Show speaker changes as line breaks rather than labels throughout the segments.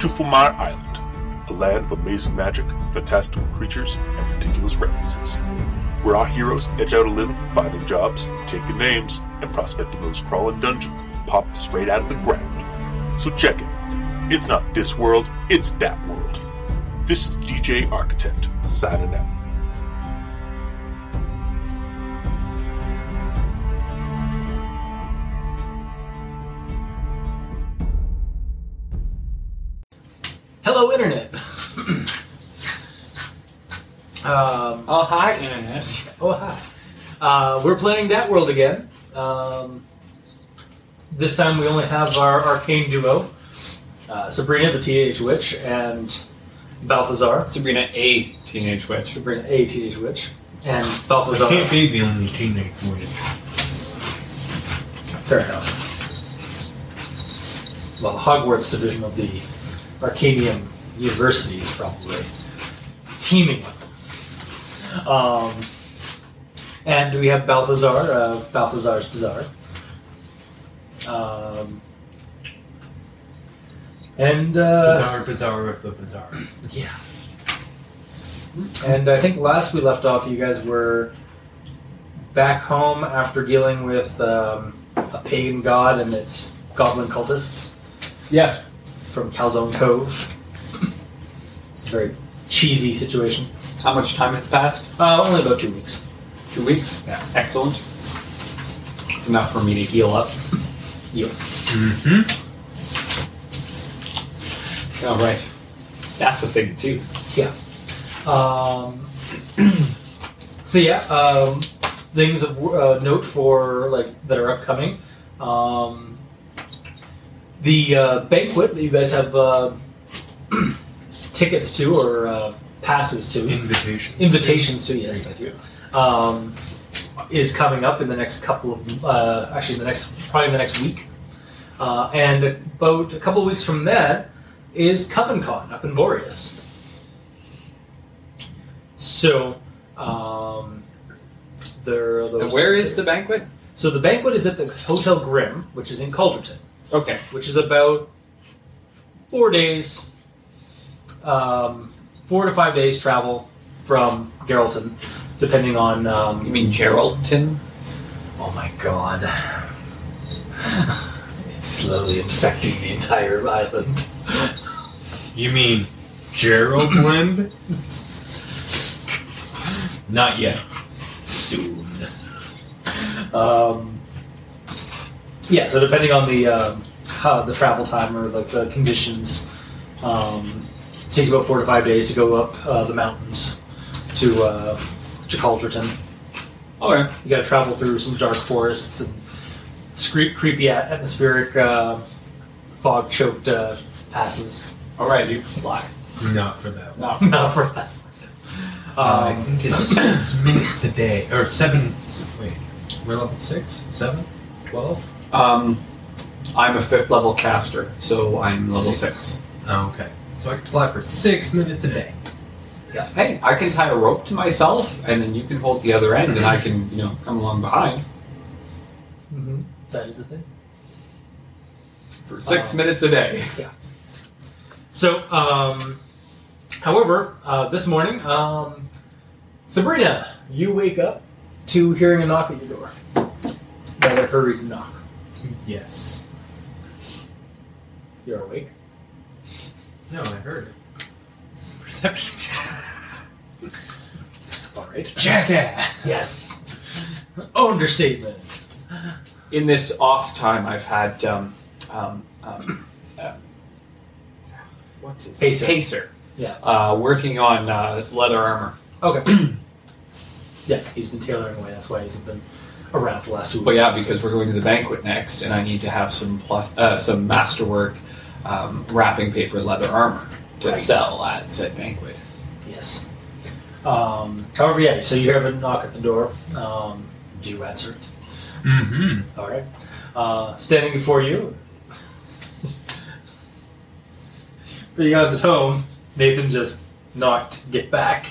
to Fumar Island, a land of amazing magic, fantastical creatures, and ridiculous references, where our heroes edge out a living finding jobs, taking names, and prospecting those crawling dungeons that pop straight out of the ground. So check it. It's not this world, it's that world. This is DJ Architect, signing out.
Hello, Internet. um,
Oh, hi, Internet.
oh, hi. Uh, we're playing That World again. Um, this time we only have our arcane duo uh, Sabrina, the Teenage Witch, and Balthazar.
Sabrina, a teenage witch.
Sabrina, a Teenage Witch, and
I can't
Balthazar.
be the only teenage witch.
Fair enough. Well, the Hogwarts division of the Arcanium University is probably teeming with them. Um, and we have Balthazar of Balthazar's Bazaar. Um, and uh,
Bizarre, bizarre of the bizarre.
yeah. And I think last we left off, you guys were back home after dealing with um, a pagan god and its goblin cultists
Yes.
from Calzone Cove. It's a very cheesy situation.
How much time has passed?
Uh, only about two weeks.
Two weeks. Yeah. Excellent. It's enough for me to heal up.
Yeah.
Mm-hmm.
All right. That's a thing too.
Yeah. Um, so yeah, um, things of uh, note for like that are upcoming. Um, the uh, banquet that you guys have uh, tickets to or uh, passes to,
Invitation.
invitations to, yes, thank you, um, is coming up in the next couple of uh, actually in the next probably in the next week, uh, and about a couple of weeks from that is CovenCon up in Boreas. So, um, there. Are those
And where
two
is the banquet?
So the banquet is at the Hotel Grimm, which is in Calderton
Okay.
which is about four days, um, four to five days travel from Geralton, depending on. Um,
You mean Geraldton?
Oh my god. it's slowly infecting the entire island.
You mean Gerald Limb? Not yet.
Soon. Um, yeah, so depending on the um, how the travel time or like the conditions, um, it takes about four to five days to go up uh, the mountains to uh, to Calderton.
Okay.
You got to travel through some dark forests and scre- creepy at- atmospheric uh, fog choked uh, passes.
All right. You can fly.
Not for that.
No.
Not for that.
I
Um,
think it's six minutes a day. Or seven. Wait. We're level six? Seven? Twelve?
Um, I'm a fifth level caster, so I'm level
Six.
six.
Oh, okay. So I can fly for six minutes a day.
Hey, I can tie a rope to myself, and then you can hold the other end, and I can, you know, come along behind
mhm, that is the thing.
for six
Um,
minutes a day.
So, um, however, uh, this morning, um, Sabrina, you wake up to hearing a knock at your door. Rather hurried knock.
Yes.
You're awake.
No, I heard it. Perception check.
All right.
Jackass!
Yes. Understatement.
in this off time, I've had um, um, um, uh, what's his name?
Pacer.
Pacer.
Yeah.
Uh, working on uh, leather armor.
Okay. yeah, he's been tailoring away. That's why he hasn't been around for the last two weeks.
But yeah, because we're going to the banquet next, and I need to have some plus uh, some masterwork um, wrapping paper leather armor to
Right.
sell at said banquet.
Yes. Um, however, yeah, so you have a knock at the door. Um, do you answer it?
Mm-hmm.
All right. Uh, standing before you, for you guys at home, Nathan just knocked, get back.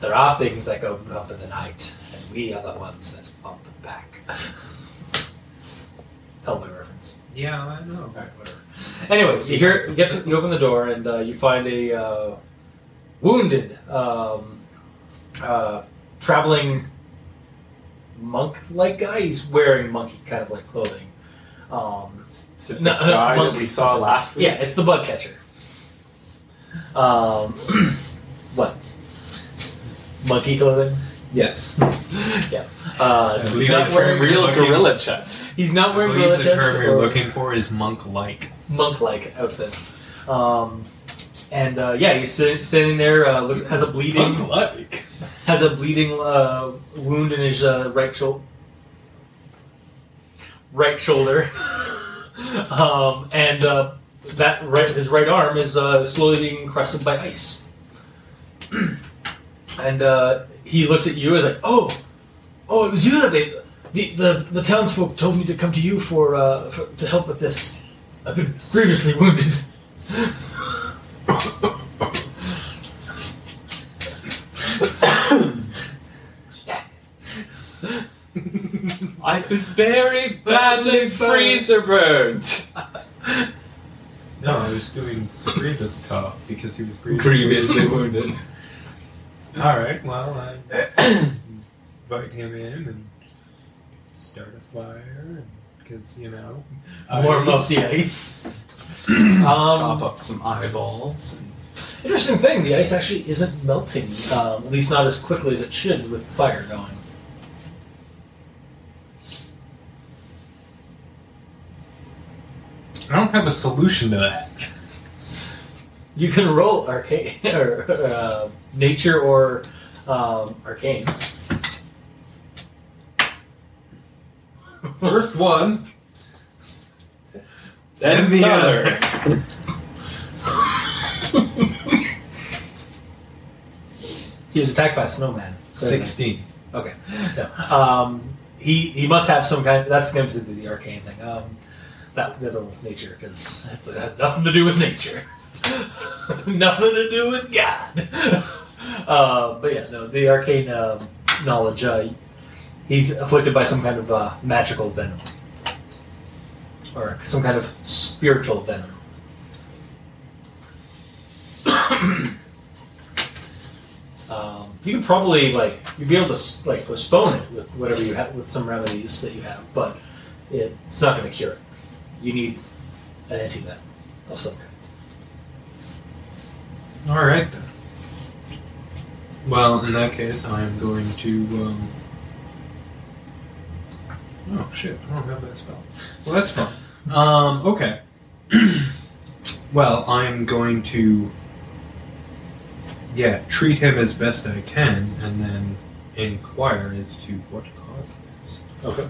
There are things that go up in the night, and we are the ones that bump back. Hellboy reference.
Yeah, I know.
Alright, whatever. Anyways, you hear you get to, you open the door and uh, you find a uh, wounded um, uh, traveling monk-like guy. He's wearing monkey kind of like clothing. Um,
Is it the
No,
guy
monk.
that we saw last week?
yeah, it's the bug catcher. Um, what? Monkey clothing?
Yes.
yeah. Uh,
I
he's
believe
not
the
wearing
term you're
Real
looking-
gorilla chest.
He's not
I
wearing
believe
gorilla
the
chest
term you're
or-
looking for is monk-like.
monk-like outfit. Um, and uh, yeah, he's sitting, standing there. Uh, looks has a bleeding
Monk-like.
has a bleeding uh, wound in his uh, right shoulder. Right shoulder, um, and uh, that right, his right arm is uh, slowly being encrusted by ice. and uh, he looks at you as like, "Oh, oh, it was you that they." The, the, the townsfolk told me to come to you for, uh, for to help with this. I've been grievously wounded.
I've been very badly freezer burned.
No, I was doing Grievous cough because he was
Previously wounded.
All right. Well, I invite him in and start a fire because you know
warm up
ice.
the ice. um,
Chop up some eyeballs. and-
interesting thing, the ice actually isn't melting, um, at least not as quickly as it should with fire going.
I don't have a solution to that.
You can roll arcane or uh, nature or um, arcane.
First one,
Then the other.
He was attacked by a snowman. Clearly.
Sixteen.
Okay. No. Um, he he must have some kind. That's going to be the arcane thing. Um, that the other one was nature because that's it had nothing to do with nature. nothing to do with God. uh, but yeah, no, the arcane um, knowledge. Uh, he's afflicted by some kind of uh, magical venom, or some kind of spiritual venom. Um, you could probably like you'd be able to s- like postpone it with whatever you have with some remedies that you have, but it, it's not going to cure it. You need an antivenom of some kind.
All right then. Well, in that case, I am going to. Um... Oh shit! I don't have that spell. Well, that's fine. Um. Okay. well, I'm going to. Yeah, treat him as best I can, and then inquire as to what caused this.
Okay.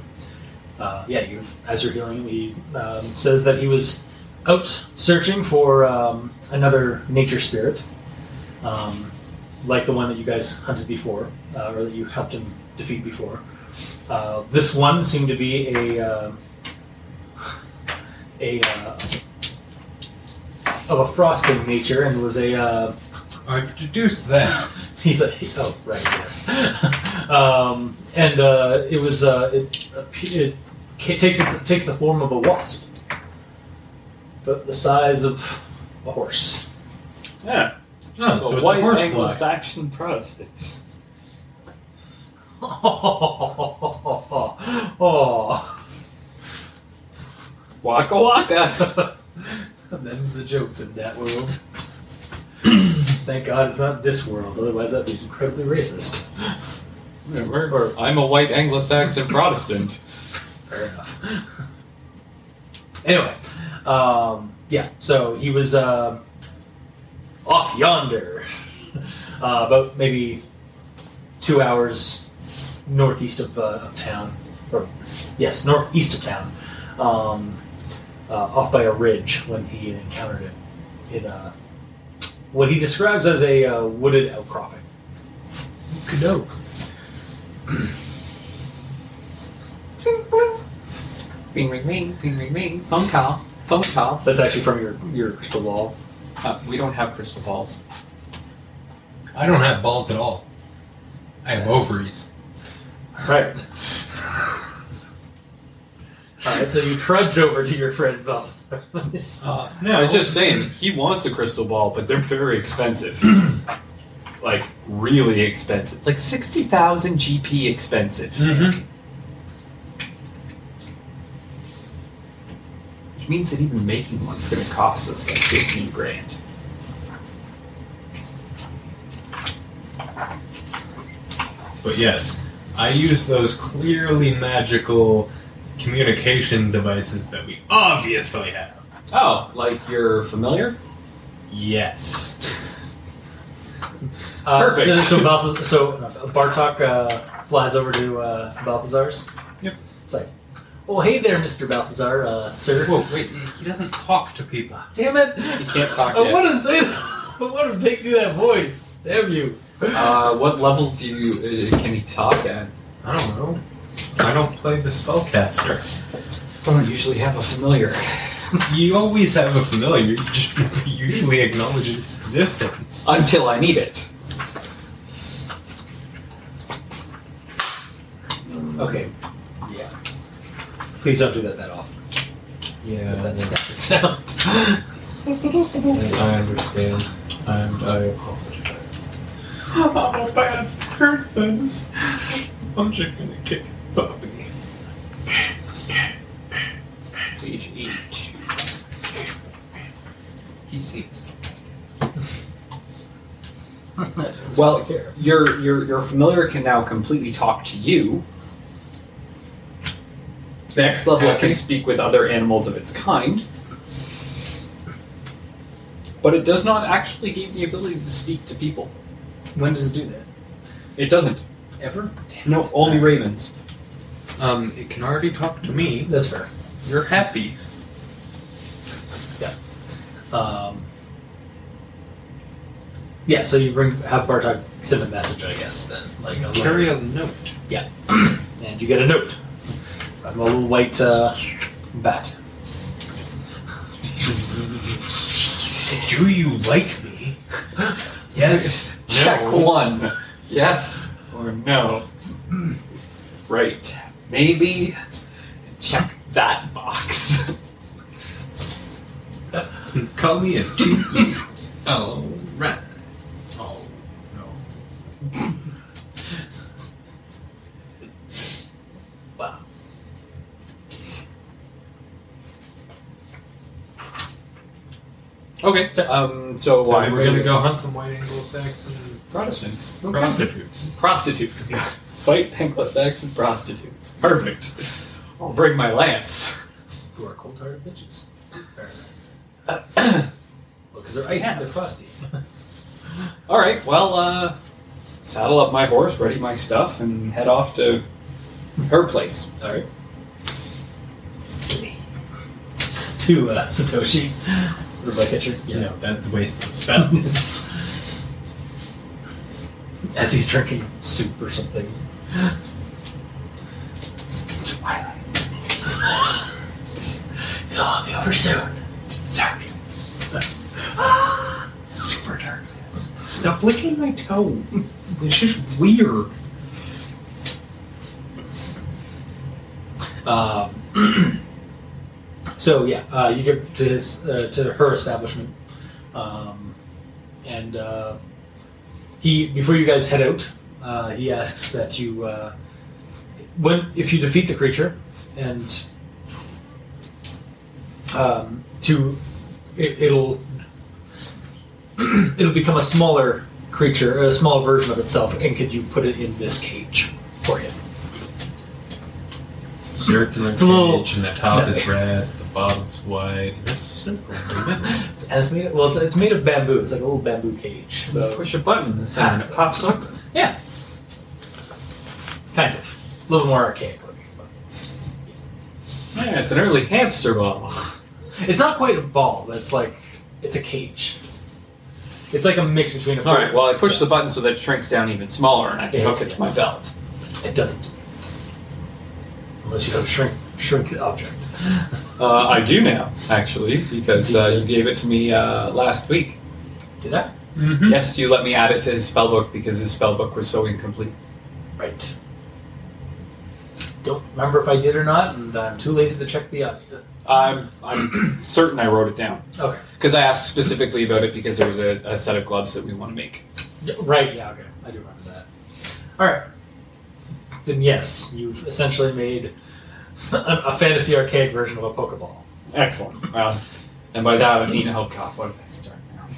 Uh, yeah, you as you're healing, him, he um, says that he was out searching for um, another nature spirit, um, like the one that you guys hunted before, uh, or that you helped him defeat before. Uh, this one seemed to be a uh, a uh, of a frosting nature and was a uh,
I've deduced that.
He's a oh right yes, um, and uh, it was uh, it, it ca- takes it takes the form of a wasp, but the size of a horse.
Yeah.
Oh, so,
So
it's a
white
horsefly.
Anglo-Saxon Protestants.
Oh,
Waka waka.
them's the jokes in that world. Thank God it's not this world, otherwise that'd be incredibly racist.
Remember, I'm a white Anglo-Saxon Protestant.
Fair enough. anyway, um, yeah, so he was uh, off yonder, uh, about maybe two hours northeast of, uh, of town, or yes, northeast of town, um, uh, off by a ridge when he encountered it in uh, what he describes as a uh, wooded outcropping.
Kadoke.
Ring ring ring, ring ring ring. Phone call, phone call.
That's actually from your, your crystal ball.
Uh, we don't have crystal balls.
I don't have balls at all. I have ovaries.
Right. All right, so you trudge over to your friend Balthazar.
Uh,
I
no,
was just saying, he wants a crystal ball, but they're very expensive. like, really expensive. Like 60,000 GP expensive.
Mhm.
Which means that even making one's going to cost us like 15 grand.
But yes, I use those clearly magical communication devices that we obviously have.
Oh, like you're familiar?
Yes.
Uh, so,
Perfect.
so, Balthaz- so uh, Bartok uh, flies over to uh, Balthazar's.
Yep.
It's like, oh, hey there, Mr. Balthazar, uh, sir.
Whoa, wait, he doesn't talk to people.
Damn it!
You can't talk
I
yet.
want to say that. I want to make you that voice. Damn you.
Uh, what level do you uh, can he talk at?
I don't know. I don't play the spellcaster.
Don't usually have a familiar.
You always have a familiar, you just never usually acknowledge its existence.
Until I need it. Okay. Yeah.
Please don't do that that often.
Yeah,
With that sound.
I understand. And I apologize. I'm a bad person. I'm just gonna kick Bobby.
Page eight.
He seems to
Well, your your your familiar can now completely talk to you. Next level, it
Happy.
can speak with other animals of its kind, but it does not actually give the ability to speak to people.
when does it do that?
It doesn't.
Ever?
No, only ravens.
Um, it can already talk to me.
That's fair.
You're happy.
Um, yeah, so you bring have Bartok send a message, I guess, then like a letter.
Carry a note.
and you get a note from a little white uh, bat.
Do you like me?
Yes.
Check
No.
one. Yes or no. Right. Maybe. Check that box.
Call me a cheap Oh, right. Oh, no.
Wow.
okay. Um. So,
So
why
we're gonna go hunt some white Anglo-Saxon
Protestants.
prostitutes.
Prostitutes. White Anglo-Saxon prostitutes. Perfect. I'll bring my lance.
Who are cold-hearted bitches. Fair enough. Because they're icy, they're frosty.
All right. Well, uh, saddle up my horse, ready my stuff, and head off to her place.
All right. City. To uh, Satoshi. Rebecca Hitcher. Yeah.
No, that's wasting spells.
As he's drinking soup or something.
Twilight.
It'll all be over soon.
Darkness.
Super darkness.
Stop licking my toe. It's just weird.
Um, so yeah, uh, you get to his uh, to her establishment, um, and uh, he before you guys head out, uh, he asks that you uh, when if you defeat the creature and um, to it, it'll it'll become a smaller creature, a smaller version of itself, and could you put it in this cage for him?
Circular
It's a little-
cage, and the top
No.
is red, the bottom's white. It's simple. isn't it?
It's, and it's made well. It's, it's made of bamboo. It's like a little bamboo cage.
You
So
push a button in the center, and it pops open.
yeah, kind of a little more archaic looking. But
Yeah, it's an early hamster ball.
it's not quite a ball. But it's like it's a cage. It's like a mix between a.
All right. Well, I push the button so that it shrinks down even smaller, and I can hook it to my belt.
It doesn't. Unless you have a shrink shrink the object.
Uh, I do now, actually, because uh, you gave it to me uh, last week.
Did I?
Yes, you let me add it to his spellbook because his spellbook was so incomplete.
Right. don't remember if I did or not, and I'm too lazy to check the uh, audio.
I'm, I'm certain I wrote it down
Okay.
because I asked specifically about it because there was a, a set of gloves that we want to make.
Yeah, right, yeah, okay. I do remember that. Alright. Then yes, you've essentially made a, a fantasy arcade version of a Pokeball.
Excellent. Well, and by that I mean, oh god, what did I start now?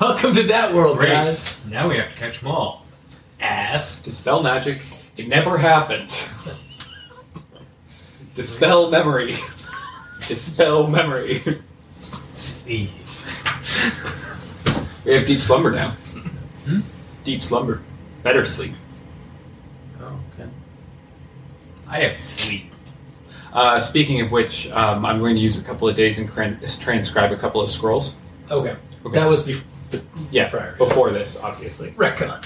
Welcome to that world,
Great.
Oh, guys.
Now we have to catch them all. Ass.
Dispel magic. It never happened. Dispel memory. Dispel memory.
Speed.
We have deep slumber now.
Hmm?
Deep slumber. Better sleep.
Oh, okay. I have sleep.
Uh, speaking of which, um, I'm going to use a couple of days and cran- transcribe a couple of scrolls.
Okay.
Okay.
That was before
Yeah,
prior.
before this, obviously.
Retcon.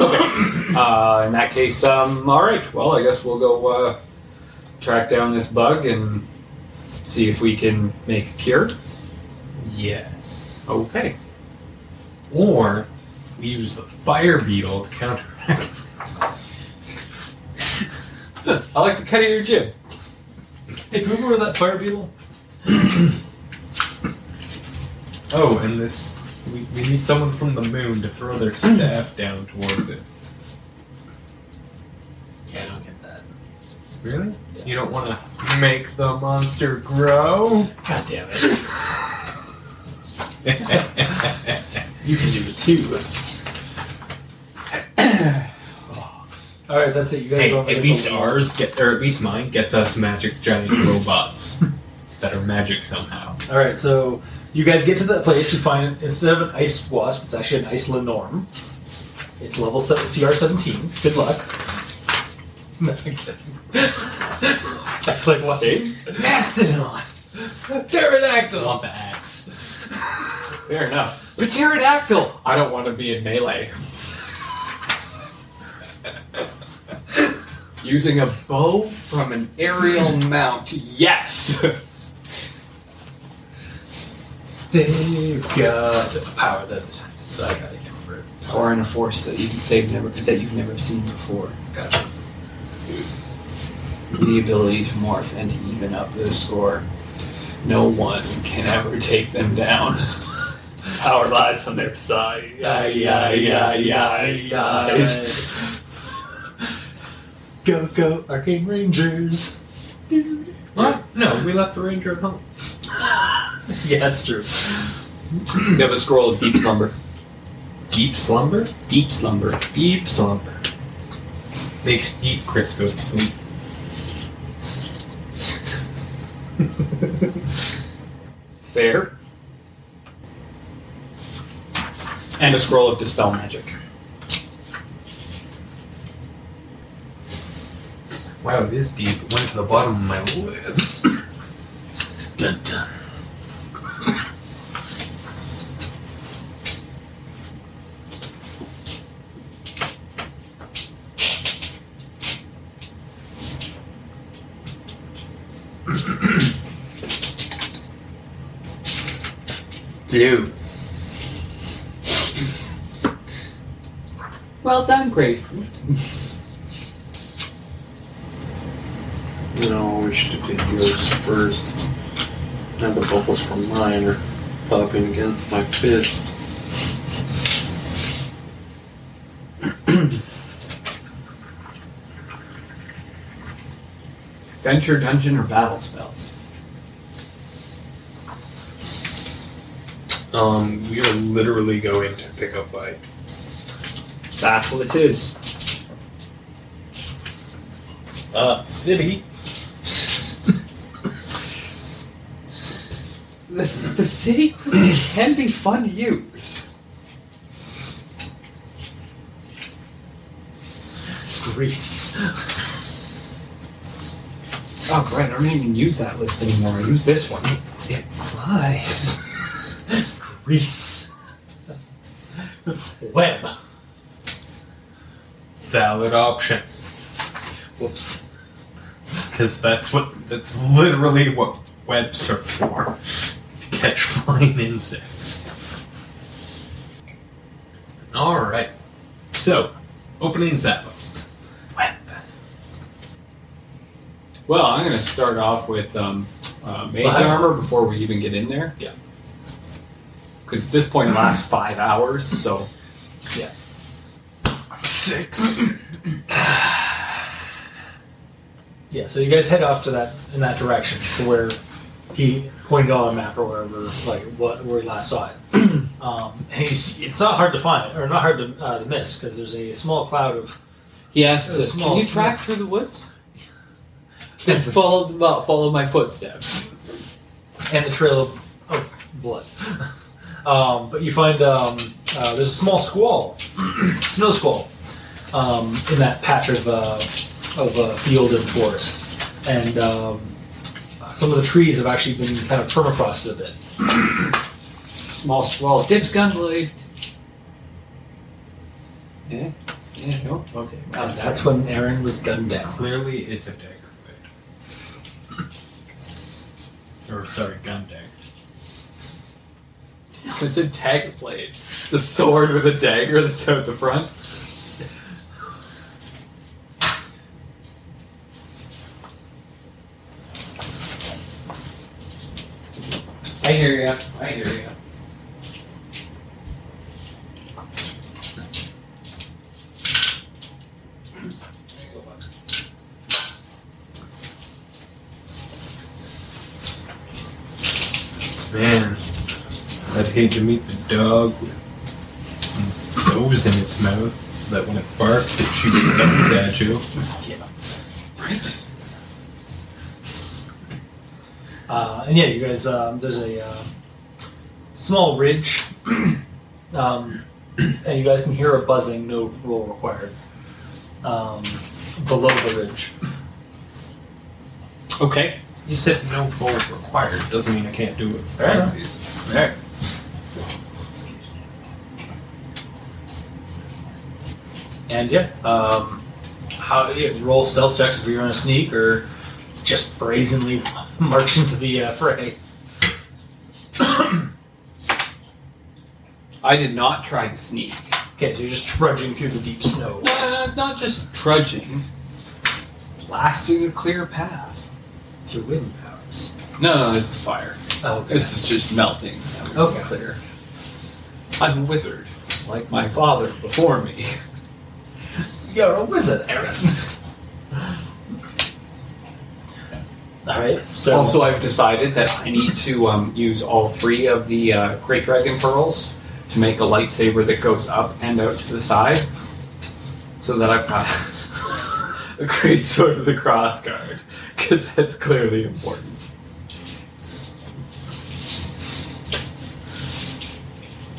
Uh, in that case, um, all right. Well, I guess we'll go uh, track down this bug and see if we can make a cure.
Yes.
Okay.
Or we use the fire beetle to counter.
I like the cut of your jib.
Hey, do you remember that fire beetle?
Oh, and this. We, we need someone from the moon to throw their staff down towards it.
Yeah, I don't get that.
Really?
Yeah.
You don't want to make the monster grow?
God damn it.
That's
You can do it too. Alright, Oh. that's it. You guys
Hey,
don't
at least ours get, or at least mine gets us magic giant robots that are magic somehow.
Alright, so you guys get to that place, you find instead of an ice wasp, it's actually an ice lenorm. It's level seven, CR seventeen. Good luck. No, I'm kidding. That's like what
Okay.
Mastodon, pterodactyl on the axe.
Fair enough. But pterodactyl. I don't want to be in melee. Using a bow from an aerial mount. Yes.
they've got a power that I gotta get for it.
or in a force that you they've never that you've never seen before.
Gotcha.
The ability to morph and to even up the score. No one can ever take them down. Power lies on their side. Yeah, yeah, yeah, yeah, yeah.
Go go arcane rangers.
What? No, we left the ranger at home.
Yeah, that's true.
You have a scroll of deep slumber.
Deep slumber.
Deep slumber.
Deep slumber.
Makes deep Chris go to sleep.
Fair. And a scroll of dispel magic.
Wow, it is deep. It went to the bottom of my list.
Dun, dun.
Dude.
Well done, Grace.
No, we should have did yours first. Now the bubbles from mine are popping against my fist.
Venture, dungeon, or battle spells.
Um, we are literally going to pick a fight.
That's what it is.
Uh, city.
The, the city can be fun to use.
Grease.
Oh, great. I don't even use that list anymore. I use this one.
It flies. Grease. Web.
Valid option.
Whoops.
Because that's what, that's literally what webs are for. Catch flying insects. Alright. So, opening Zappa. Web.
Well, I'm going to start off with um, uh, mage
Well, I-
armor before we even get in there.
Yeah.
Because at this point, it lasts five hours, so
Six.
Yeah, so you guys head off to that in that direction to where he pointed on a map or wherever, like what where he last saw it. um, and you see, it's not hard to find or not hard to, uh, to miss because there's a small cloud of
he asks
It's a
us,
small
"Can you
snake."
track through the woods?" Then follow well, follow my footsteps.
and the trail of, of blood. um, but you find um, uh, there's a small squall, snow squall, um, in that patch of uh, of uh, field and forest, and um, some of the trees have actually been kind of permafrosted a bit.
Small squall dips gunblade. Yeah. Yeah. No. Okay.
Uh, that's when Aaron was gunned down.
Clearly, it's a dagger blade. Or sorry, gun dagger.
It's a dagger blade. It's a sword with a dagger that's out the front.
I hear ya. I hear ya. Man, I'd hate to meet the dog with nose in its mouth so that when it barks, it shoots guns at you.
Uh, and yeah, you guys, um, there's a uh, small ridge, um, and you guys can hear a buzzing, no roll required, um, below the ridge.
Okay.
You said no roll required. Doesn't mean I can't do it.
Fair enough.
Fancies. There.
And yeah, um, how yeah, roll stealth checks if you're on a sneak or just brazenly march into the uh, fray.
I did not try to sneak.
Okay, so you're just trudging through the deep snow.
Uh, not just trudging, blasting a clear path.
Through wind powers.
No, no, this is fire.
Oh, okay.
This is just melting. Everything's
Okay.
Clear. I'm a wizard, like my father before me.
You're a wizard, Aaron. All right. So
Also, I've decided that I need to um, use all three of the uh, great dragon pearls to make a lightsaber that goes up and out to the side, so that I've got a great sword of the cross guard, because that's clearly important.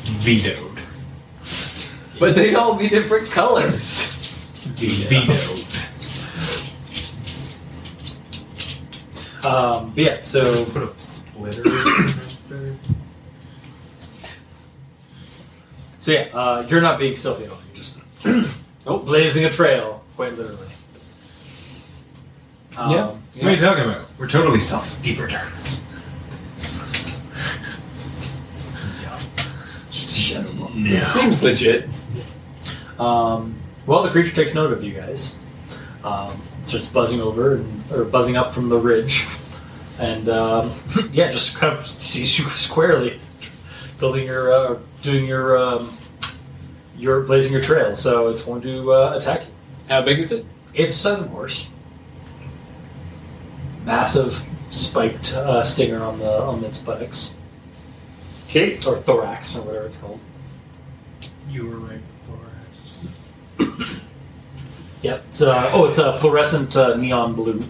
Vetoed.
But they'd all be different colors.
Vetoed.
um, but yeah. So
Put a splitter.
so yeah. Uh, you're not being stealthy at all. You're just
Nope.
blazing a trail, quite literally. Um,
Yeah. What are you talking about? We're totally stealth. Deep returns.
Just a shadow
No.
Seems legit.
Um, well, the creature takes note of you guys. Um, starts buzzing over and, or buzzing up from the ridge, and um, yeah, just kind of sees you squarely, building your uh, doing your um, your blazing your trail. So it's going to uh, attack you.
How big is it?
It's seven horse. Massive spiked uh, stinger on the on its buttocks
Okay.
or thorax or whatever it's called.
You were right before us.
Yep. It's, uh, oh, it's a fluorescent uh, neon blue.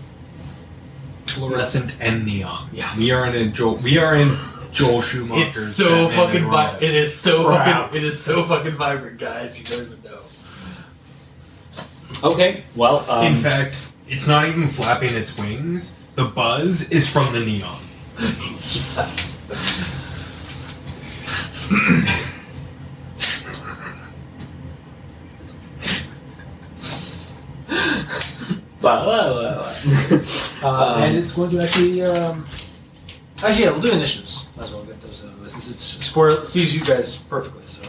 Fluorescent and neon.
Yeah.
We are in a Joel. We are in Joel Schumacher.
It's so fucking vi- it is so
Wow.
fucking it is so fucking vibrant, guys. You don't even know.
Okay. Well,
In
um,
fact, it's not even flapping its wings. The buzz is from the neon.
blah, blah, blah, blah.
Uh,
Um,
and it's going to actually um, actually yeah, we'll do initiatives. Might as well get those out of the way since it's square sees you guys perfectly. So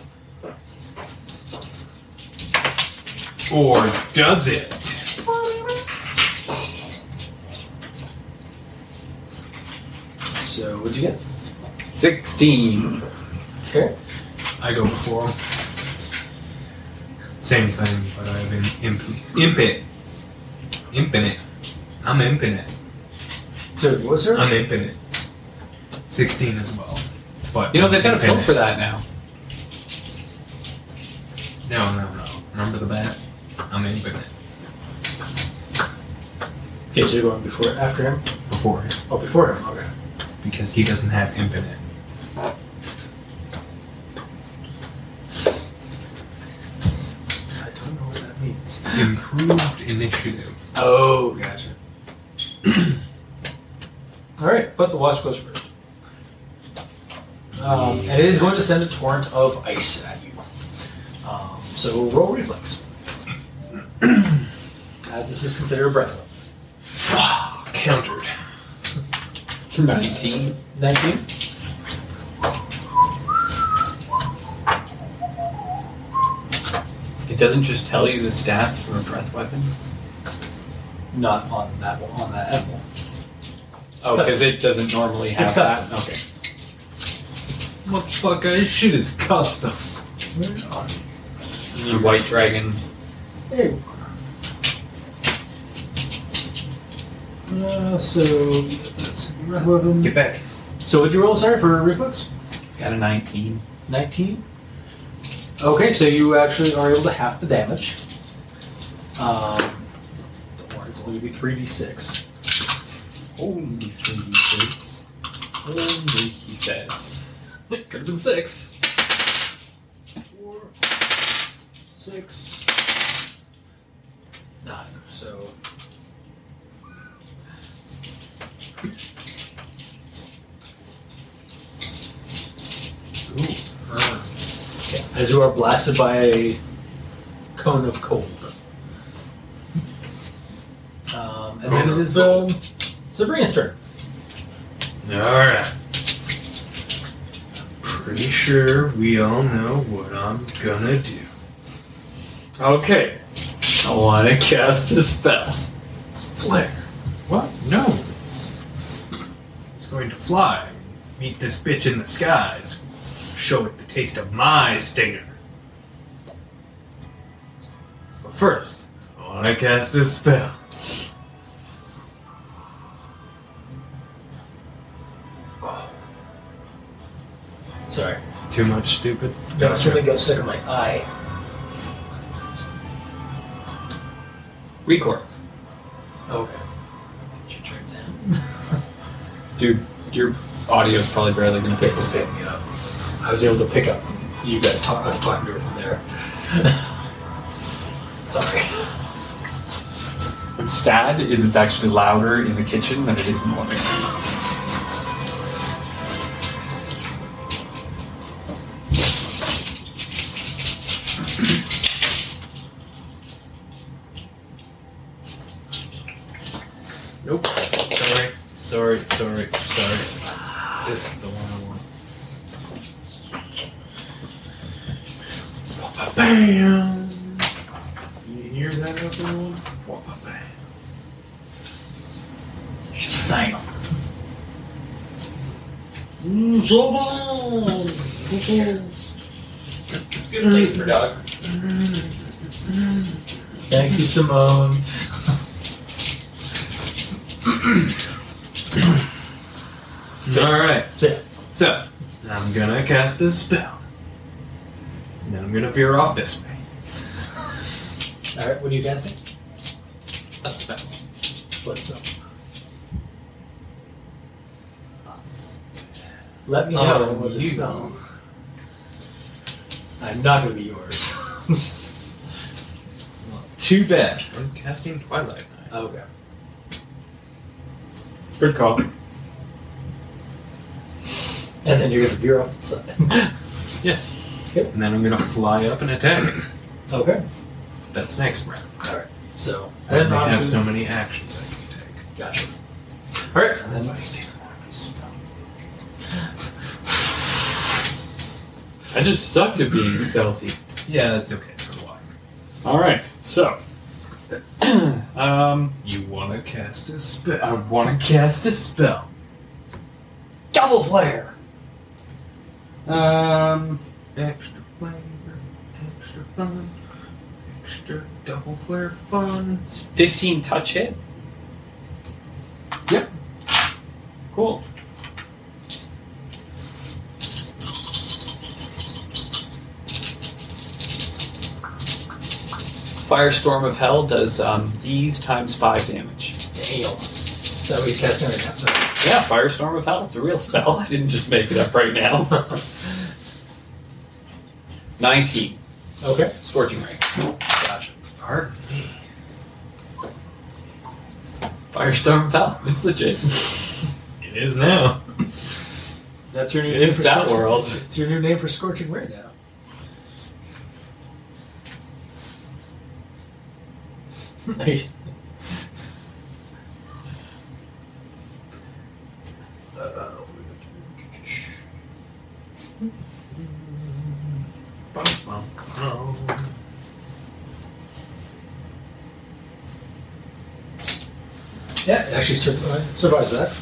Or does it?
So what'd you get? Sixteen.
Okay.
I go before him. Same thing, but I have an imp, imp it. Imping it. I'm imping it.
So what was her?
I'm imping it. 16 as well. But
You know they've got a
imping
pill
it.
for that now.
No, no, no. Remember the bat? I'm imping it.
Okay, so you're going before, after him?
Before him.
Oh, before him. Okay.
Because he doesn't have imp in it.
I don't know what that means.
Improved initiative.
Oh, gotcha. All right, but the wasp goes first. Um, and it is going to send a torrent of ice at you. Um, so roll reflex. As this is considered a breath.
Wow, countered.
Nineteen.
19.
It doesn't just tell you the stats for a breath weapon.
Not on that one, on that animal.
Oh,
custom.
because it doesn't normally have
It's
that.
custom.
Okay.
Motherfucker, this shit is custom.
And then White dragon.
Uh, so that's breath weapon.
Get back.
So what'd you roll, sorry, for reflex?
Got a nineteen.
19. Okay, so you actually are able to half the damage. Um, don't worry, it's only going to be 3d6.
Holy three six. Holy, he says.
It could have been 6. 4, 6, 9. So.
Ooh, burns.
Yeah, as you are blasted by a cone of cold. Um, and then
Cone
it
of
is um, Sabrina's turn.
Alright. Pretty sure we all know what I'm gonna do.
Okay. I want to cast a spell.
Flare.
What? No. It's going to fly. Meet this bitch in the skies. Show it the taste of my stinger. But first, I want to cast a spell.
Sorry.
Too much, stupid.
Got something got stuck in my eye.
Record.
Okay. Did you turn down?
Dude, your audio's probably barely going to pick
It's
this
just
up.
picking it up. uh, I was able to pick up you guys talk us talking to her from there. Sorry.
What's sad is it's actually louder in the kitchen than it is in the living room.
Nope. Sorry, sorry, sorry, sorry. This is the one I want. Bam! You hear that, everyone? Wha-ba-bam.
Shazam.
It's good place for dogs.
Thank you, Simone.
Alright,
So, yeah.
so I'm gonna cast a spell. And then I'm gonna veer off this way.
All right, what are you casting?
A spell.
Let's go. Let me know
Oh,
what to
you.
spell. I'm not going to be yours.
Too bad. I'm casting Twilight Night.
okay.
Good call.
And then you're going to veer off to the side.
Yes.
Okay.
And then I'm gonna fly up and attack it.
okay.
That's next round.
All right. So
I
then
only
on
have
to-
so many actions I can take.
Gotcha. All right.
Son
And
of a
that's-
I just sucked at being stealthy.
Yeah, that's okay. So why?
All right, so. um,
You wanna cast a spell?
I want to cast a spell.
Double flare.
Um, extra flavor, extra fun, extra double flare fun. Fifteen touch hit. Yep. Cool. Firestorm of Hell does um, these times five damage.
Damn. So he's casting right now.
Yeah, Firestorm of Hell. It's a real spell. I didn't just make it up right now. Nineteen.
so- Okay.
Scorching Ray. Gotcha.
Pardon me.
Firestorm Pal. It's legit.
It is now.
That's your new
It
name
is
for
that
scorching.
world.
It's your new name for scorching ray now. Nice.
Oh.
Yeah, it actually survives, survives that.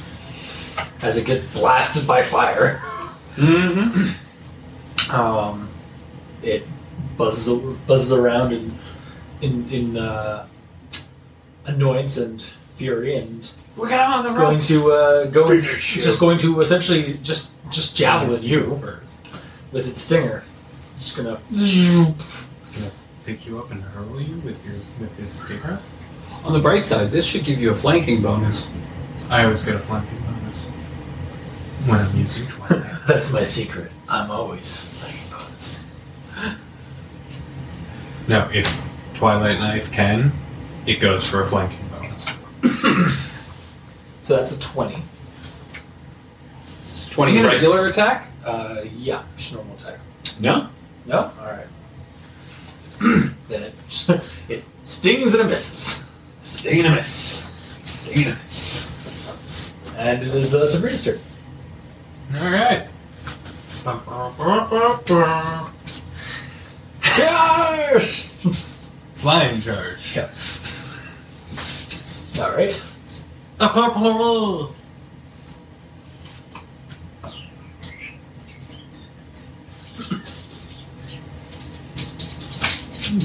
As it gets blasted by fire,
Mm-hmm.
um, it buzzes a- buzzes around in in, in uh, annoyance and fury, and
We got him on the
going
ropes.
to uh, go and s-
Finish you.
just going to essentially just just javelin you with its stinger. Just gonna
He's gonna pick you up and hurl you with your with his sticker.
On the bright side, this should give you a flanking bonus.
I always get a flanking bonus when I'm using Twilight.
That's my secret. I'm always playing bonus.
no, if Twilight Knife can, it goes for a flanking bonus.
So that's a 20.
It's 20
Minutes.
regular attack?
Uh, yeah, just normal attack.
No.
No? Alright. then it, it stings and it misses.
Sting and a miss. Sting and a miss.
And it is uh, Sabrina's turn.
All right.
Yes!
Flying charge.
yeah. Alright.
A purple roll.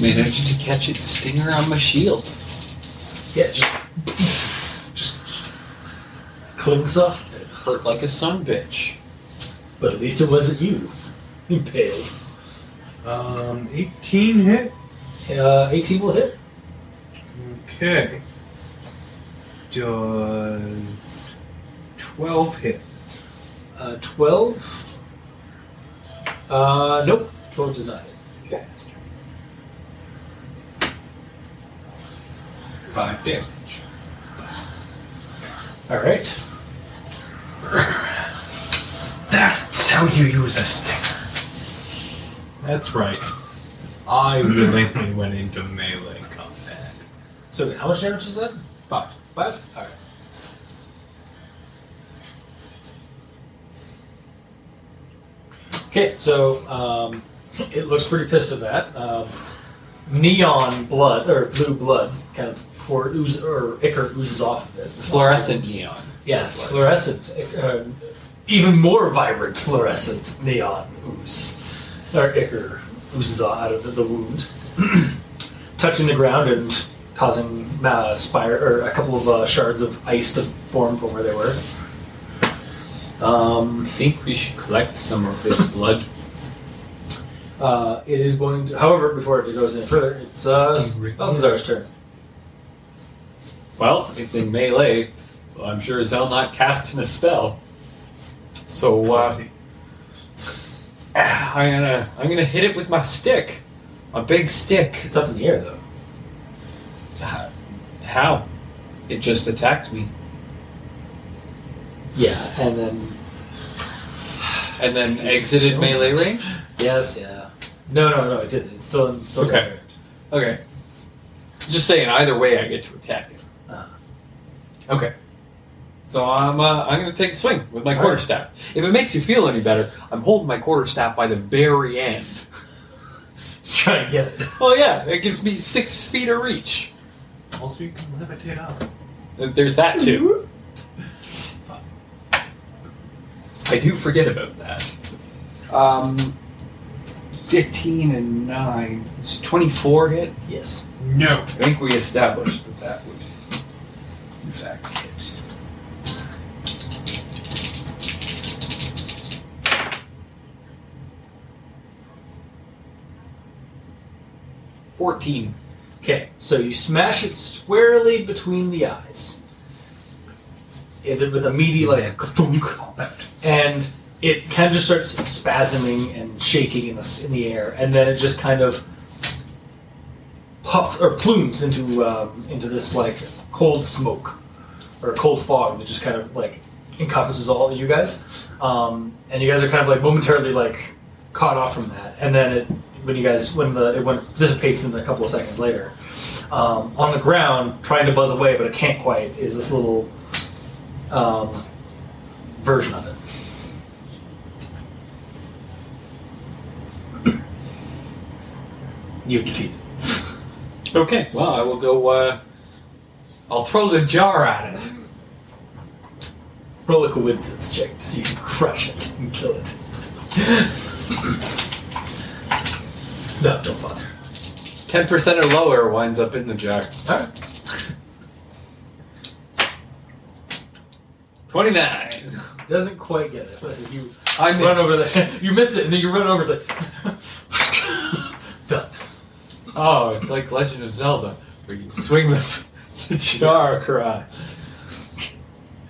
Managed to catch its stinger on my shield.
Yeah, just, just clings up.
It hurt like a son bitch.
But at least it wasn't you. Impaled.
Um, 18 hit.
Uh, 18 will hit.
Okay. Does 12 hit?
Uh, 12. Uh, nope. 12 does not hit.
Five damage.
All right.
That's how you use a sticker. That's right. I willingly went into melee combat.
So how much damage is that?
Five.
Five. All right. Okay, so um, it looks pretty pissed at that. Um, neon blood or blue blood kind of pour ooze or ichor oozes off of it.
Fluorescent neon.
Yes, fluorescent. Uh, even more vibrant fluorescent neon ooze. Or ichor oozes out of the wound, touching the ground and causing uh, spire or a couple of uh, shards of ice to form from where they were. Um,
I think we should collect some of this blood.
Uh, it is going to, however, before it goes any further, it's uh, Balthazar's turn.
Well, it's in melee, so I'm sure as hell not casting a spell. So uh, I'm gonna uh, I'm gonna hit it with my stick, my big stick.
It's up in the air though.
How? It just attacked me.
Yeah, and then
and then exited
So
melee
much.
range.
yes, yeah. No, no, no, it didn't. It's still in, still
Okay. Okay. Just saying, either way, I get to attack it.
Ah.
Okay. So I'm uh, I'm going to take a swing with my quarterstaff. If it makes you feel any better, I'm holding my quarterstaff by the very end.
Try and get it.
Oh yeah, it gives me six feet of reach.
Also, you can levitate up.
Uh, There's that too. I do forget about that. Um, 15 and 9. Is 24 hit?
Yes.
No.
I think we established that that would, in fact, hit. Fourteen.
Okay, so you smash it squarely between the eyes. If it with a meaty like thunk, and it kind of just starts spasming and shaking in the s- in the air, and then it just kind of puff or plumes into um, into this like cold smoke or cold fog that just kind of like encompasses all of you guys, um, and you guys are kind of like momentarily like caught off from that, and then it when you guys when the it went dissipates in a couple of seconds later. Um, on the ground, trying to buzz away, but it can't quite. Is this little um, version of it? You defeat.
Okay. Well, I will go. Uh, I'll throw the jar at it.
Roll a coincidence check to see if you crush it and kill it. no, don't bother.
Ten percent or lower winds up in the jar. Twenty-nine.
Doesn't quite get it, but if you
I
run over
missed.
there, you miss it, and then you run over. It's like done.
Oh, it's like Legend of Zelda, where you swing the, the jar across.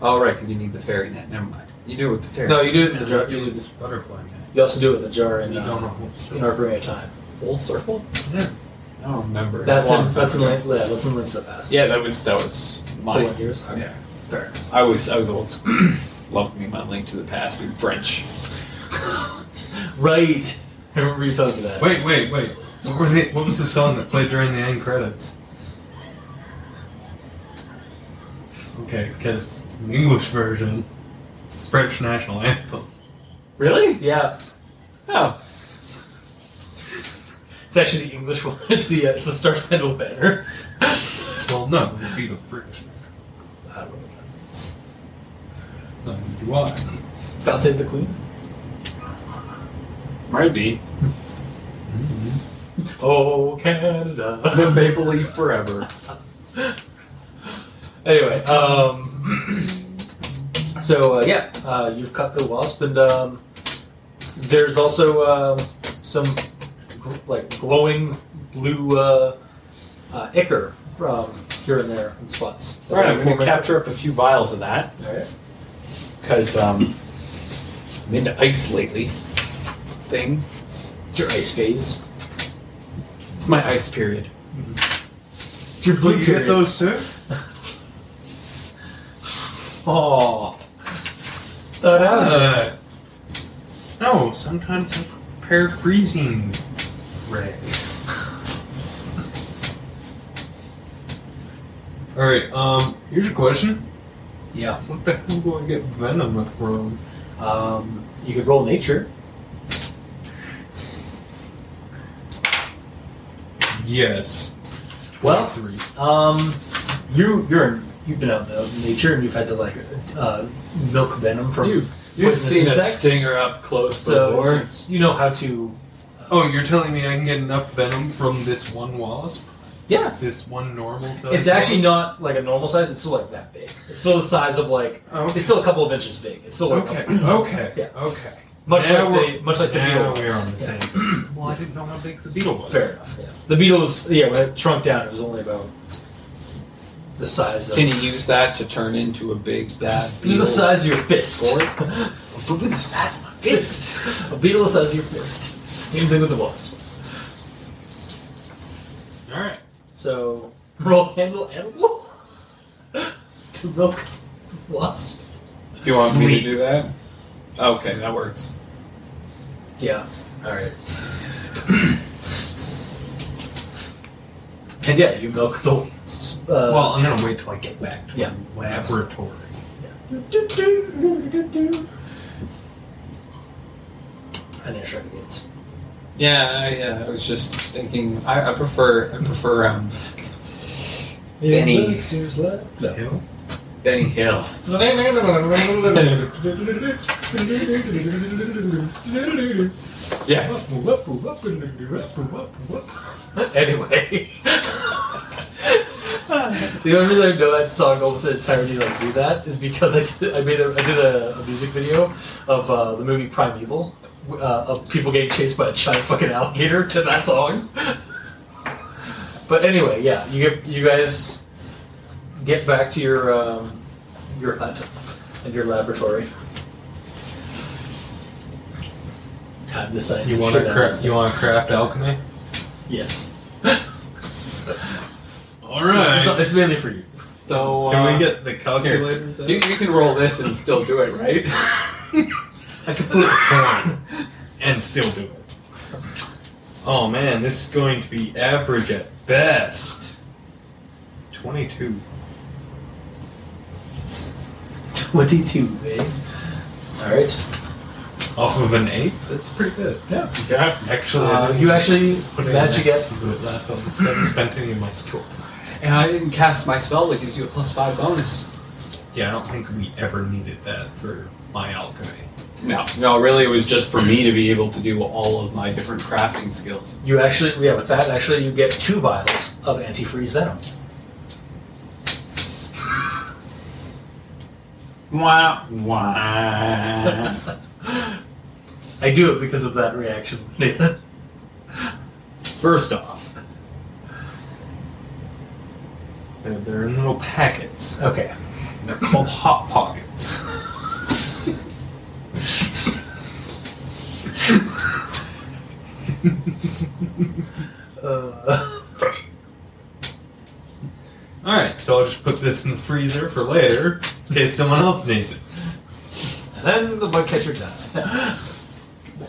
Oh, right, because you need the fairy net. Never mind. You do it with the fairy
No,
net.
you do it in the jar. You,
this butterfly net.
you also do it with the jar in,
You don't know
uh,
what's
in Ocarina of Time.
Full circle?
Yeah.
I don't remember.
That's
It's a long
in, that's in
time ago.
link, yeah, that's in Link to the Past.
Yeah, that was, that was
Cool,
my.
yours. Okay,
Yeah.
fair enough.
I was, I was old school. Loved me, my link to the past in French.
Right. I remember you talking about that.
Wait, wait, wait. What, were the, what was the song that played during the end credits? Okay, because the English version, it's the French national anthem.
Really?
Yeah,
Oh.
it's actually the English one. It's the uh, it's the Star Spangled Banner.
Well, no, it would be the British.
I don't know what that means.
No, do I?
God save the Queen.
Might be.
Oh, Canada.
The Maple Leaf Forever.
Anyway, um, so uh, yeah, uh, you've cut the wasp, and um, there's also um some gl- like glowing blue uh, uh, ichor from here and there in spots.
Alright, I'm going to capture up a few vials of that.
All right.
because um, I'm into ice lately. Thing.
It's your ice phase.
It's my ice period.
It's your
Will you get those too?
Oh.
Uh, no, sometimes I prepare freezing ray. Alright, um, here's a question.
Yeah.
What the hell do I get venom from?
Um, you could roll nature.
Yes.
Well,
three.
Um, you you're you've been out in nature and you've had to like uh, milk venom from
You've- You've
poisonous
seen a
insects.
stinger up close
so
before.
it's- you know how to.
Oh, you're telling me I can get enough venom from this one wasp?
Yeah,
This one normal size?
it's actually
wasp?
not like a normal size. It's still like that big. It's still the size of like
Oh, okay.
it's still a couple of inches big. It's still like a-
Okay, okay,
Yeah.
okay.
much
Now
like
we're-
the much like the
now
beetle.
we're
was.
on the
Yeah.
same. well, I didn't know how big the beetle was.
Fair enough. Yeah. The beetles, yeah, when it shrunk down, it was only about the size of.
Can you use that to turn into a big bad
it was the
beetle?
size of your fist.
Boy. Ooh, the size of my
fist. A beetle the size of your fist. Same thing with the wasp.
Alright.
So roll handle animal to milk wasp.
You want me to do that? Okay, that works.
Yeah. All right. and yeah, you milk the wasps. Uh,
well, I'm gonna wait till I get back to
yeah.
the laboratory.
I didn't shrug the gates.
Yeah, I, uh, I was just thinking. I, I prefer. I prefer um,
Yeah,
Benny.
upstairs left. No.
Hill?
Benny Hill. Yeah.
anyway. the only reason I know that song almost in entirety like do that is because I did, I made a, I did a, a music video of uh, the movie Primeval uh, of people getting chased by a giant fucking alligator to that song. but anyway, yeah, you get- you guys get back to your um, your hut and your laboratory. Time to science.
You
the
want to
shit out of
craft?
this
You want to craft alchemy?
thing. Yes.
All
It's, it's mainly for you.
So
Can
uh,
we get the calculators? out?
You, you can roll this and still do it, right?
I could flip a coin and still do it. Oh man, this is going to be average at best. Twenty-two.
22, eh? Alright.
Off of an eight, that's pretty good.
Yeah.
Yeah, actually, I
Uh,
didn't
you actually
put it in
managed to
there.
get.
Do it last one. 'cause I haven't spent any of my skill.
And I didn't cast my spell that gives you a plus five bonus.
Yeah, I don't think we ever needed that for my alchemy.
No, no, really, it was just for me to be able to do all of my different crafting skills.
You actually, yeah, with that, actually, you get two vials of antifreeze venom.
Wow, wow.
Uh-huh.
I do it because of that reaction, Nathan.
First off, they're, they're in little packets.
Okay.
They're called hot pockets.
Uh,
All right, so I'll just put this in the freezer for later in case someone else needs it.
then the bug catcher died.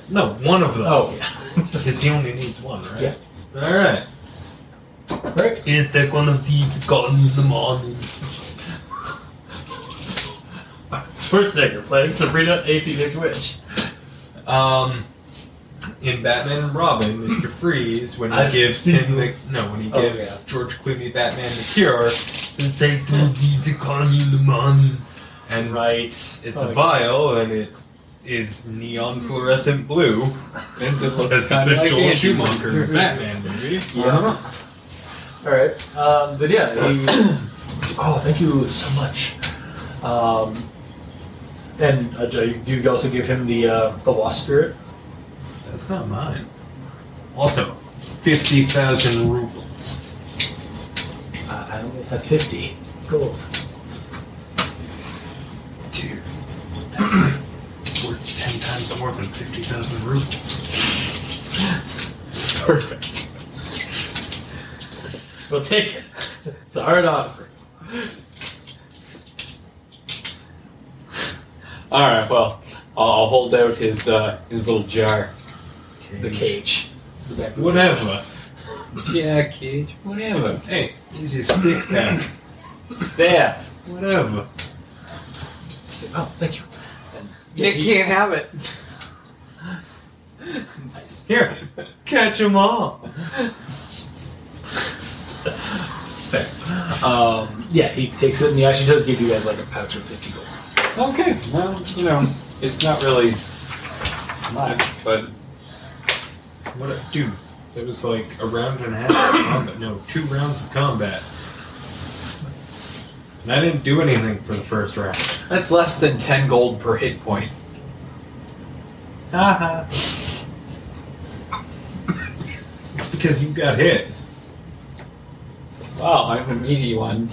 No, one of them.
oh, yeah.
because
Just,
he only needs one, right?
Yeah.
All right.
right.
Can't take one of these guns in the morning.
Schwarzenegger playing Sabrina 18 Inch Witch.
Um, in Batman and Robin, Mister Freeze, when he
I've
gives
seen
him the no, when he
Oh, yeah.
gives George Clooney Batman the cure, says take one of these and call me in the morning. And
Right.
it's
Oh,
a vial, and it is neon fluorescent blue.
And it looks
Because
kind of
it's a
like
Joel
Andy.
Schumacher Batman movie.
Yeah. All right. Um, but yeah, he, oh, thank you so much. Um, and uh, do you also give him the uh, the wasp spirit?
That's not mine. Also, 50,000 rubles.
Uh, I only have fifty gold.
Dude, that's like worth 10 times more than 50,000 rubles. Perfect.
We'll take it. It's a hard offer.
All right, well, I'll, I'll hold out his uh, his little jar.
The cage. The back of the-
Whatever.
Yeah, cage, whatever. Hey,
He's your stick back.
staff.
Whatever.
Oh, thank you. And
You can't have it.
nice.
Here, catch 'em all.
Um, yeah, he takes it and he actually does give you guys like a pouch of fifty gold.
Okay, well, you know, it's not really much, but
What a, dude, that was like a round and a half of combat. No, two rounds of combat. And I didn't do anything for the first round.
that's less than ten gold per hit point.
Haha. it's because you got hit.
Wow, I'm a meaty one.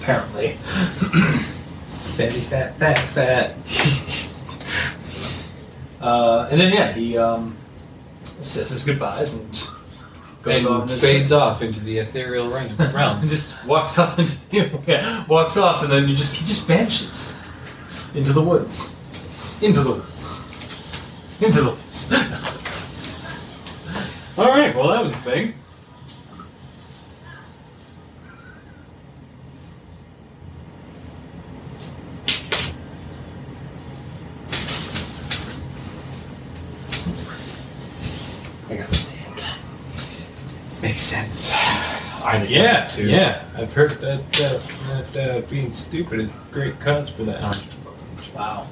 Apparently.
Fatty, fat, fat, fat.
Uh, and then yeah, he um, says his goodbyes and goes on
and
his-
fades off into the ethereal realm.
and
realm.
just walks off into the, yeah, walks off, and then you just he just vanishes into the woods, into the woods, into the woods.
All right, well, that was a thing.
I got
Makes sense. I
Yeah,
too.
yeah. I've heard that.
That, that, that uh, being stupid is a great cause for that.
Wow.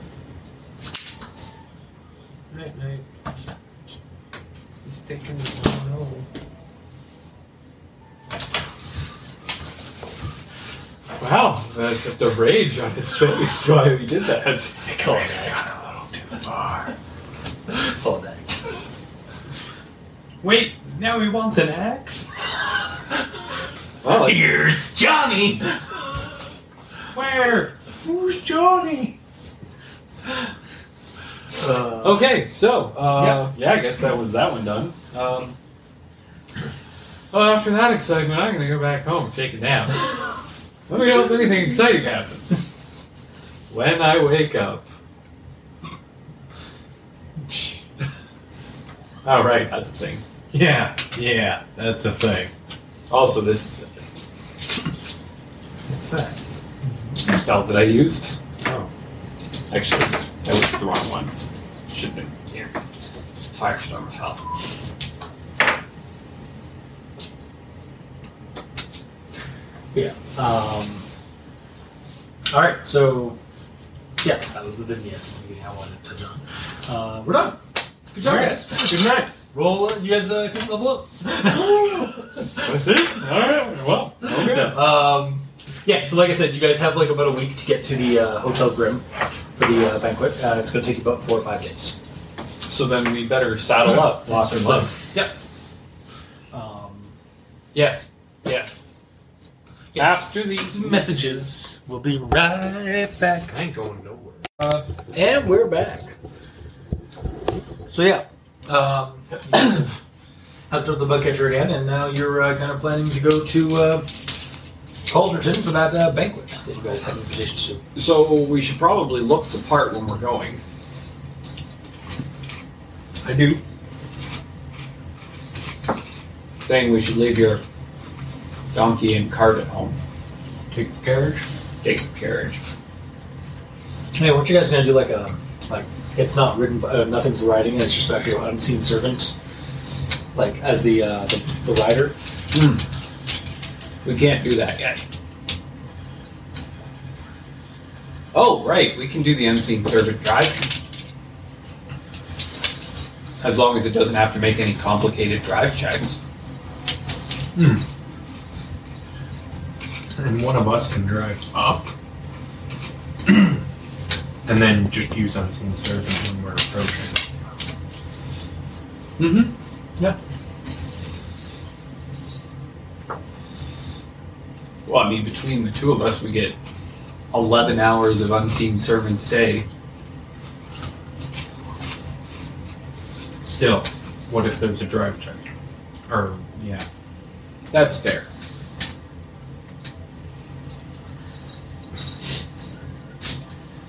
Night, night. He's taking his own home.
Wow. The, the rage on his face why he did that. Call it that.
a little too far.
It's all that. Wait, now he wants an axe?
Well, I-
Here's Johnny! Where? Who's Johnny?
Uh,
Okay, so uh, yeah. I guess that was that one done. Um, well, after that excitement, I'm gonna go back home and take a nap. Let me know if anything exciting happens when I wake up. All right, that's a thing.
Yeah, yeah. That's a thing.
Also, this
What's that?
is spell that I used.
Oh,
Actually, that was the wrong one. Should have been here. Firestorm of Hell.
Yeah. Um, all right. So, yeah, that was the vignette. We have one to touch on. Uh, we're done. Good job,
All right.
guys.
good night.
Roll. You guys uh, can level up.
That's it. All right. Well, okay.
No, um, yeah. So, like I said, you guys have like about a week to get to the uh, Hotel Grim for the uh, banquet. Uh, it's going to take you about four or five days.
So then we better saddle up. Lots of
Yep. Um,
Yes. Yes.
yes.
After these
Messages. We'll be right back. Uh,
I ain't going nowhere.
And we're back. So yeah, um, hopped up the bug catcher again, and now you're uh, kind of planning to go to uh, Calderton for that uh, banquet that you guys have invitations to.
So we should probably look the part when we're going.
I do.
Saying we should leave your donkey and cart at home.
Take the carriage.
Take the carriage.
Hey, weren't you guys gonna do like a like it's not written, by- uh, nothing's writing, it's just actually an unseen servant, like as the uh, the, the rider.
Hmm.
We can't do that yet. Oh, right. We can do the unseen servant drive. As long as it doesn't have to make any complicated drive checks.
Hmm. And one of us can drive up. and then just use unseen servant when we're approaching.
Mm-hmm.
Yeah.
Well, I mean, between the two of us, we get 11 hours of unseen servant a day.
Still, what if there's a drive check? Or, yeah.
That's fair.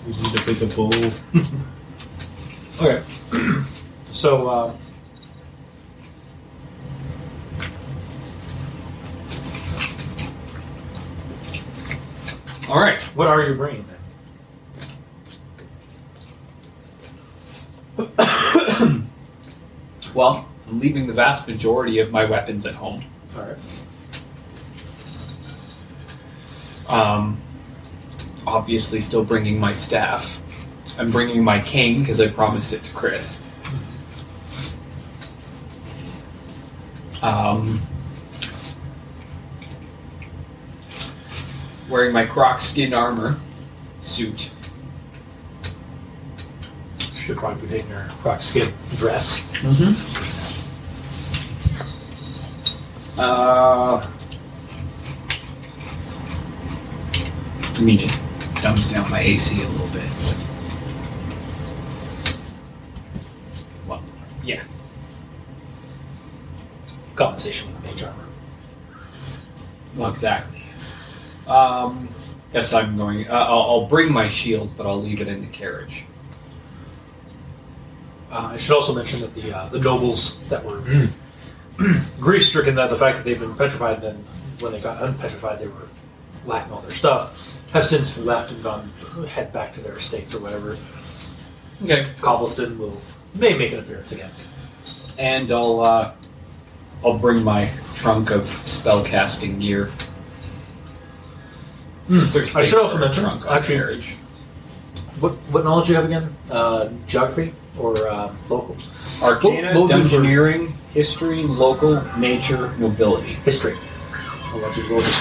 We need a bigger bull.
Okay, so uh,
All right.
what are you bringing then?
Well, I'm leaving the vast majority of my weapons at home.
All right.
Um, obviously, still bringing my staff. I'm bringing my cane because I promised it to Chris. Um, wearing my croc skin armor suit.
Should probably be taking your croc skin dress.
Mm-hmm. Uh, I mean, it dumbs down my AC a little bit. but- Well, yeah.
compensation with mage armor.
Well, exactly. Um, yes, I'm going. Uh, I'll, I'll bring my shield, but I'll leave it in the carriage.
Uh, I should also mention that the uh, the nobles that were grief stricken that the fact that they've been petrified, then when they got unpetrified, they were lacking all their stuff, have since left and gone head back to their estates or whatever.
Okay.
Cobblestone will may make an appearance again.
and I'll uh, I'll bring my trunk of spellcasting gear.
Hmm.
Is there
I
space
should also
for a
mention,
trunk on
actually,
carriage.
What what knowledge do you have again? Uh, geography or uh, local
Arcana,
what would be for-
dungeoneering, history, local, nature, nobility.
history? I'll let you roll this.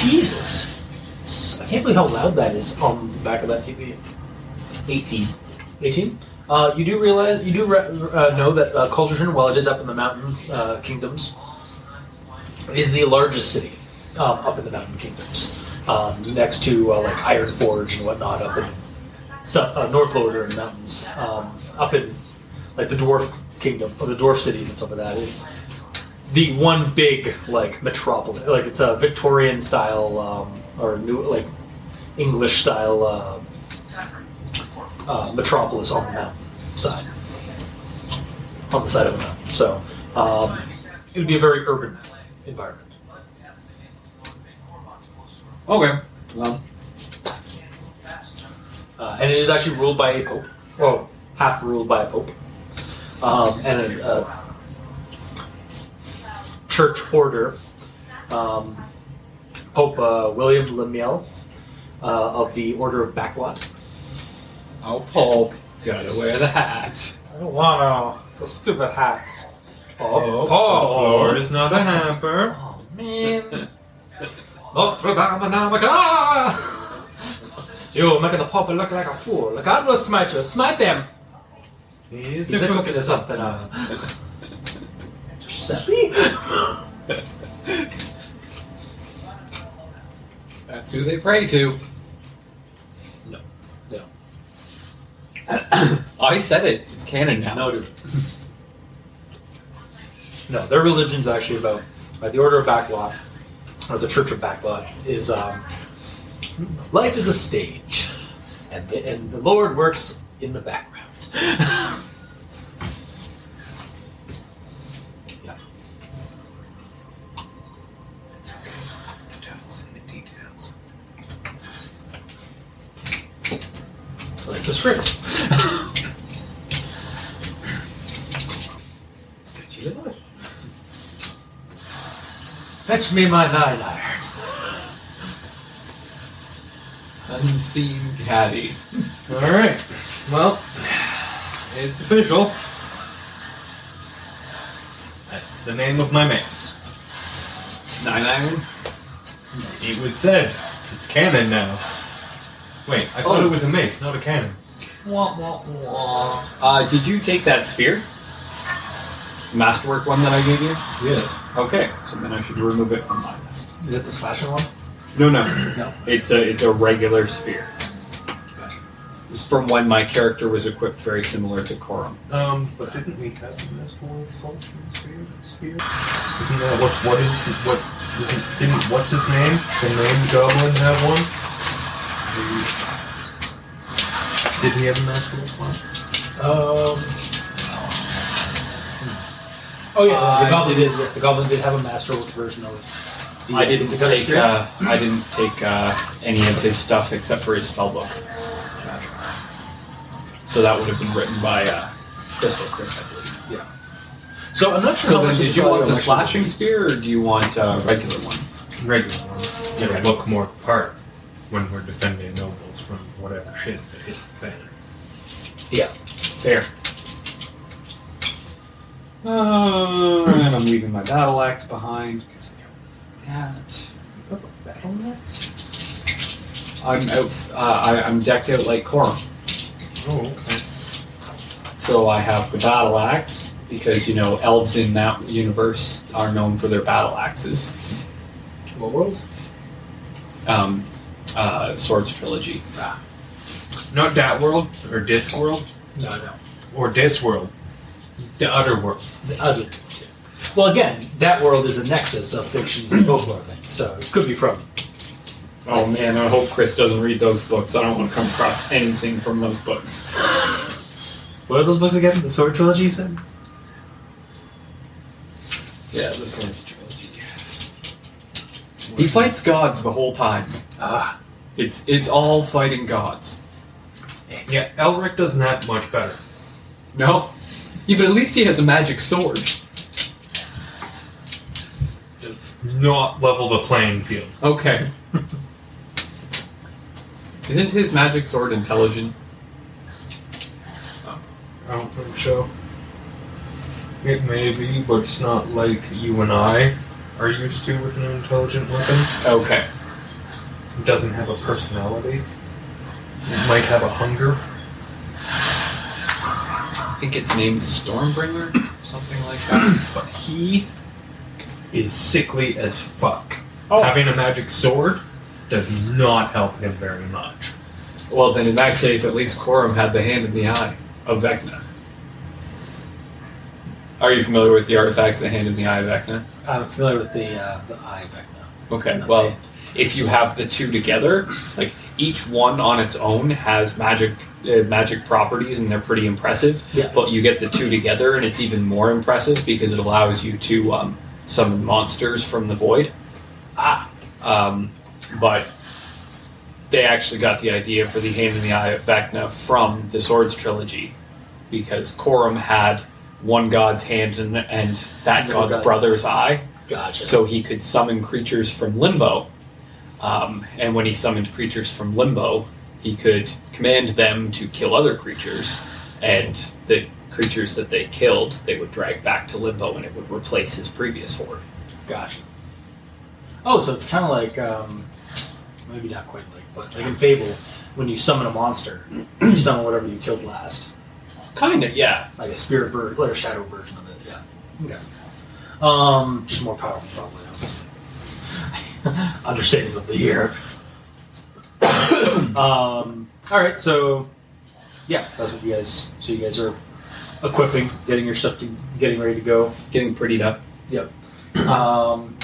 Jesus, S- I can't believe how loud that is on the back of that TV.
18.
18. Uh, you do realize, you do re- uh, know that uh, Culturton, while it is up in the mountain uh, kingdoms, is the largest city um, up in the mountain kingdoms, um, next to uh, like Iron Forge and whatnot up in su- uh, North Lowder and mountains, um, up in like the dwarf kingdom or the dwarf cities and stuff like that. It's the one big like metropolis, like it's a Victorian style um, or new like English style. Uh, uh, metropolis on the mountain side, on the side of the mountain. So um, it would be a very urban environment.
Okay. Well,
Uh, and it is actually ruled by a pope. Well, half ruled by a pope. Um, and a, a church order. Um, pope uh, William Lemiel uh, of the Order of Backlot.
I'll pulp. Gotta wear the hat.
I don't want to. It's a stupid hat.
Oh, the floor is not a hamper.
Oh man. Nostradamus. You're making the pauper look like a fool. God will smite you. Smite them.
He's
He's a cooking or something. Giuseppe?
That's who they pray to.
No. No.
I said it. It's canon now.
No, it isn't. No, their religion's actually about uh, the Order of Backlot, or the Church of Backlot, is um, life is a stage, and the, and the Lord works in the background. yeah. It's okay. The devil's in the details. Like the script. Fetch me my nine iron.
Unseen caddy.
All right. Well, it's official. That's the name of my mace.
Nine iron.
It was said. It's canon now. Wait, I thought
Oh.
it was a mace, not a cannon.
Uh, did you take that spear? Masterwork one that I gave you?
Yes.
Okay, so then I should remove it from my list.
Is it the slashing one?
No, no,
No.
It's a it's a regular spear.
Um,
It's from when my character was equipped very similar to Corum.
Um,
But didn't we cut the last one salt and spear? spear?
isn't that what's what is what isn't, didn't what's his name? The name goblin have one?
Did he have a master one?
Um. Oh yeah, the- the
I
goblin did. yeah, The goblin did have a masterwork version of. The,
I didn't
the gunner
take
spear.
uh, I didn't take uh, any of his stuff except for his spellbook. So that would have been written by uh, Crystal Chris, I believe.
So I'm not sure.
So
how
then,
much
did
it's
you
all
want the
actually-
slashing spear, or do you want a regular one?
Regular one. It'll
Okay.
look more apart when we're defending nobles from whatever shit that hits the fan.
Yeah.
Fair. Uh, and I'm leaving my battle axe behind because I don't that. I'm out. Uh, I, I'm decked out like Corum,
Oh, okay.
so I have the battle axe because you know elves in that universe are known for their battle axes.
What world?
Um, uh, Swords trilogy.
Not that world or this world
No, no.
or this world. The other world.
The other. Well, again, that world is a nexus of fictions and folklore, things, so it could be from.
Oh man, I hope Chris doesn't read those books. I don't want to come across anything from those books.
What are those books again? The Sword Trilogy, you said.
Yeah, the Swords trilogy. He fights gods the whole time.
Ah.
It's it's all fighting gods.
Yeah, Elric doesn't have much better.
No, yeah, but at least he has a magic sword.
not level the playing field.
Okay. Isn't his magic sword intelligent?
I don't think so. It may be, but it's not like you and I are used to with an intelligent weapon.
Okay.
It doesn't have a personality. It might have a hunger.
I think it's named Stormbringer, something like that.
But he is sickly as fuck.
Oh.
Having a magic sword does not help him very much.
well, then in that case, at least Quorum had the hand in the eye of Vecna. Are you familiar with the artifacts, the hand in the eye of Vecna?
I'm familiar with the uh, the eye effect now.
Okay, well, if you have the two together, like each one on its own has magic uh, magic properties and they're pretty impressive.
Yeah.
But you get the two together and it's even more impressive because it allows you to um, summon monsters from the void. Ah. Um, but they actually got the idea for the hand in the eye of Vecna from the Swords trilogy because Korum had one god's hand and, and that
Another
god's
god's-
brother's eye
Gotcha.
so he could summon creatures from limbo. Um, and when he summoned creatures from limbo, he could command them to kill other creatures, and the creatures that they killed, they would drag back to limbo, and it would replace his previous horde.
Gotcha. Oh, so it's kind of like um, maybe not quite like, but like in Fable, when you summon a monster, you summon whatever you killed last,
Kinda, yeah.
like a spirit bird or a shadow version of it. Yeah. Okay. Um, just more powerful, probably. Obviously. Understatement of the year. um. All right. So, yeah, that's what you guys. So you guys are equipping, getting your stuff to, getting ready to go.
Getting prettied up.
Yep. Um,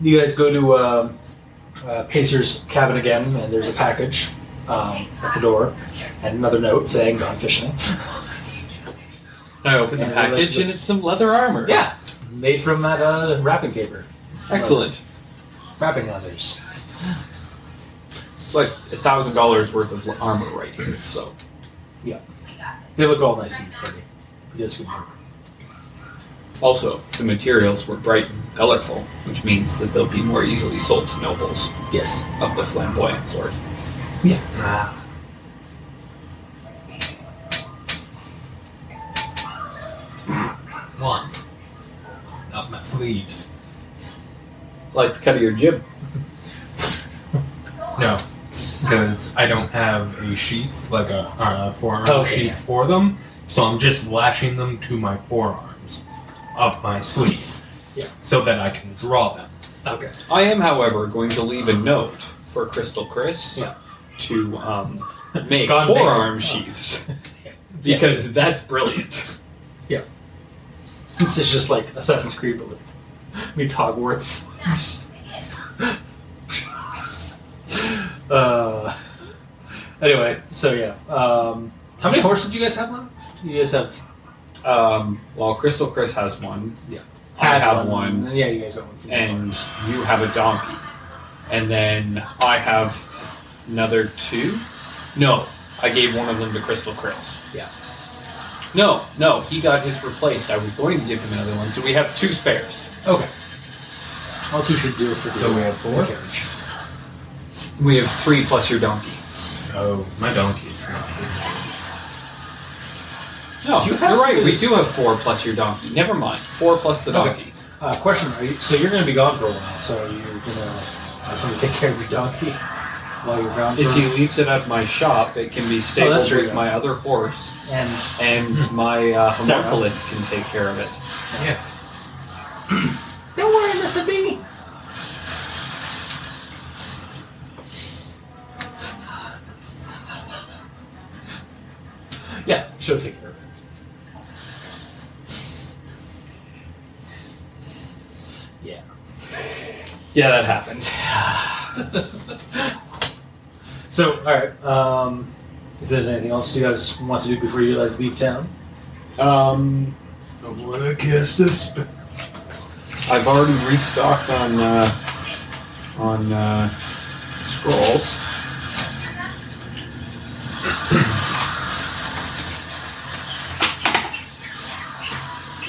you guys go to uh, uh, Pacer's cabin again, and there's a package um, at the door, and another note saying "Gone fishing."
I open the
And the rest
package,
of
and it's some leather armor.
yeah, made from that uh, wrapping paper,
Excellent.
wrapping leathers.
It's like a thousand dollars worth of l- armor right here. So
They look all nice and pretty. It is good work.
also the materials were bright and colorful, which means that they'll be more easily sold to nobles.
Yes.
of the flamboyant sword.
Want. Up my sleeves.
Like the cut of your jib.
No, because I don't have a sheath, like a uh, forearm
Okay.
sheath for them, so I'm just lashing them to my forearms, up my sleeve,
Yeah.
so that I can draw them.
Okay.
I am, however, going to leave a note for Crystal Chris
Yeah.
to um, make
Gone make-
forearm sheaths because that's brilliant.
This is just like Assassin's Creed, but with meets Hogwarts. uh, anyway, so yeah. Um, how many horses do you guys have left? You guys have
Um, well, Crystal Chris has one.
Yeah.
I have
had
one,
Yeah, you guys got one. for me.
and you have a donkey, and then I have another two. No, I gave one of them to Crystal Chris.
Yeah.
No, no, he got his replaced. I was going to give him another one, so we have two spares.
okay. All two should do for
So
the-
we have
the
four?
carriage.
We have three plus your donkey.
Oh, my donkey's not.
No,
You
you
have
are right.
three.
We do have four plus your donkey. Never mind. Four plus the
Okay.
donkey.
Uh, question: Are you, so you're going to be gone for a while? So you're going to have somebody take care of your donkey while you're gone.
If
for-
he leaves it at my shop, it can be stabled
Oh, that's true,
with
yeah.
my other horse,
and
and my uh,
Sarah.
homunculus can take care of it.
Yes.
don't worry, Mister B. Yeah, she'll take care of it. Yeah.
Yeah, that happened.
So, all right. Um, if there's anything else you guys want to do before you guys leave town,
Um,
I wanna cast a spell.
I've already restocked on uh, on uh, scrolls.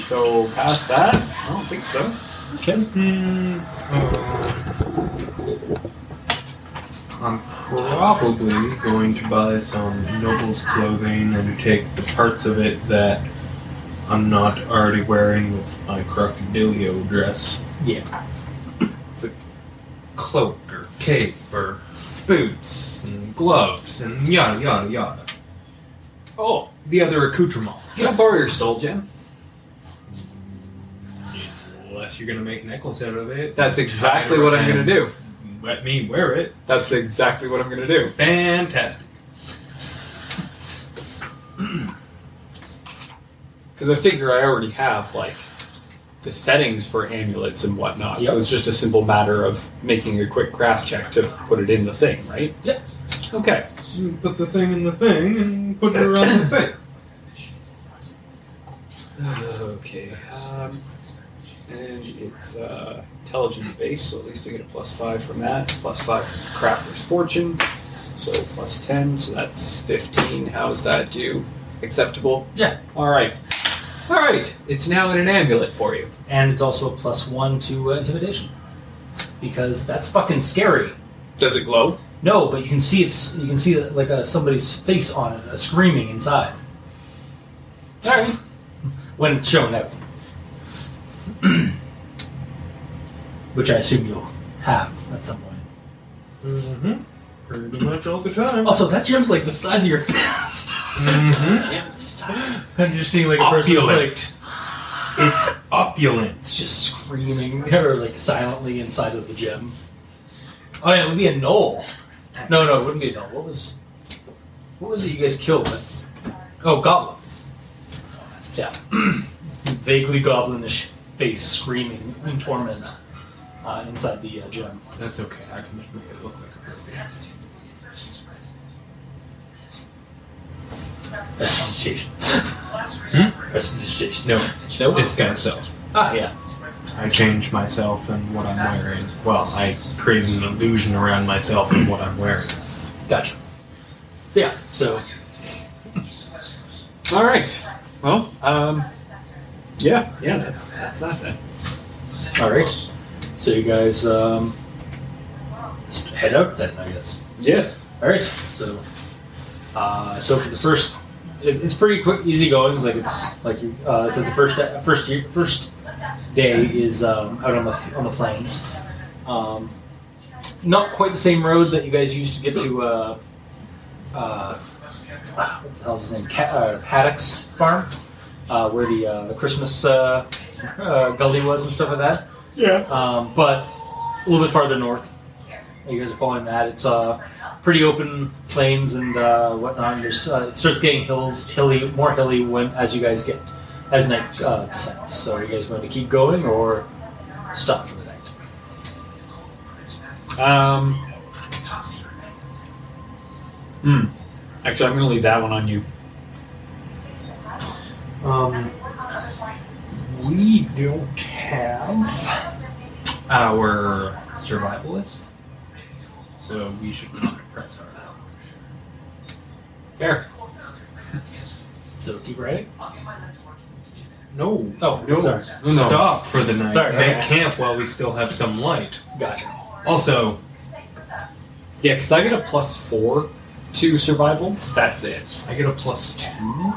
So past that, oh,
don't think so.
Okay.
Hmm. uh, I'm probably going to buy some Noble's clothing and take the parts of it that I'm not already wearing with my crocodilio dress.
Yeah.
It's a cloak or cape or boots and gloves and yada yada yada.
Oh,
The other accoutrement.
can I borrow your soul gem?
Unless you're gonna make a necklace out of it.
That's exactly what I'm going to do.
Let me wear it.
That's exactly what I'm going to do.
Fantastic.
Because I figure I already have, like, the settings for amulets and whatnot.
Yep.
So it's just a simple matter of making a quick craft check to put it in the thing, right?
Yep.
Okay.
Put the thing in the thing and put it around the thing.
Okay. Um, and it's uh, intelligence based, so at least I get a plus five from that. Plus five from crafter's fortune, so plus ten, so that's fifteen. How's that do? Acceptable.
Yeah.
All right. All right. It's now in an amulet for you.
And it's also a plus one to uh, intimidation because that's fucking scary.
Does it glow?
No, but you can see it's you can see like uh, somebody's face on it, uh, screaming inside
All right.
when it's shown out, which I assume you'll have at some point.
Mm-hmm. Pretty much all the
Oh.
time.
Also, that gem's like the size of your fist.
Mm-hmm.
and you're seeing like a person who's like
Opulent. It's opulent.
just screaming or like silently inside of the gem. Oh yeah, it would be a knoll. No, no, it wouldn't be a knoll. What was what was it you guys killed with? Oh, goblin. Yeah. Vaguely goblinish face screaming in torment uh, inside the uh, gem.
That's okay. I can just make it look like a birthday.
Prestidigitation. Prestidigitation.
No,
No?
it's gonna sell.
Ah, yeah.
I changed myself and what I'm wearing. Well, I created an illusion around myself and what I'm wearing.
Gotcha. Yeah, so
All right. Well, um, yeah, yeah. That's that's that then.
All right. So you guys um, s- head out then, I guess.
Yes.
All right. So, uh, so for the first, it, it's pretty quick, easy going. It's like it's like you because the first da- first year, first day is um, out on the on the plains. Um, not quite the same road that you guys used to get to. Uh, uh, ah, what the hell's his name? Ca uh, Haddock's farm, uh, where the uh, the Christmas uh, uh, gully was and stuff like that
Yeah.
um, but a little bit farther north. You guys are following that. It's uh, pretty open plains and uh, whatnot. There's, uh, it starts getting hills, hilly, more hilly when as you guys get as night uh, descends. So are you guys going to keep going or stop for the night?
Um. Hmm. Actually, I'm gonna leave that one on you.
Um, we don't have our survivalist, so we should not press our luck.
Fair.
So keep riding.
No.
Oh,
No.
sorry.
No.
Stop for the night.
Sorry.
Make camp while we still have some light.
Gotcha.
Also,
Yeah, because I get a plus four to survival. That's it.
I get a plus two.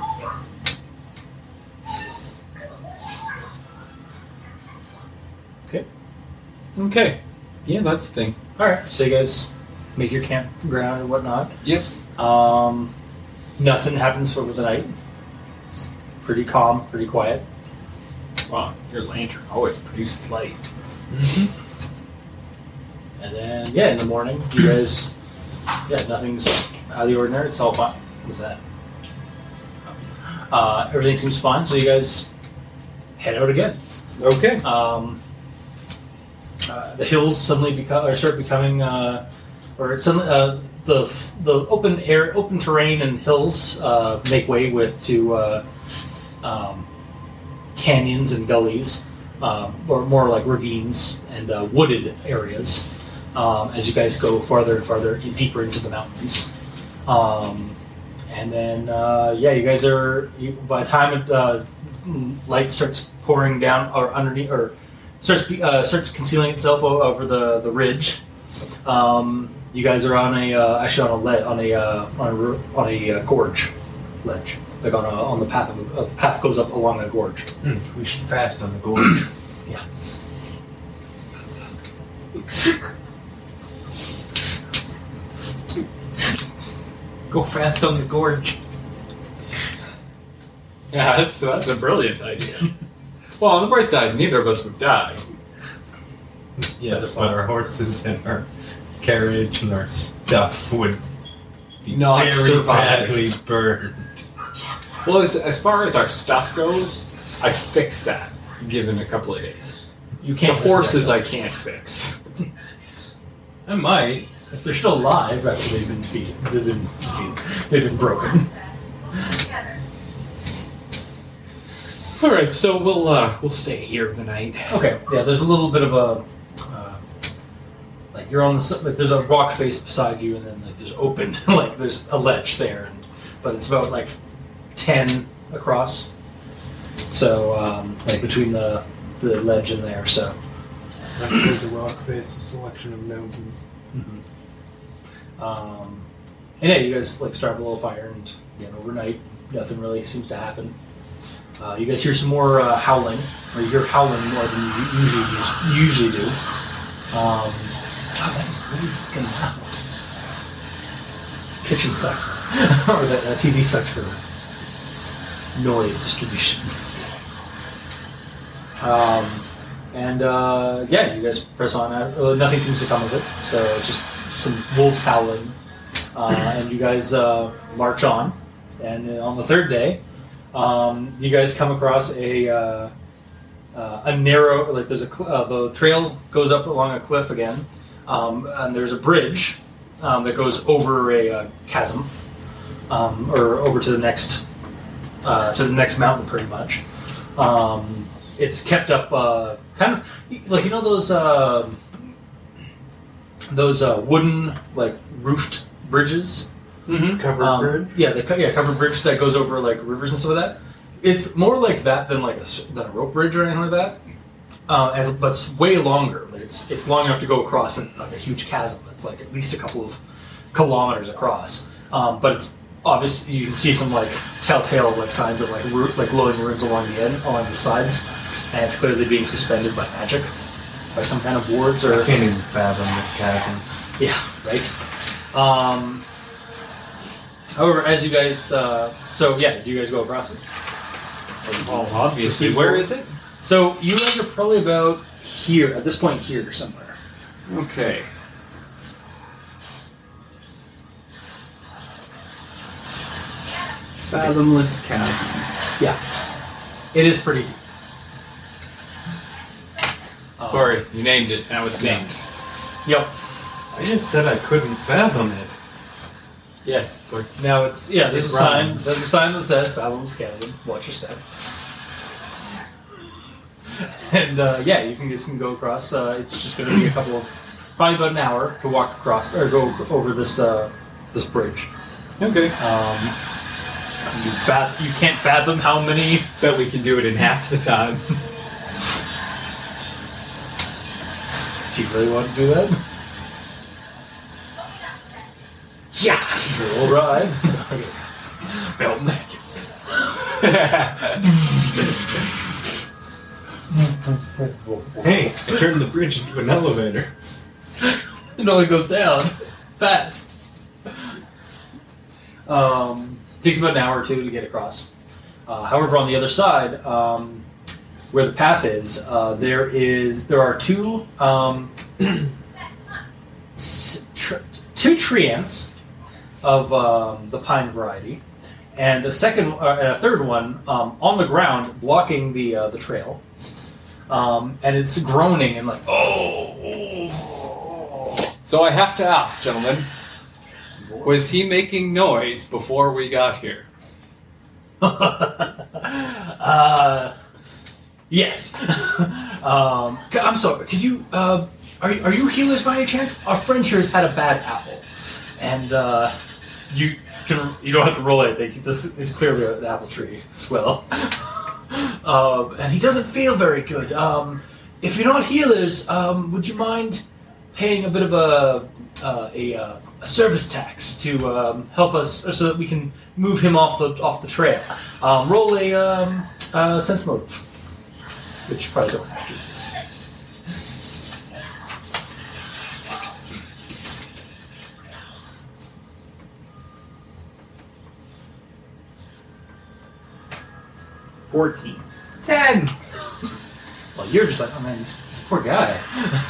Okay. Yeah, that's the thing.
All right. So you guys make your campground and whatnot.
Yep.
Um, nothing happens over the night. It's pretty calm, pretty quiet.
Wow, your lantern always produces light.
And then, yeah, in the morning, you guys, yeah, nothing's out of the ordinary. It's all fine. What was that? Uh, everything seems fine, so you guys head out again.
Okay.
Um, uh, the hills suddenly become, or start becoming, uh, or it's suddenly, uh, the the open air, open terrain, and hills uh, make way with to uh, um, canyons and gullies, um, or more like ravines and uh, wooded areas. Um, as you guys go farther and farther, and deeper into the mountains. Um, and then, uh, yeah, you guys are. You, by the time it, uh, light starts pouring down or underneath or starts be- uh, starts concealing itself o- over the the ridge. Um, you guys are on a uh, actually on a le- on a uh, on a, ro- on a uh, gorge ledge, like on a, on the path of a path goes up along a gorge.
Hmm, we should fast on the gorge. Go fast on the gorge.
Yeah, that's, that's a brilliant idea. well, on the bright side, neither of us would die.
Yes, but our horses and our carriage and our stuff would be
Not
very
survive.
badly burned.
Well, as, as far as our stuff goes, I fixed that given a couple of days.
You can't
the horses
resurrect
I can't fix.
I might.
them. If they're still alive after they've been defeated. They've been defeated. They've been broken.
All right, so we'll uh, we'll stay here the night.
Okay, yeah. There's a little bit of a uh, like you're on the s- like there's a rock face beside you, and then like there's open like there's a ledge there, and, but it's about like ten across. So um, like between the the ledge and there, so
Actually, the rock face a selection of mountains.
um, and yeah, you guys like start a little fire, and again overnight nothing really seems to happen. Uh, you guys hear some more uh, howling, or you hear howling more than you usually you usually do. Um, God, that is really fucking loud. Kitchen sucks, or that uh, TV sucks for noise distribution. Um, and uh, yeah, you guys press on. Uh, nothing seems to come of it, so it's just some wolves howling. Uh, and you guys uh, march on. And then on the third day, um, you guys come across a uh, uh, a narrow like there's a cl- uh, the trail goes up along a cliff again, um, and there's a bridge um, that goes over a uh, chasm, um, or over to the next uh, to the next mountain, pretty much. Um, it's kept up uh, kind of like you know those um those uh, wooden like roofed bridges.
Mm-hmm.
Covered
Um,
bridge.
Yeah, the co- yeah covered bridge that goes over like rivers and stuff like that. It's more like that than like a s- than a rope bridge or anything like that. Uh, as, but it's way longer. Like it's it's long enough to go across in, like a huge chasm. It's like at least a couple of kilometers across. Um, but it's obvious you can see some like telltale like signs of like root like glowing runes along the end along the sides, and it's clearly being suspended by magic, by some kind of wards or
I can't even fathom this chasm.
yeah, right. Um, however, as you guys, uh, so yeah, do you guys go across it?
Well, obviously, where is it?
So you guys are probably about here at this point here somewhere.
Okay. Fathomless chasm.
Yeah, it is pretty. deep. Um,
Sorry, you named it. Now it's named.
Yep.
I just said I couldn't fathom it.
Yes. but-
Now it's yeah. There's
It
a sign.
rhymes.
There's a sign that says "Fathomless Chasm." Watch your step. And uh, yeah, you can just can go across. Uh, it's just going to be a couple of probably about an hour to walk across or go over this uh, this bridge.
Okay.
Um, you, fath- you can't fathom how many.
Bet we can do it in half the time.
Do you really want to do that?
Yeah.
All right.
Spell magic.
Hey, I turned the bridge into an elevator.
it only goes down fast. Um, takes about an hour or two to get across. Uh, however, on the other side, um, where the path is, uh, there is there are two um, s- tr- two tree ants of um, the pine variety, and a second, uh, and a third one um, on the ground blocking the uh, the trail, um, and it's groaning and like oh.
So I have to ask, gentlemen, was he making noise before we got here?
uh, yes. um, c- I'm sorry. Could you? Uh, are are you healers by any chance? Our friend here has had a bad apple, and uh, you can you don't have to roll anything. This is clearly an Uh, apple tree as well. um, and he doesn't feel very good. Um, if you're not healers, um, would you mind paying a bit of a uh, a, uh, a service tax to um, help us so that we can move him off the off the trail? Um, roll a um, uh, sense motive, which you probably don't have to. use.
Fourteen.
Ten.
Well, you're just like, oh man, this, this poor guy,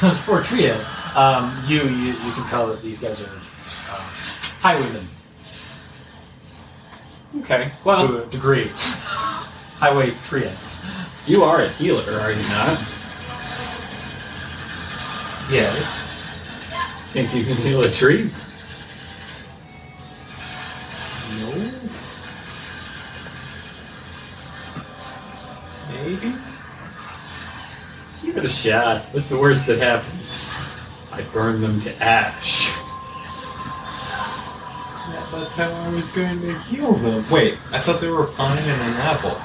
this poor trio. Um, you, you you can tell that these guys are um, highwaymen
Okay. Well,
to a degree. Highway triads.
you are a healer, are you not?
Yes.
Think you can heal a tree?
No. Maybe.
Give it a shot. What's the worst that happens? I burn them to ash.
Yeah, that's how I was going to heal them. Wait, I thought they were pine and an apple.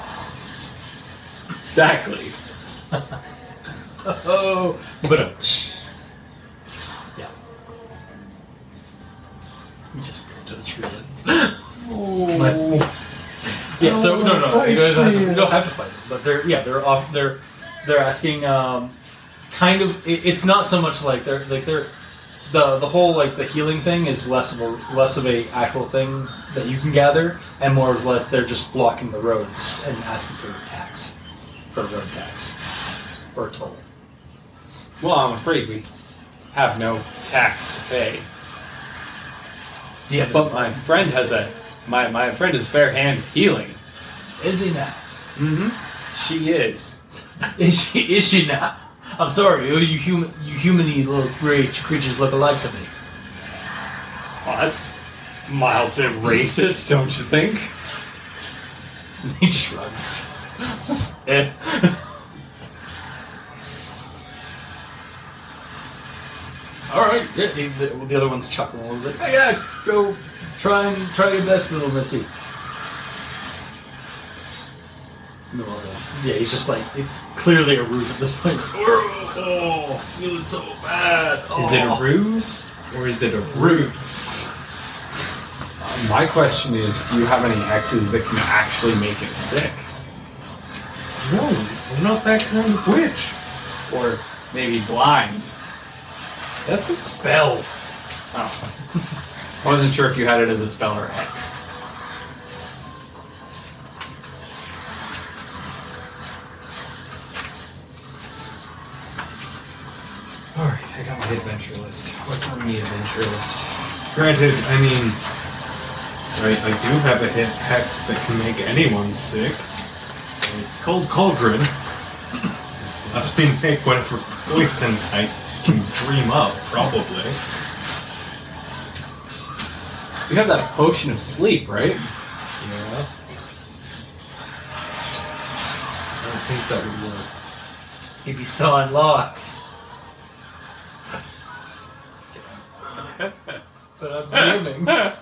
Exactly.
Oh, but
uh,
um, yeah. We just go to the triads.
Oh,
yeah. So no, no, no you, don't have to, you
Fight
don't have to fight them, but they're yeah, they're off. They're they're asking. Um, kind of. It, it's not so much like they're like they're the the whole like the healing thing is less of a less of a actual thing that you can gather, and more or less they're just blocking the roads and asking for a tax, for a road tax or a toll.
Well, I'm afraid we have no tax to pay.
Do you have
But my friend has a my my friend is fair hand healing.
Is he now?
Mm-hmm. She is.
Is she? Is she now? I'm sorry, oh, you you human, you humany little great creatures look alike to me.
Well, that's mild bit racist, don't you think?
He just shrugs. Eh. All right. Yeah, he- the, the other one's chuckling. He's like, "Hey, yeah, go try and try your best, little Missy." No, I was like, yeah, he's just like it's clearly a ruse at this point. He's like, oh, feeling so bad.
Is it
Oh."
a ruse or is it a
Roots. Uh, my question is, do you have any exes that can actually make it sick,
No, I'm not that kind of witch.
or maybe blind?
That's a spell.
Oh. I wasn't sure if you had it as a spell or hex. Alright, I got my adventure list. What's on the adventure list?
Granted, I mean, I, I do have a hit hex that can make anyone sick. It's called Cauldron. Let's me make whatever poisons I can dream up, probably.
You have that potion of sleep, right?
Yeah. I don't think that would work.
He'd be sawing logs. but I'm fuming.
Ah.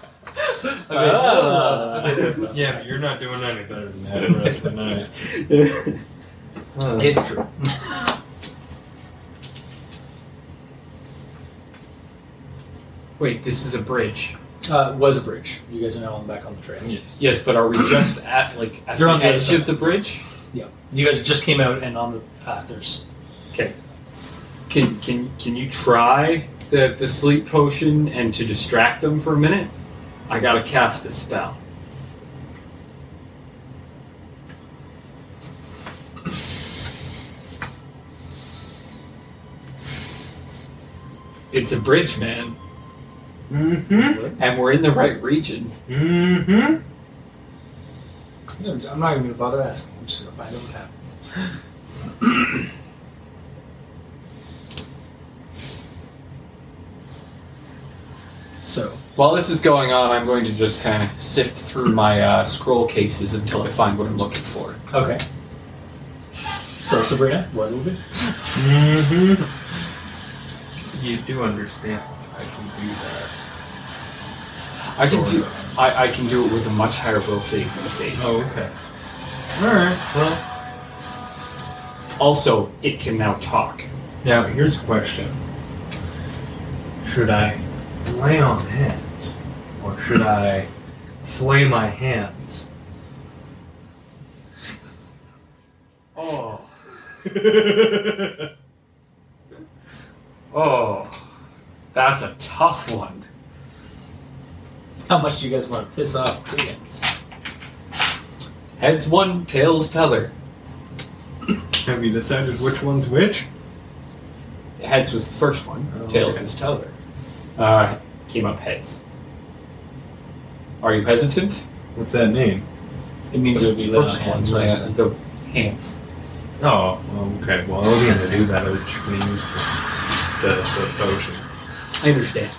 I
Yeah, but you're not doing any better than that the rest of the night.
mean, it's true.
Wait, this is a bridge.
Uh, it was a bridge. You guys are now on back on the trail.
Yes.
Yes, but are we just at like at
You're
the
on the other
edge
side.
of the bridge?
Yeah. You guys just came out and on the path. There's.
Okay. Can can can you try the the sleep potion and to distract them for a minute? I gotta cast a spell. It's a bridge, man,
Mm-hmm.
and we're in the right region.
Mm-hmm.
I'm not even going to bother asking. I'm just going to find out what happens. so,
While this is going on, I'm going to just kind of sift through my uh, scroll cases until I find what I'm looking for.
okay. So, Sabrina, what will be?
Mm-hmm. You do understand that I can do that.
I can do I, I can do it with a much
Oh,
higher will save these days.
okay. Alright, well.
Also, it can now talk.
Now, here's a question. Should I lay on hands? Or should I flay my hands?
Oh. oh. That's a tough one.
How much do you guys want to piss off Credence?
Heads one, tails t'other.
Have you decided which one's which?
Heads was the first one,
Oh,
tails
okay.
is t'other. Uh, came up heads. Are you hesitant?
What's that name?
It means
It
the
would be
first
little
one's
hands, right?
uh, the hands.
Oh, okay. Well, I wasn't going to do that. I was just going to use this, the, the potion.
I understand.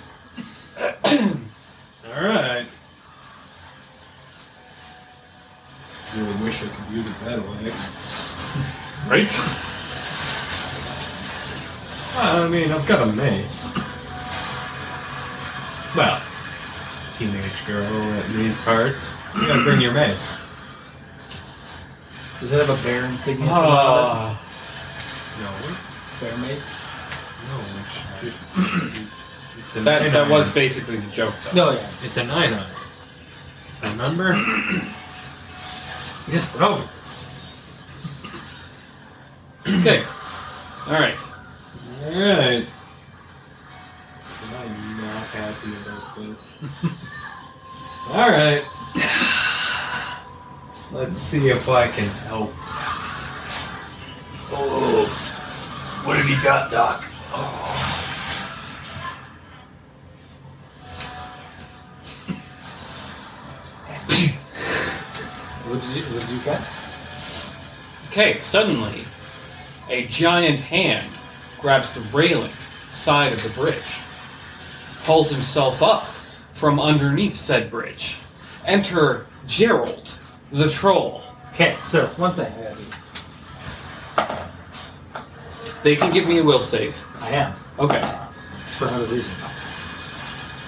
Alright. Really wish I could use it that way.
Right?
I mean, I've got a mace. Well, teenage girl in these parts, you gotta bring your mace.
Does it have a bear insignia? Oh.
Ah.
No,
Bear mace?
no, it's just. It's an
that, that
iron.
was basically the joke,
No,
though.
yeah.
It's an ion. Remember?
We just went over this.
Okay. Alright.
Alright. I'm not happy about this. Alright. Let's see if I can help.
Oh. What have you got, Doc?
What did you, what did you cast?
Okay, suddenly, a giant hand grabs the railing side of the bridge, pulls himself up from underneath said bridge. Enter Gerald, the troll.
Okay, so one thing I gotta do.
They can give me a will save.
I am.
Okay.
For another reason.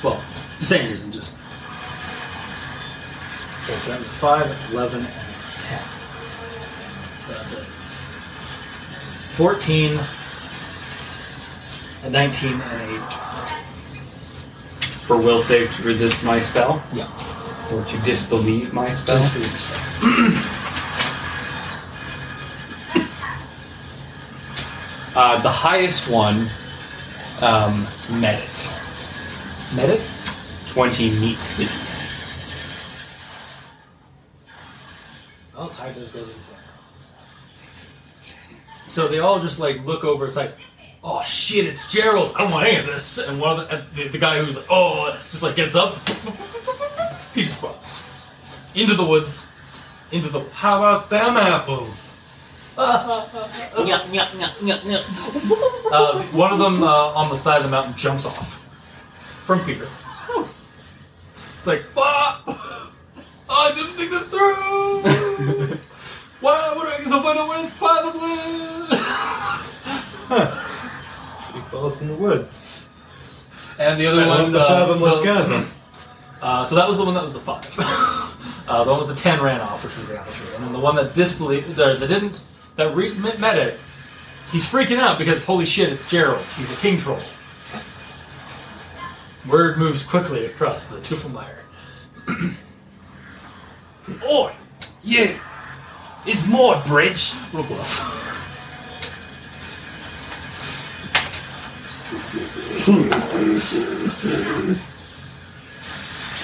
Well,
The same reason, just. Okay, so that was 5, 11, and 10. That's it. 14, a 19, and a 20.
for will save to resist my spell
Yeah.
or to disbelieve my spell. Uh, the highest one um, met it.
Met it?
20 meets the DC.
Well, Ty does go to the front. So they all just like look over. It's like, oh shit, it's Gerald. I don't want any of this. And one of the, and the, the guy who's like, oh, just like gets up. he just walks into the woods. Into the
How about them apples?
uh, one of them uh, on the side of the mountain jumps off from fear. It's like, ah! I didn't think this through. Why would I get so funny when it's fatherless?
He falls in the woods.
And the other one,
I'm the
uh,
fathomless
the-
chasm.
Uh, so that was the one that was the five. uh, the one with the ten ran off, which was the amateur, and then the one that disbelieved, the, that didn't, that re- met met it. He's freaking out because holy shit, it's Gerald. He's a king troll. Word moves quickly across the Tufelmeyer.
Oi! Yeah! It's more bridge!
Roll bluff.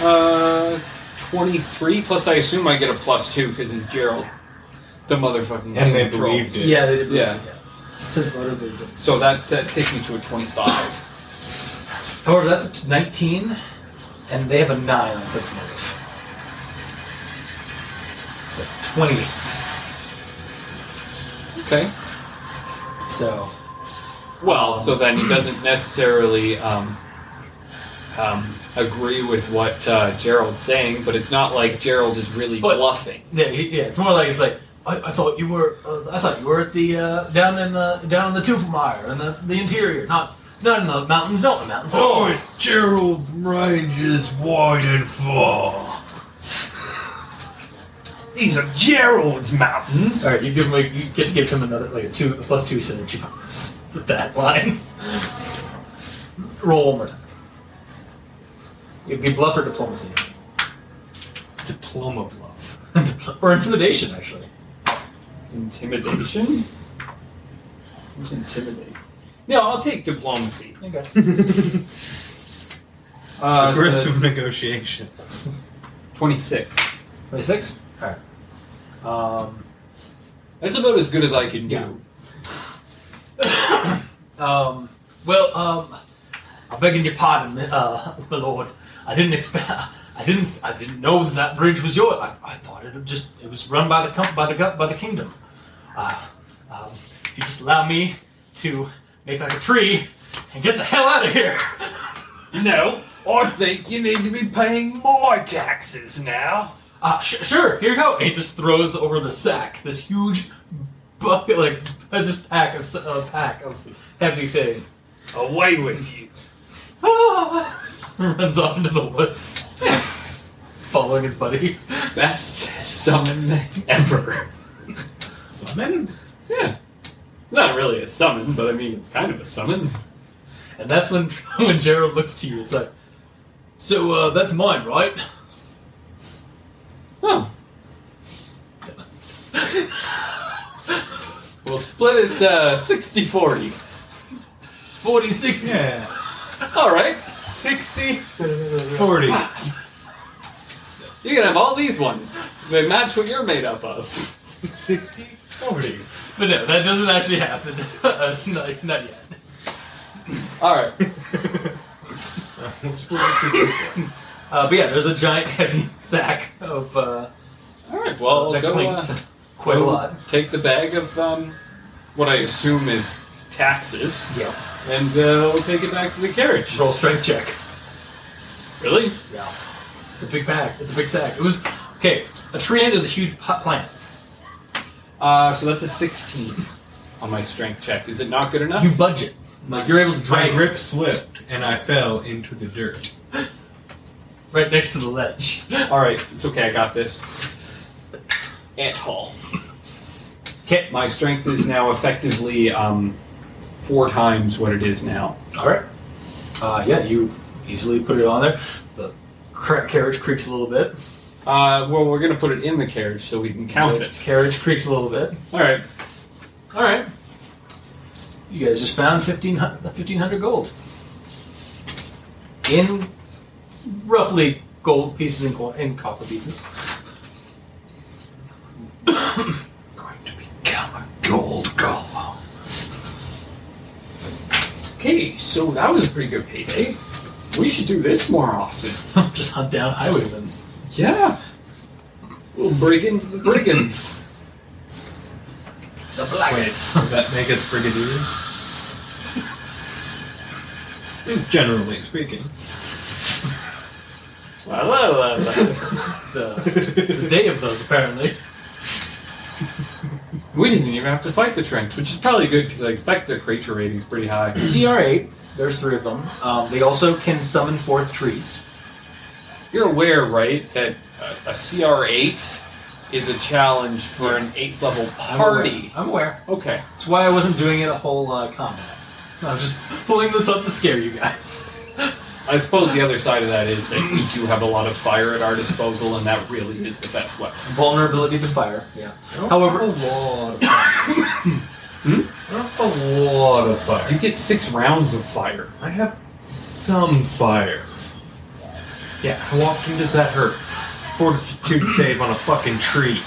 Uh, 23, plus I assume I get a plus 2 because it's Gerald. The motherfucking king
And they
of trolls.
believed it.
Yeah, they did.
Yeah.
Since motor vision.
So that, that takes me to a 25.
However, that's a t- 19, and they have a 9 on sense motive. So 28.
okay.
So,
Well, so then he doesn't necessarily um, um, agree with what uh, Gerald's saying, but it's not like Gerald is really
But-
bluffing.
Yeah, y- yeah. It's more like it's like I, I thought you were. Uh, I thought you were at the uh, down in the down in the Tufelmeyer and the, the interior, not not in the mountains, not in the mountains at all.
Oh, Gerald's range is wide and far.
These are Gerald's mountains. All right, you give him. a- You get to give him another like a two a plus two synergy bonus with that line. Roll one more time. It'd be bluff or diplomacy,
Diploma bluff.
or intimidation actually.
Intimidation? Who's intimidate?
No, I'll take.
Diplomacy.
Okay.
Uh, so
Aggressive
that's
negotiation.
26.
Twenty-six. All right. Um,
That's about as good as I can do.
Yeah. Um, well, um, I'm begging your pardon, uh, my lord. I didn't expect. I didn't. I didn't know that, that bridge was yours. I, I thought it had just. It was run by the com- by the go- by the kingdom. Uh, um, if you just allow me to make like a tree and get the hell out of here.
No, I think you need to be paying more taxes now.
Uh, sh- sure. Here you go. And he just throws over the sack this huge bucket, like just pack of s- uh, pack of heavy thing.
Away with you.
runs off into the woods, following his buddy.
Best summon ever.
Summon?
Yeah. Not really a summon, but I mean, it's kind of a summon.
And that's when when Gerald looks to you. It's like, so uh, that's mine, right?
Oh. we'll split it uh, 60 40.
40, 60.
Yeah.
Alright,
60, 40.
you can have all these ones. They match what you're made up of.
60, 40.
But no, that doesn't actually happen. uh, not, not yet.
Alright.
Let's split it to
Uh, but yeah, there's a giant heavy sack of uh,
Alright, well,
that
go,
clings
uh,
quite a
go
lot.
Take the bag of um, what I assume is taxes,
Yeah.
and uh, we'll take it back to the carriage.
Roll strength check.
Really?
Yeah. It's a big bag. It's a big sack. It was okay. A tree ant is a huge pot plant.
Uh, so that's a 16 on my strength check. Is it not good enough?
You budget. Like you're able to
My
drag it
grip slipped and I fell into the dirt.
right next to the ledge.
Alright, it's okay, I got this. Ant haul.
Okay.
My strength is now effectively um, four times what it is now.
All right. Uh, yeah, you easily put it on there. The cra- carriage creaks a little bit.
Uh, well, we're gonna put it in the carriage so we can count
The
it.
Carriage creaks a little bit.
All right.
All right. You guys just found 1500, 1500 gold. In roughly gold pieces and, co- and copper pieces.
Going to be.
Gold golem.
Okay, so that was a pretty good payday. We should do this more often.
just hunt down highwaymen.
Yeah. We'll break into the brigands.
The blackheads.
Does that make us brigadiers? Generally speaking.
La, la, la, la.
It's uh, the day of those, apparently.
we didn't even have to fight the Trents, which is probably good because I expect their creature rating is pretty high.
CR8, there's three of them. Um, they also can summon forth trees.
You're aware, right, that a, a CR8 is a challenge for an 8th level
I'm aware.
party.
I'm aware.
Okay.
That's why I wasn't doing it a whole uh, combat. I was just pulling this up to scare you guys.
I suppose the other side of that is that we do have a lot of fire at our disposal, and that really is the best weapon.
Vulnerability to fire. Yeah. Oh, However,
a lot of fire. A lot of
You
fire.
get six rounds of fire.
I have some fire.
Yeah.
How often does that hurt? Fortitude save on a fucking tree.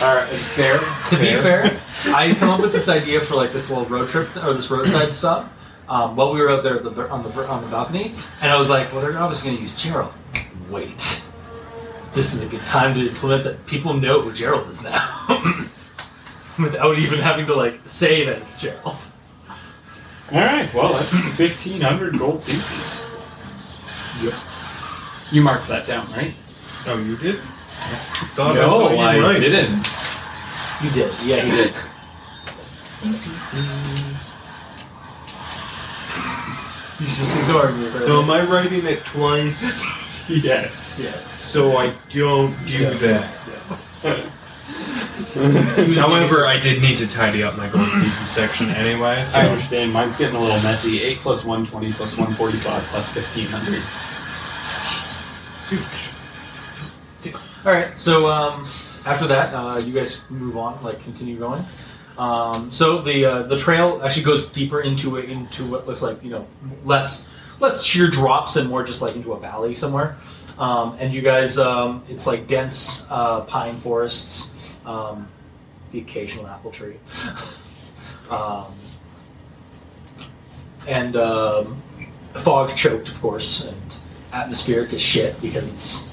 All right, and fair.
to be fair, I come up with this idea for like this little road trip or this roadside stop. Um, while we were out there at the, on the on the balcony, and I was like, "Well, they're obviously going to use Gerald." Wait, this is a good time to implement that. People know who Gerald is now, without even having to like say that it's Gerald.
All right, well, that's fifteen hundred gold pieces.
Yep.
You marked that down, right?
Oh, you did? Thought
no,
saw
I
Oh, you right.
didn't.
You did, yeah, you did. He's just ignoring me.
So am I writing it twice?
Yes.
Yes.
So I don't do
Yeah.
that. However, I did need to tidy up my gold pieces section anyway, so
I understand. Mine's getting a little messy. 8 plus 120 plus 145 plus 1500.
All right. So um, after that, uh, you guys move on, like continue going. Um, so the uh, the trail actually goes deeper into it, into what looks like you know less less sheer drops and more just like into a valley somewhere. Um, and you guys, um, it's like dense uh, pine forests, um, the occasional apple tree, um, and um, fog choked, of course, and atmospheric as shit because it's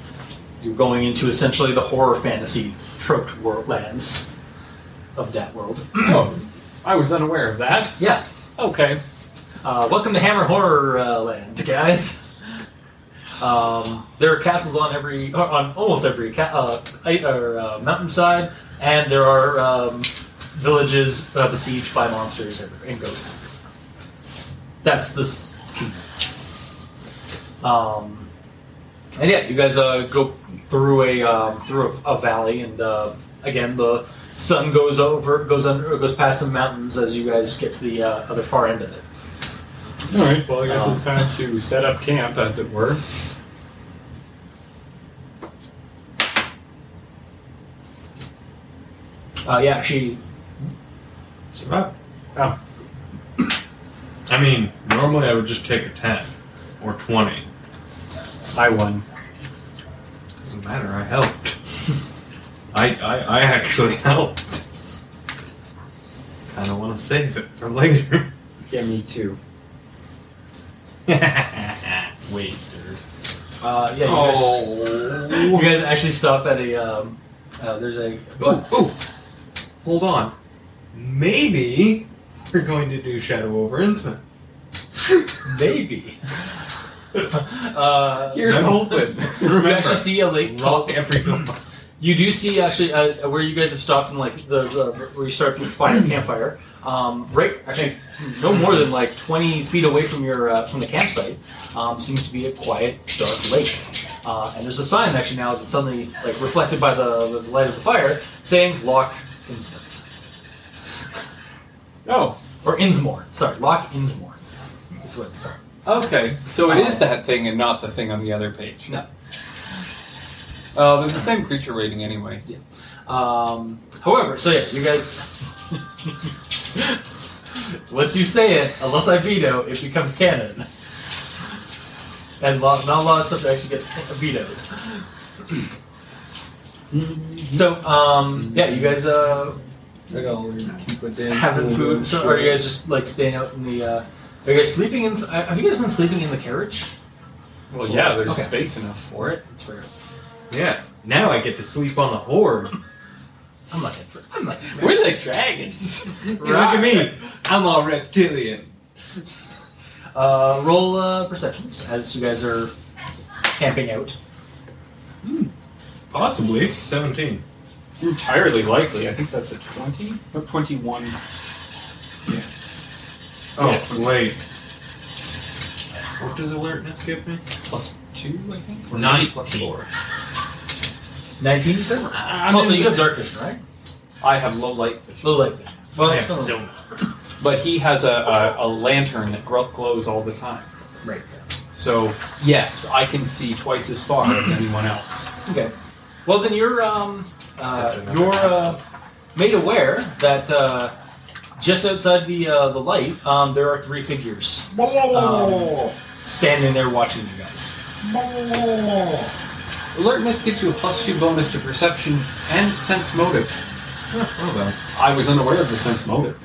you're going into essentially the horror fantasy trope world lands of that world.
oh, I was unaware of that.
Yeah.
Okay.
Uh, welcome to Hammer Horror uh, Land, guys. Um, there are castles on every, uh, on almost every ca- uh, i- or, uh, mountainside, and there are um, villages uh, besieged by monsters and, and ghosts. That's this. Um, and yeah, you guys uh, go through a um, through a, a valley, and uh, again the sun goes over, goes under, or goes past some mountains as you guys get to the uh, other far end of it.
Alright, well, I guess
Um,
it's time to set up camp, as it were.
Uh, yeah, actually,
survive.
Oh.
I mean, normally I would just take a ten or twenty.
I won.
Doesn't matter. I helped. I I, I actually helped. Kind of want to save it for later.
Yeah, me too.
Waster.
uh, yeah, you, guys, you
Oh.
guys actually stop at a. Um, uh, there's a.
Ooh, ooh. Hold on. Maybe we're going to do Shadow over Innsmouth.
Maybe. uh,
Here's
Remember-
hoping.
you
Remember,
actually see a lake.
lock every number.
You do see actually uh, where you guys have stopped and like those uh, where you start the fire campfire. Um, right, actually, no more than like twenty feet away from your uh, from the campsite um, seems to be a quiet, dark lake. Uh, and there's a sign actually now that's suddenly like reflected by the, the light of the fire saying Lock Innsmouth
Oh,
or Innsmore. Sorry, Lock Innsmore. That's what it's called.
okay. So it is that thing and not the thing on the other page.
No.
Uh, they're the same creature rating anyway.
Um, however, so yeah, you guys. Once you say it, unless I veto, it becomes canon. And lo- not a lot of stuff actually gets vetoed. So, um, yeah, you guys uh,
I gotta keep a damn
having food. So, are you guys just like staying out in the? Uh, are you guys sleeping in? Have you guys been sleeping in the carriage?
Well, yeah, there's
Okay.
space enough for it.
That's fair.
Yeah. Now I get to sleep on the horde.
I'm not. that- I'm not. that-
We're like dragons.
Look at me. I'm all reptilian.
Uh, roll uh, perceptions as you guys are camping out.
Possibly. 17.
Entirely likely. I think that's a 20? No, 21.
Oh, wait. What does alertness give me?
Plus 2, I think? Or
Nineteen.
maybe Plus 4.
19, you said?
I'm
Also, you have dark vision, right?
I have low light vision.
Little light vision. Well,
I have
still-
silver.
But he has a, a, a lantern that gl- glows all the time.
Right.
So, yes, I can see twice as far as anyone else.
Okay. Well, then you're um, uh,
Except for
you're uh, made aware that uh, just outside the uh, the light, um, there are three figures um, standing there watching you guys.
Alertness gives you a plus 2 bonus to perception and sense motive.
Oh,
I was unaware of the sense motive.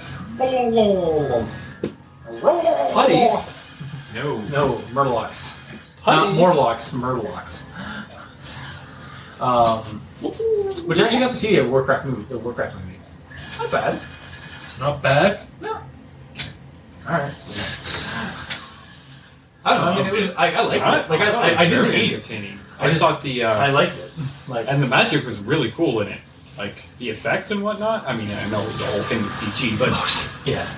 Putties?
No.
No, Murlocs. Not
Putties?
Morlocks, Murlocs. Um, which I actually got to see a Warcraft movie. The Warcraft movie. Not bad.
Not bad.
No. All right. I don't know. I mean, it was. I, I liked it. Like I, I, I, didn't
very
hate it.
entertaining.
I
I,
just-
thought the uh,
I liked it. Like
and the magic was really cool in it, like the effects and whatnot. I mean, I know the whole thing is CG, but
yeah.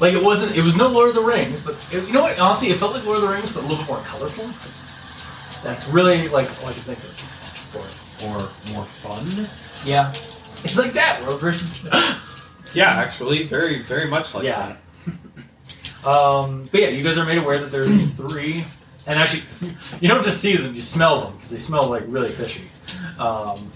Like it wasn't. It was no Lord of the Rings, but it, you know what? Honestly, it felt like Lord of the Rings, but a little bit more colorful. That's really like all I can think of. For it.
Or more fun?
Yeah. It's like that, world versus.
Yeah, actually, very, very much like
yeah. Um, but yeah, you guys are made aware that there's these three, and actually, you don't just see them; you smell them because they smell like really fishy. Um,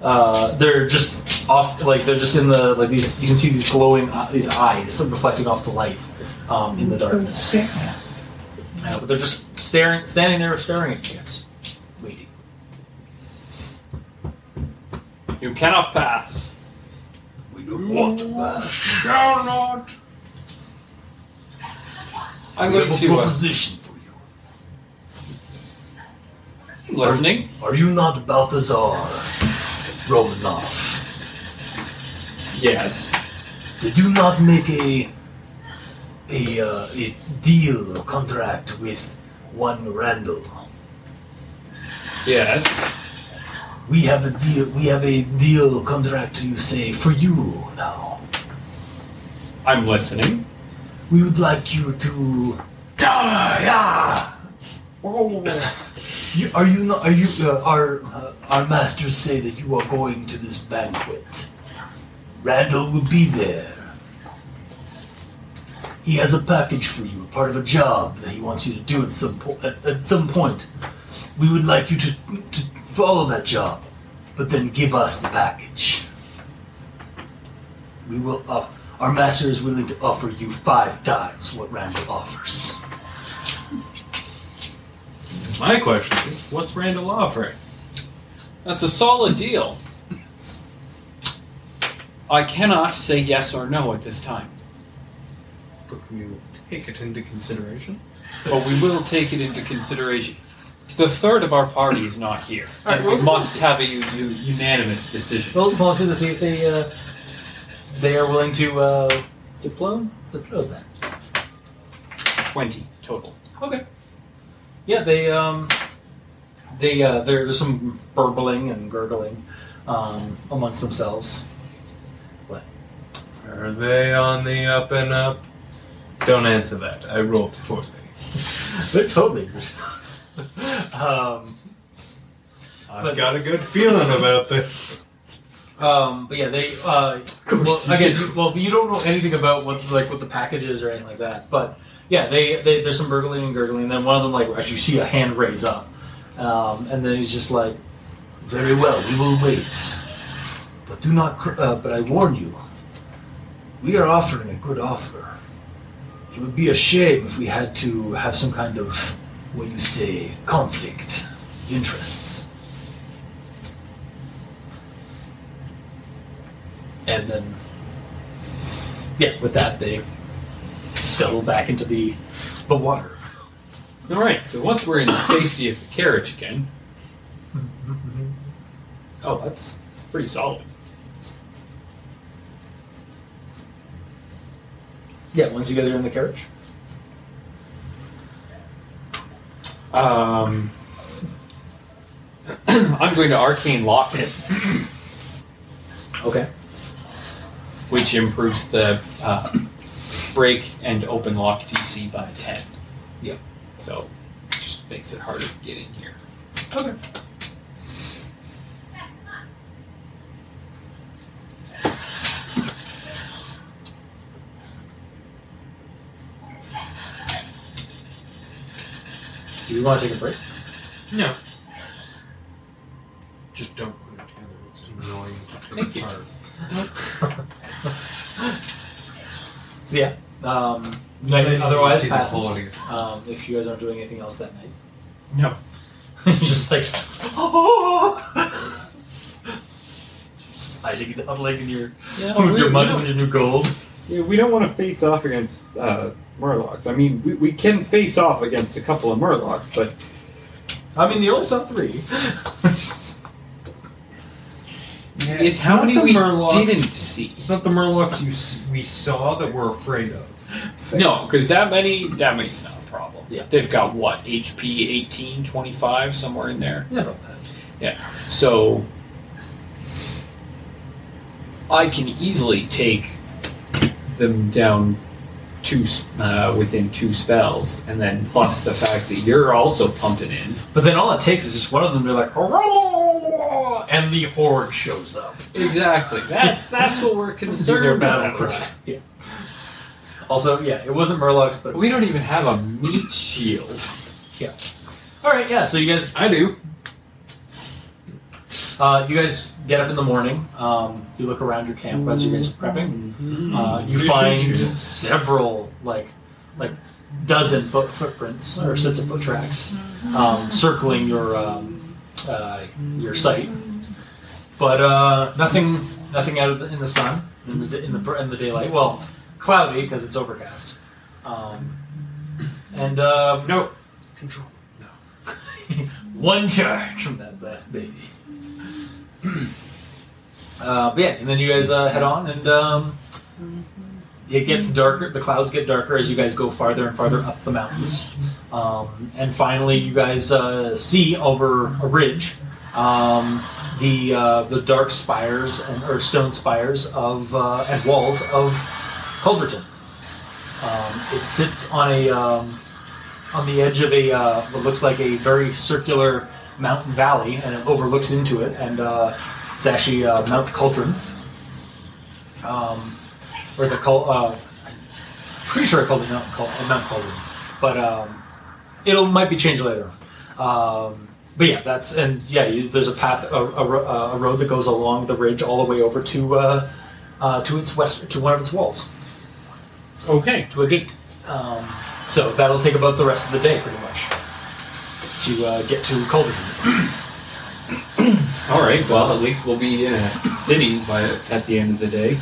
uh, they're just off, like they're just in the like these. You can see these glowing uh, these eyes reflecting off the light um, in the darkness. Yeah. Uh, but they're just staring, standing there, staring at you guys, waiting.
that. You cannot pass.
We don't want to pass.
Shall not.
I'm
We
going
have a
to uh,
proposition for you.
listening.
Are you not Balthazar Romanov?
Yes.
Did you not make a a, uh, a deal or contract with one Randall?
Yes.
We have a deal. We have a deal contract. You say for you now.
I'm listening.
We would like you to die. Ah! You, are you not? Are you? Uh, our uh, our masters say that you are going to this banquet. Randall will be there. He has a package for you, part of a job that he wants you to do at some po- at, at some point. We would like you to to follow that job, but then give us the package. We will. Off- our master is willing to offer you five times what Randall offers.
My question is, what's Randall offering?
That's a solid deal. I cannot say yes or no at this time,
But we will take it into consideration.
but we will take it into consideration. The third of our party is not here.
All right,
and
roll
we
for
must have a u- u- unanimous decision.
Roll the policy to see if they uh, they are willing to uh, diplome diplome that.
Twenty total.
Okay. Yeah, they um, they uh, there, there's some burbling and gurgling um, amongst themselves.
Are they on the up and up? Don't answer that. I rolled poorly.
They're totally. um,
I've
But-
got a good feeling about this.
Um, but yeah, they. Uh, well, again, you, well, you don't know anything about what like what the package is or anything like that. But yeah, they, they there's some burgling and gurgling. And then one of them like as you see a hand raise up, um, and then he's just like, "Very well, we will wait, but do not. Cr- uh, but I warn you, we are offering a good offer. It would be a shame if we had to have some kind of what you say conflict interests." and then yeah, with that they scuttle back into the the water.
All right. So once we're in the safety of the carriage again, oh, that's pretty solid.
Yeah, once you guys are in the carriage.
Um, I'm going to arcane lock it,
Okay.
which improves the uh, break and open lock DC by ten.
Yep.
So just makes it harder to get in here.
Okay. Do you want to take a break?
No. Just don't put it together. It's annoying to
Thank
take
you.
apart.
So yeah. Um,
Then you
otherwise
see the
passes.
quality of-
Um, if you guys aren't doing anything else that night.
No.
You're just like, oh! just hiding, in- huddling in your,
Yeah,
with your money, with your new gold.
Yeah, we don't want to face off against uh, Murlocs. I mean, we, we can face off against a couple of Murlocs, but
I mean, you only saw three.
Yeah,
It's how
not
many
the
we
Murlocs-
didn't see.
It's not the Murlocs you s- we saw that we're afraid of.
No, because that many, that many's not a problem.
Yeah.
They've got what, HP 18, 25, somewhere in there.
yeah, about that.
So I can easily take them down two s- uh, within two spells, and then plus the fact that you're also pumping in.
But then all it takes is just one of them. They're like, "Hurrah!" and the horde shows up.
Exactly. That's that's what we're
Their
concerned
battle
about.
cry. Yeah. Also, yeah, it wasn't Murlocs, but
We don't even have a meat shield.
all right, yeah. So you guys,
I do.
uh, you guys get up in the morning. Um, you look around your camp as you guys are prepping.
Mm. Mm-hmm.
Uh, you
Fish and
find
chips.
several like like dozen foot footprints or sets of foot tracks um, circling your um, uh, your site, but uh, nothing nothing out of the, in the sun in the da- in the br- in the daylight. Well, cloudy because it's overcast, um, and um,
No. Control.
one charge from that, that baby. uh, but yeah, and then you guys uh, head on, and um, it gets darker. The clouds get darker as you guys go farther and farther up the mountains, um, and finally you guys uh, see over a ridge um, the uh, the dark spires and or stone spires of uh, and walls of Culverton. Um, it sits on a um, on the edge of a uh, what looks like a very circular mountain valley, and it overlooks into it, and uh, it's actually uh, Mount Cauldron, um, where the cul- uh, I'm pretty sure I called it Mount, Cul- uh, Mount Cauldron, but um, it'll might be changed later. Um, but yeah, that's and yeah, you, there's a path, a, a, ro- uh, a road that goes along the ridge all the way over to uh, uh, to its west to one of its walls
Okay.
to a gate. Um, so that'll take about the rest of the day, pretty much, to uh, get to Cauldron.
All right. Well, at least we'll be in a city by at the end of the day.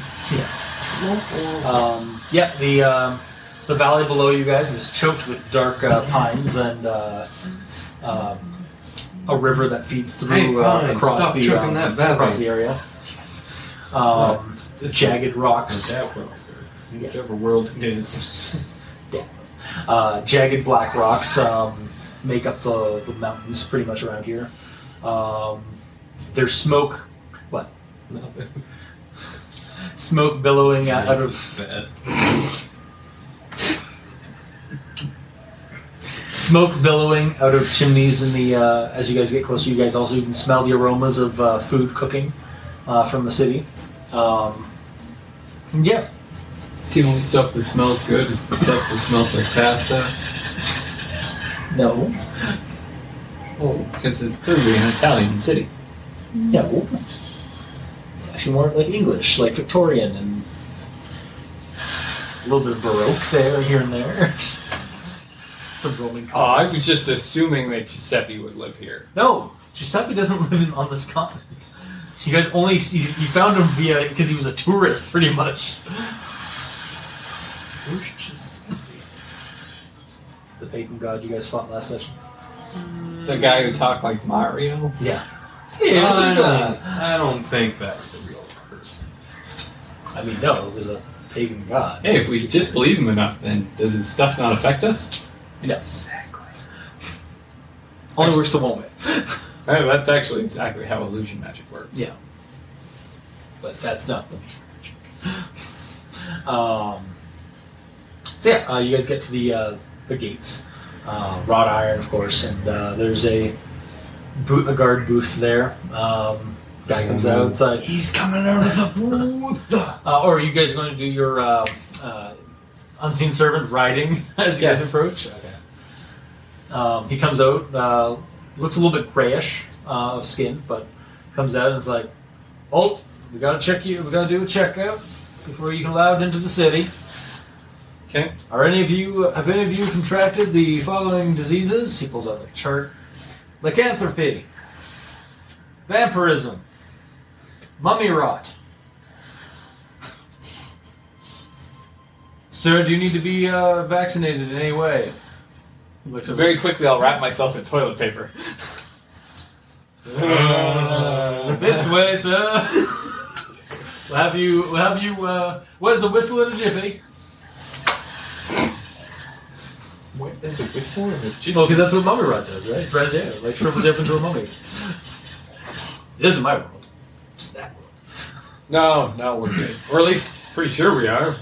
Um, yeah, the um, the valley below you guys is choked with dark uh, pines and uh, um, a river that feeds through
Hey,
uh,
pine,
across
stop
the
choking
um,
that valley.
across the area. Um, jagged rocks.
That world. Whichever world it is.
uh, jagged black rocks um, make up the, the mountains pretty much around here. Um, there's smoke, what? smoke billowing out, out of
bad.
smoke billowing out of chimneys in the uh, as you guys get closer. You guys also you can smell the aromas of uh, food cooking uh, from the city. Um, yeah,
The only stuff that smells good is the stuff that smells like pasta.
no,
Oh, because it's clearly an Italian city.
no. It's actually more like English, like Victorian, and a little bit of Baroque there, here and there. Some Roman.
Oh, I
columns.
was just assuming that Giuseppe would live here.
No, Giuseppe doesn't live in, on this continent. You guys only you, you found him via because he was a tourist, pretty much. The pagan god you guys fought last session.
The guy who talked like Mario.
Yeah. uh,
I, don't, I don't think that was a real person.
I mean, no, it was a pagan god.
Hey, if we disbelieve him enough, then does his stuff not affect us?
Yes. Only works the one way.
Uh, that's actually exactly how illusion magic works.
Yeah. But that's not the um, So yeah, uh, you guys get to the uh, the gates, uh, wrought iron, of course, and uh, there's a boot, a guard booth there. Um, guy comes out. It's like,
He's coming out of the booth.
uh, or are you guys going to do your uh, uh, unseen servant riding as you guys
Yes.
approach? Okay. Um, he comes out, uh, looks a little bit grayish uh, of skin, but comes out and it's like, "Oh, we gotta check you. We gotta do a checkup before you can allowed into the city.
Okay.
Are any of you have any of you contracted the following diseases?" He pulls out the chart: lycanthropy, vampirism, mummy rot. Sir, do you need to be uh, vaccinated in any way? He looks
So
over-
very quickly, I'll wrap myself in toilet paper.
this way, sir. we'll have you. We'll have you. Uh, where's a whistle and a jiffy?
Wait, there's a whistle and a
Well, because that's what mummy rod does, right? It Dries air, like shrivels up into a mummy. It isn't my world. It's that world.
No, no, we're good. Or at least pretty sure we are.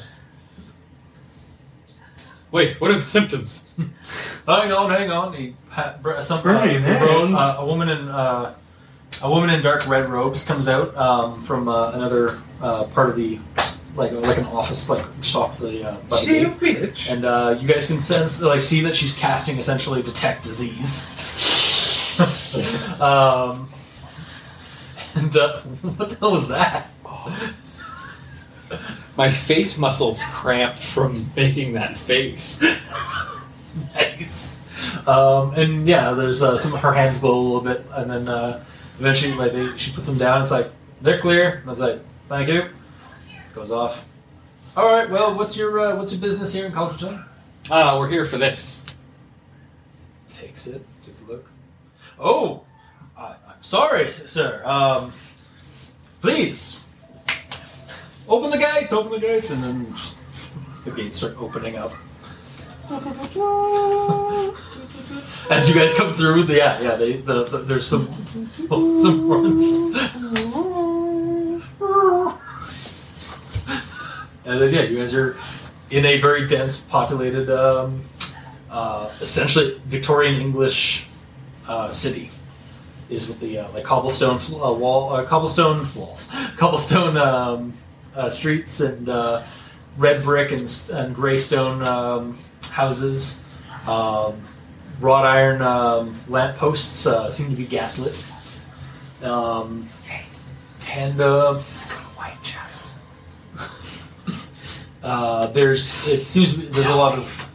Wait, what are the symptoms?
Hang on, hang on. He ha- br- some
Burning
uh, ro-
hands.
uh, a woman in uh, a woman in dark red robes comes out um, from uh, another uh, part of the like like an office like just off the uh, by the gate.
bitch.
and uh, you guys can sense like see that she's casting essentially detect disease. um, and uh, what the hell was that?
My face muscles cramped from making that face.
Nice. Um, and yeah, there's uh, some her hands blow a little bit, and then uh, eventually, like they, she puts them down. It's like they're clear. And I was like, thank you. Goes off. All right. Well, what's your uh, what's your business here in Culverton?
Ah, we're here for this.
Takes it. Takes a look. Oh, I, I'm sorry, sir. Um, please open the gates. Open the gates, and then the gates start opening up. As you guys come through, the, yeah, yeah, they, the, the, there's some some runs. And then yeah, you guys are in a very dense, populated, um, uh, essentially Victorian English uh, city. Is with the uh, like cobblestone fl- uh, wall, uh, cobblestone walls, cobblestone um, uh, streets, and uh, red brick and, s- and gray stone um, houses. Um, wrought iron um, lamp posts uh, seem to be gaslit. Um, and uh, uh, there's it seems to be, there's a lot of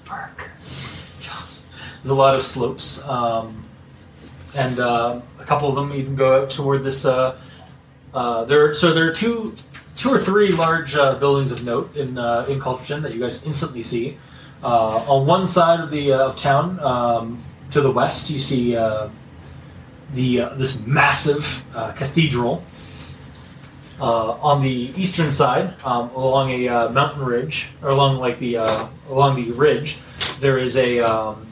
there's a lot of slopes, um, and uh, a couple of them even go out toward this. Uh, uh, there, so there are two, two or three large uh, buildings of note in uh, in Culturgen that you guys instantly see. Uh, on one side of the uh, of town, um, to the west, you see uh, the uh, this massive uh, cathedral. Uh, on the eastern side, um, along a uh, mountain ridge, or along like the uh, along the ridge, there is a um,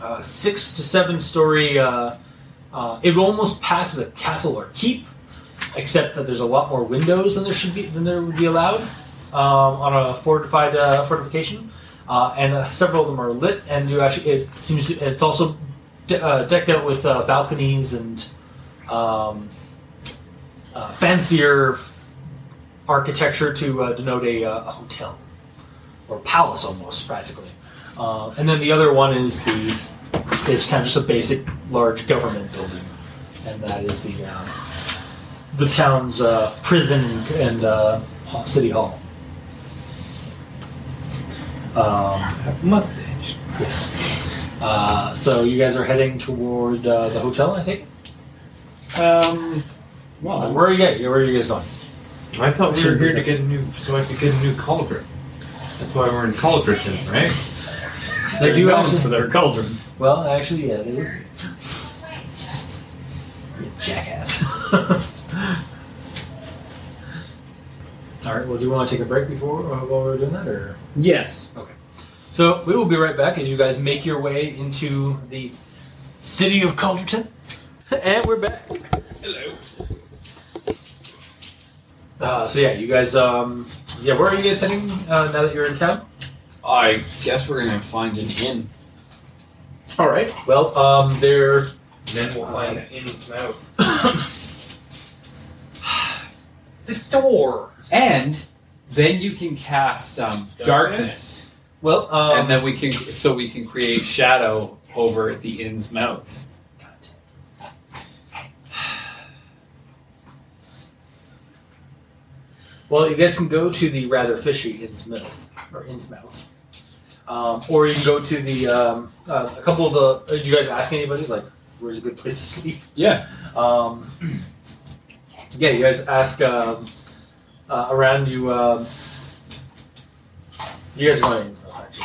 uh, six to seven story. Uh, uh, it almost passes a castle or keep, except that there's a lot more windows than there should be than there would be allowed um, on a fortified uh, fortification, uh, and uh, several of them are lit. And you actually, it seems to, it's also de- uh, decked out with uh, balconies and um, uh, fancier architecture to uh, denote a, uh, a hotel or palace almost practically. Uh, and then the other one is the is kind of just a basic large government building, and that is the um, the town's uh, prison and uh, ha- city hall. Um,
Mustache.
yes. Uh, so you guys are heading toward uh, the hotel, I think.
Um,
Uh,
well,
Where are you? At? Where are you guys going?
I thought we
Should
were
be
here to
good.
get a new, so I could get a new cauldron. That's why we're in Cauldron, right?
They do
they're known
actually.
for their cauldrons.
Well, actually, yeah, they would. You jackass. All right. Well, do you want to take a break before uh, while we're doing that, or?
Yes.
So we will be right back as you guys make your way into the city of Culverton. And we're back. Hello. Uh, so yeah, you guys. Um, yeah, where are you guys heading uh, now that you're in town?
I guess we're gonna find an inn.
All right. Well, um, there.
Then we'll
find
it in his mouth.
The door.
And then you can cast um, darkness,
Well, um,
and then we can so we can create shadow over the inn's mouth.
Well, you guys can go to the rather fishy Innsmouth or Innsmouth, um, or you can go to the um, uh, a couple of the. Did you guys ask anybody like where's a good place to sleep?
Yeah.
Um, yeah, you guys ask um, uh, around. You um, you guys are going to Innsmouth, aren't you?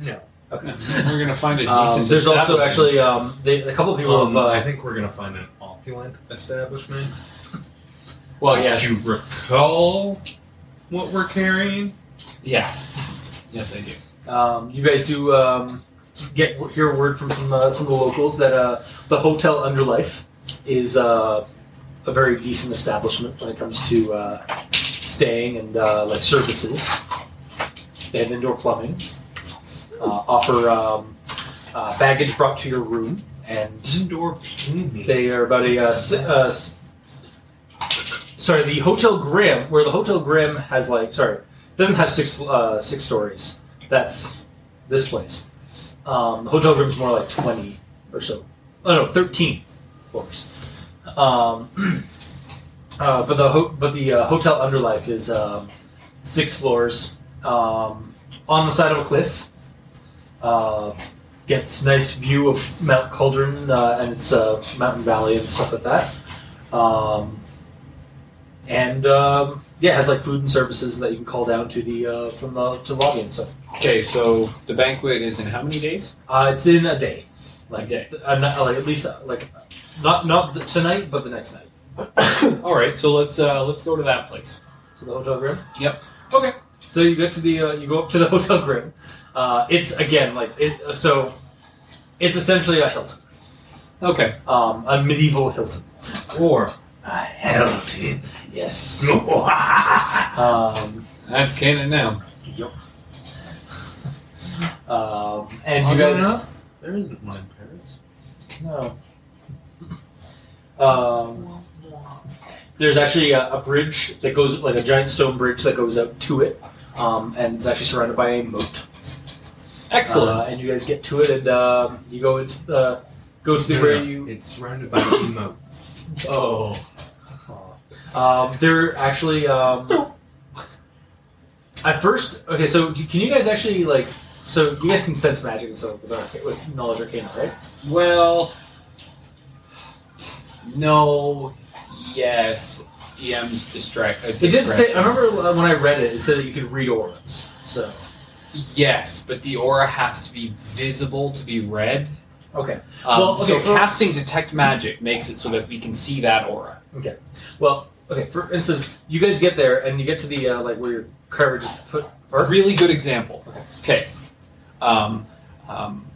No.
Okay.
We're gonna find a decent.
Um, there's also
establishment.
actually um, they, a couple of people.
Um,
have, uh,
I think we're gonna find an opulent establishment.
well, yes,
Do you recall what we're carrying?
yeah, yes, I do.
Um, you guys do um, get hear word from some, uh, some of the locals that uh, the hotel Underlife is uh, a very decent establishment when it comes to uh, staying and uh, like services. They have indoor plumbing. uh, offer um, uh, baggage brought to your room, and
Indoor plumbing.
they are about a. Uh, s- uh, s- sorry, the Hotel Grim, where the Hotel Grim has like, sorry, doesn't have six uh, six stories. That's this place. Um, Hotel Grim's more like twenty or so. Oh no, thirteen floors. Um, uh, but the ho- but the uh, Hotel Underlife is um, six floors um, on the side of a cliff. Uh, gets nice view of Mount Cauldron uh, and its uh, mountain valley and stuff like that. Um, and um, yeah, it has like food and services that you can call down to the uh, from the to the lobby and stuff.
Okay, so the banquet is in how many days?
Uh, it's in a day, like
A day.
uh, not- like at least uh, like not not the, tonight, but the next night.
All right, so let's uh, let's go to that place.
To the hotel room.
Yep.
Okay. So you go to the uh, you go up to the hotel room. Uh, it's again like it. uh, So it's essentially a Hilton,
Okay.
um, a medieval Hilton.
Or
Yes. Um,
That's canon now.
yep. Um, and
Oddly
you guys.
enough, there isn't one in Paris.
No. Um, there's actually a, a bridge that goes, like a giant stone bridge that goes up to it, um, and it's actually surrounded by a moat. Uh,
Excellent.
and you guys get to it, and um, you go into the go to the where you.
It's surrounded by emo.
oh.
Uh, Um, they're actually. Um, at first, okay. So do- can you guys actually like? So you guys can sense magic and so with, arca- with knowledge arcana, right?
Well. No. Yes. DM's distract. Uh,
It didn't say.
discretion.
I remember uh, when I read it, it said that you could read auras. So
Yes, but the aura has to be visible to be read.
okay.
Um,
Well,
so
okay, for-
casting detect magic makes it so that we can see that aura.
Well, okay. For instance, you guys get there and you get to the uh, like where your coverage is put. Or,
really good example. Okay. Um, um,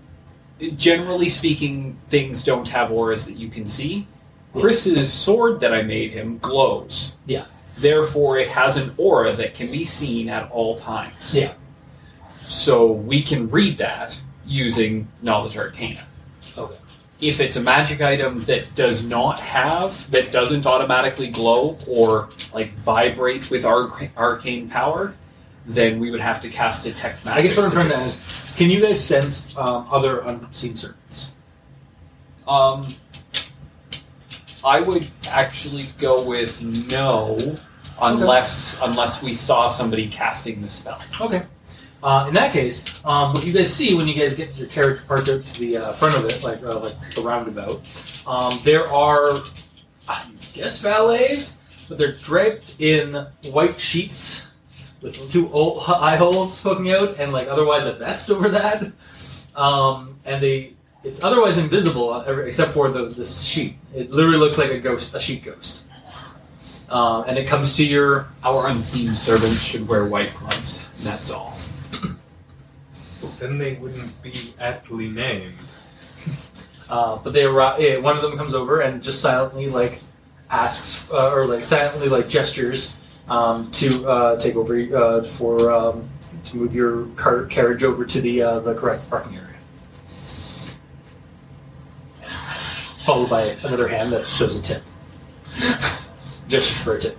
generally speaking, things don't have auras that you can see.
Yeah.
Chris's sword that I made him glows.
Yeah.
Therefore, it has an aura that can be seen at all times.
Yeah.
So we can read that using knowledge arcana.
Okay.
If it's a magic item that does not have, that doesn't automatically glow or like vibrate with arc- arcane power, then we would have to cast detect magic.
I guess what I'm
to
trying
do
to ask: Can you guys sense um, other unseen servants?
Um, I would actually go with no, unless unless we saw somebody casting the spell.
Okay. Uh, in that case, um, what you guys see when you guys get your carriage parked out to the uh, front of it, like uh, like the roundabout, um, there are, I guess, valets, but they're draped in white sheets with two old eye holes poking out, and like otherwise a vest over that, um, and they it's otherwise invisible uh, every- except for the this sheet. It literally looks like a ghost, a sheet ghost, um, and it comes to your
Our unseen servants should wear white gloves. and That's all.
Then they wouldn't be aptly named.
Uh, but they arrive. Yeah, one of them comes over and just silently like asks uh, or like silently like gestures um, to uh, take over uh, for um, to move your car- carriage over to the uh, the correct parking area. Followed by another hand that shows a tip. Gestures for a tip.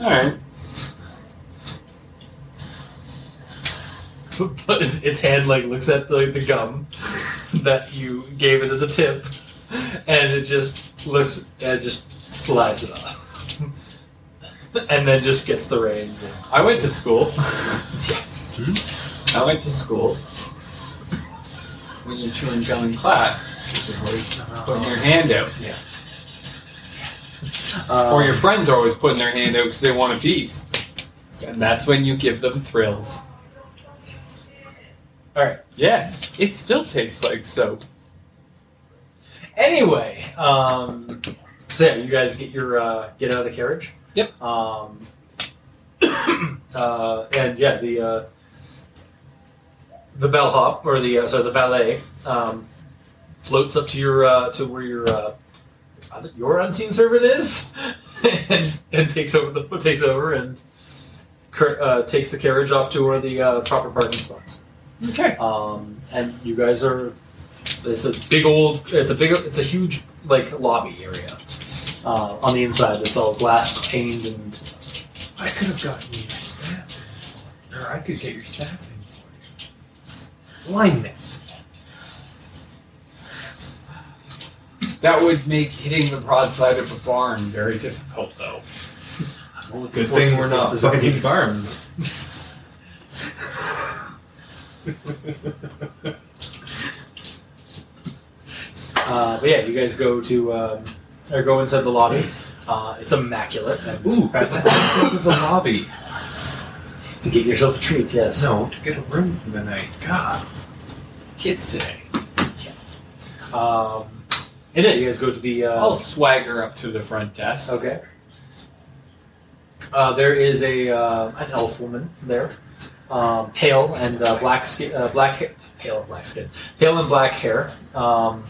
All right.
but its its hand like looks at the, the gum that you gave it as a tip, and it just looks and just slides it off, and then just gets the reins. And,
I went to school. Hmm? I went to school. When you're chewing gum in class, you should always putting your hand out. Or your friends are always putting their hand out because they want a piece. And that's when you give them thrills.
all right.
Yes, it still tastes like soap.
Anyway, um, so yeah, you guys get your uh, get out of the carriage.
Yep.
Um, uh, and yeah, the uh, the bellhop or the uh, sorry the valet um, floats up to your uh, to where your uh, your unseen servant is, and, and takes over the takes over and cur- uh, takes the carriage off to one of the uh, proper parking spots.
Okay.
Um, and you guys are. It's a big old. It's a big. It's a huge like lobby area. Uh, on the inside, it's all glass paned and
I could have gotten you your staff, in. or I could get your staff in for you. Blindness.
That would make hitting the broadside of a barn very difficult, though.
Good thing we're not
Forces
fighting barns.
Uh, but yeah, you guys go to um, or go inside the lobby. Uh, it's immaculate. And
Ooh,
practical.
go to the lobby.
to give yourself a treat, yes.
No, to get a room for the night. God.
Kids today.
Um, and then you guys go to the. Uh,
I'll swagger up to the front desk.
Okay. Uh, there is a uh, an elf woman there, um, pale and uh, black skin, uh, black hair, pale and black skin, pale and black hair. Um,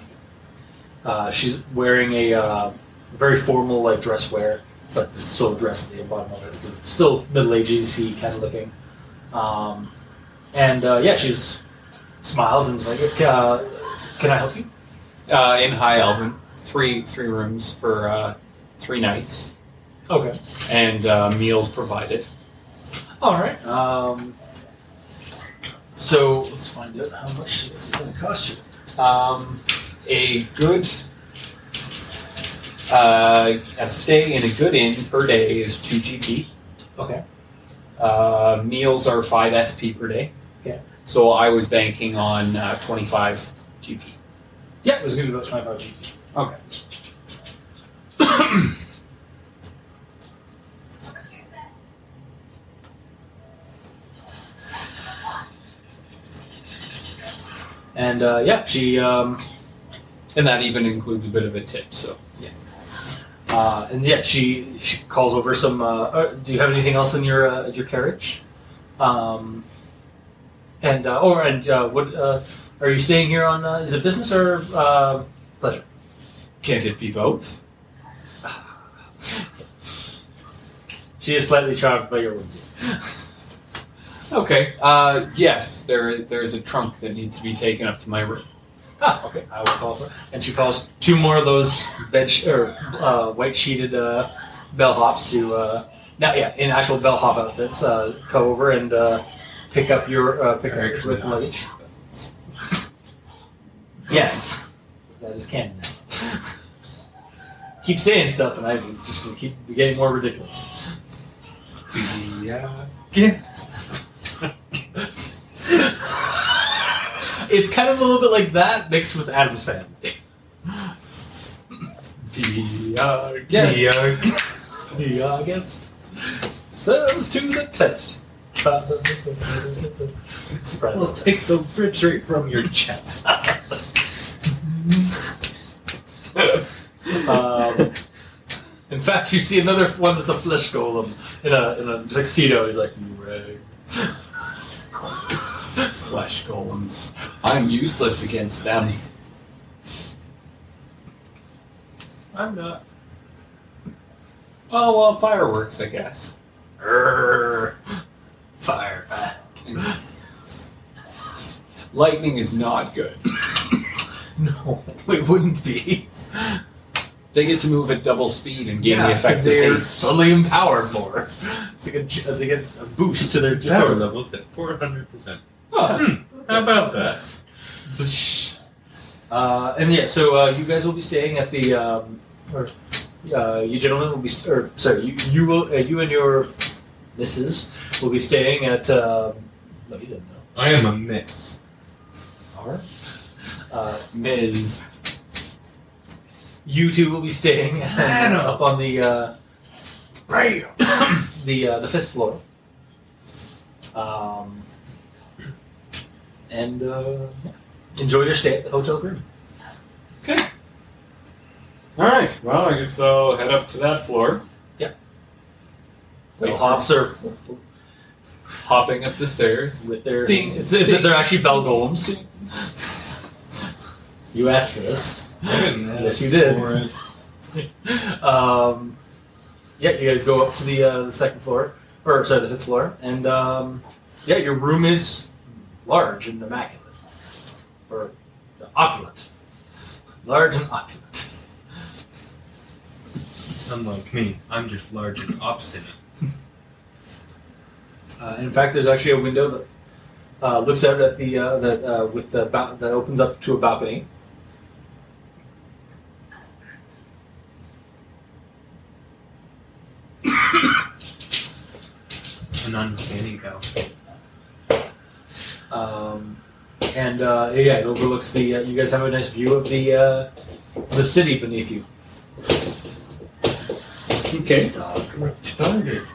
uh, she's wearing a uh, very formal like dress wear, but it's still a dress at the bottom of it because it's still middle agey kind of looking. Um, and uh, yeah, she's smiles and is like, uh, "Can I help you?"
Uh, in High Elven, three three rooms for uh, three nights,
Okay.
and uh, meals provided.
All right. Um, so let's find out how much this is going to cost you. Um,
A good uh, a stay in a good inn per day is two GP.
okay.
Uh, meals are five SP per day.
Okay.
So I was banking on uh, twenty five GP.
Yeah, it was going to be about twenty-five G.
Okay.
And uh, yeah, she um,
And that even includes a bit of a tip. So
uh, and yeah she she calls over some. Uh, uh, do you have anything else in your uh, your carriage? Um, and uh, or and uh, what uh, are you staying here on? Uh, is it business or uh, pleasure?
can't it be both?
She is slightly charmed by your whimsy.
Okay. Uh, yes, there there is a trunk that needs to be taken up to my room.
Ah, okay. I will call for. And she calls two more of those bed sh- or uh, white sheeted uh, bellhops to uh, now, yeah, in actual bellhop outfits, uh, come over and uh, pick up your uh, pick up your
Actually
with luggage. Yes, that is canon. now. keep saying stuff, and I'm just gonna keep getting more ridiculous.
Yeah.
It's kind of a little bit like that mixed with Adam's family.
The
Yes.
Yeah.
the August serves to the test. Surprise.
We'll take the ribs right from your chest.
Uh,
Um, in fact, you see another one that's a flesh golem in a, in a tuxedo. He's like, "Reg."
flesh golems. I'm useless against them.
I'm not.
Oh well, fireworks, I guess.
Err. fire.
Lightning is not good.
No, it wouldn't be.
They get to move at double speed and gain the
'cause
effect
they're
of haste.
suddenly empowered more. It's like a, j- they get a boost to their
Power
power.
levels at 400%.
Huh.
How about that?
Uh, and yeah, so uh, you guys will be staying at the, um, or uh, you gentlemen will be, or sorry, you you will, uh, you and your missus will be staying at. Um, no, you didn't know.
I am a mix.
Our. Uh,
Ms.
you two will be staying
Adam.
up on the uh,
Right.
the uh, the fifth floor. Um, and uh, yeah. enjoy your stay at the Hotel Green.
All right. Well, I guess I'll head up to that floor.
Bell hops are
hopping up the stairs.
with their.
Ding,
it's, it's,
ding.
they're actually bell golems. You asked for this. Yes, you did.
For it.
um, yeah, you guys go up to the uh, the second floor, or sorry, the fifth floor. And um, yeah, your room is large and immaculate, or opulent, large and opulent.
Unlike me, I'm just large and obstinate.
Uh, in fact, there's actually a window that uh, looks out at the uh, that uh, with the ba- that opens up to a balcony.
An uncanny balcony.
Um, and uh, yeah, it overlooks the. Uh, you guys have a nice view of the uh, the city beneath you.
Okay.
Retarded.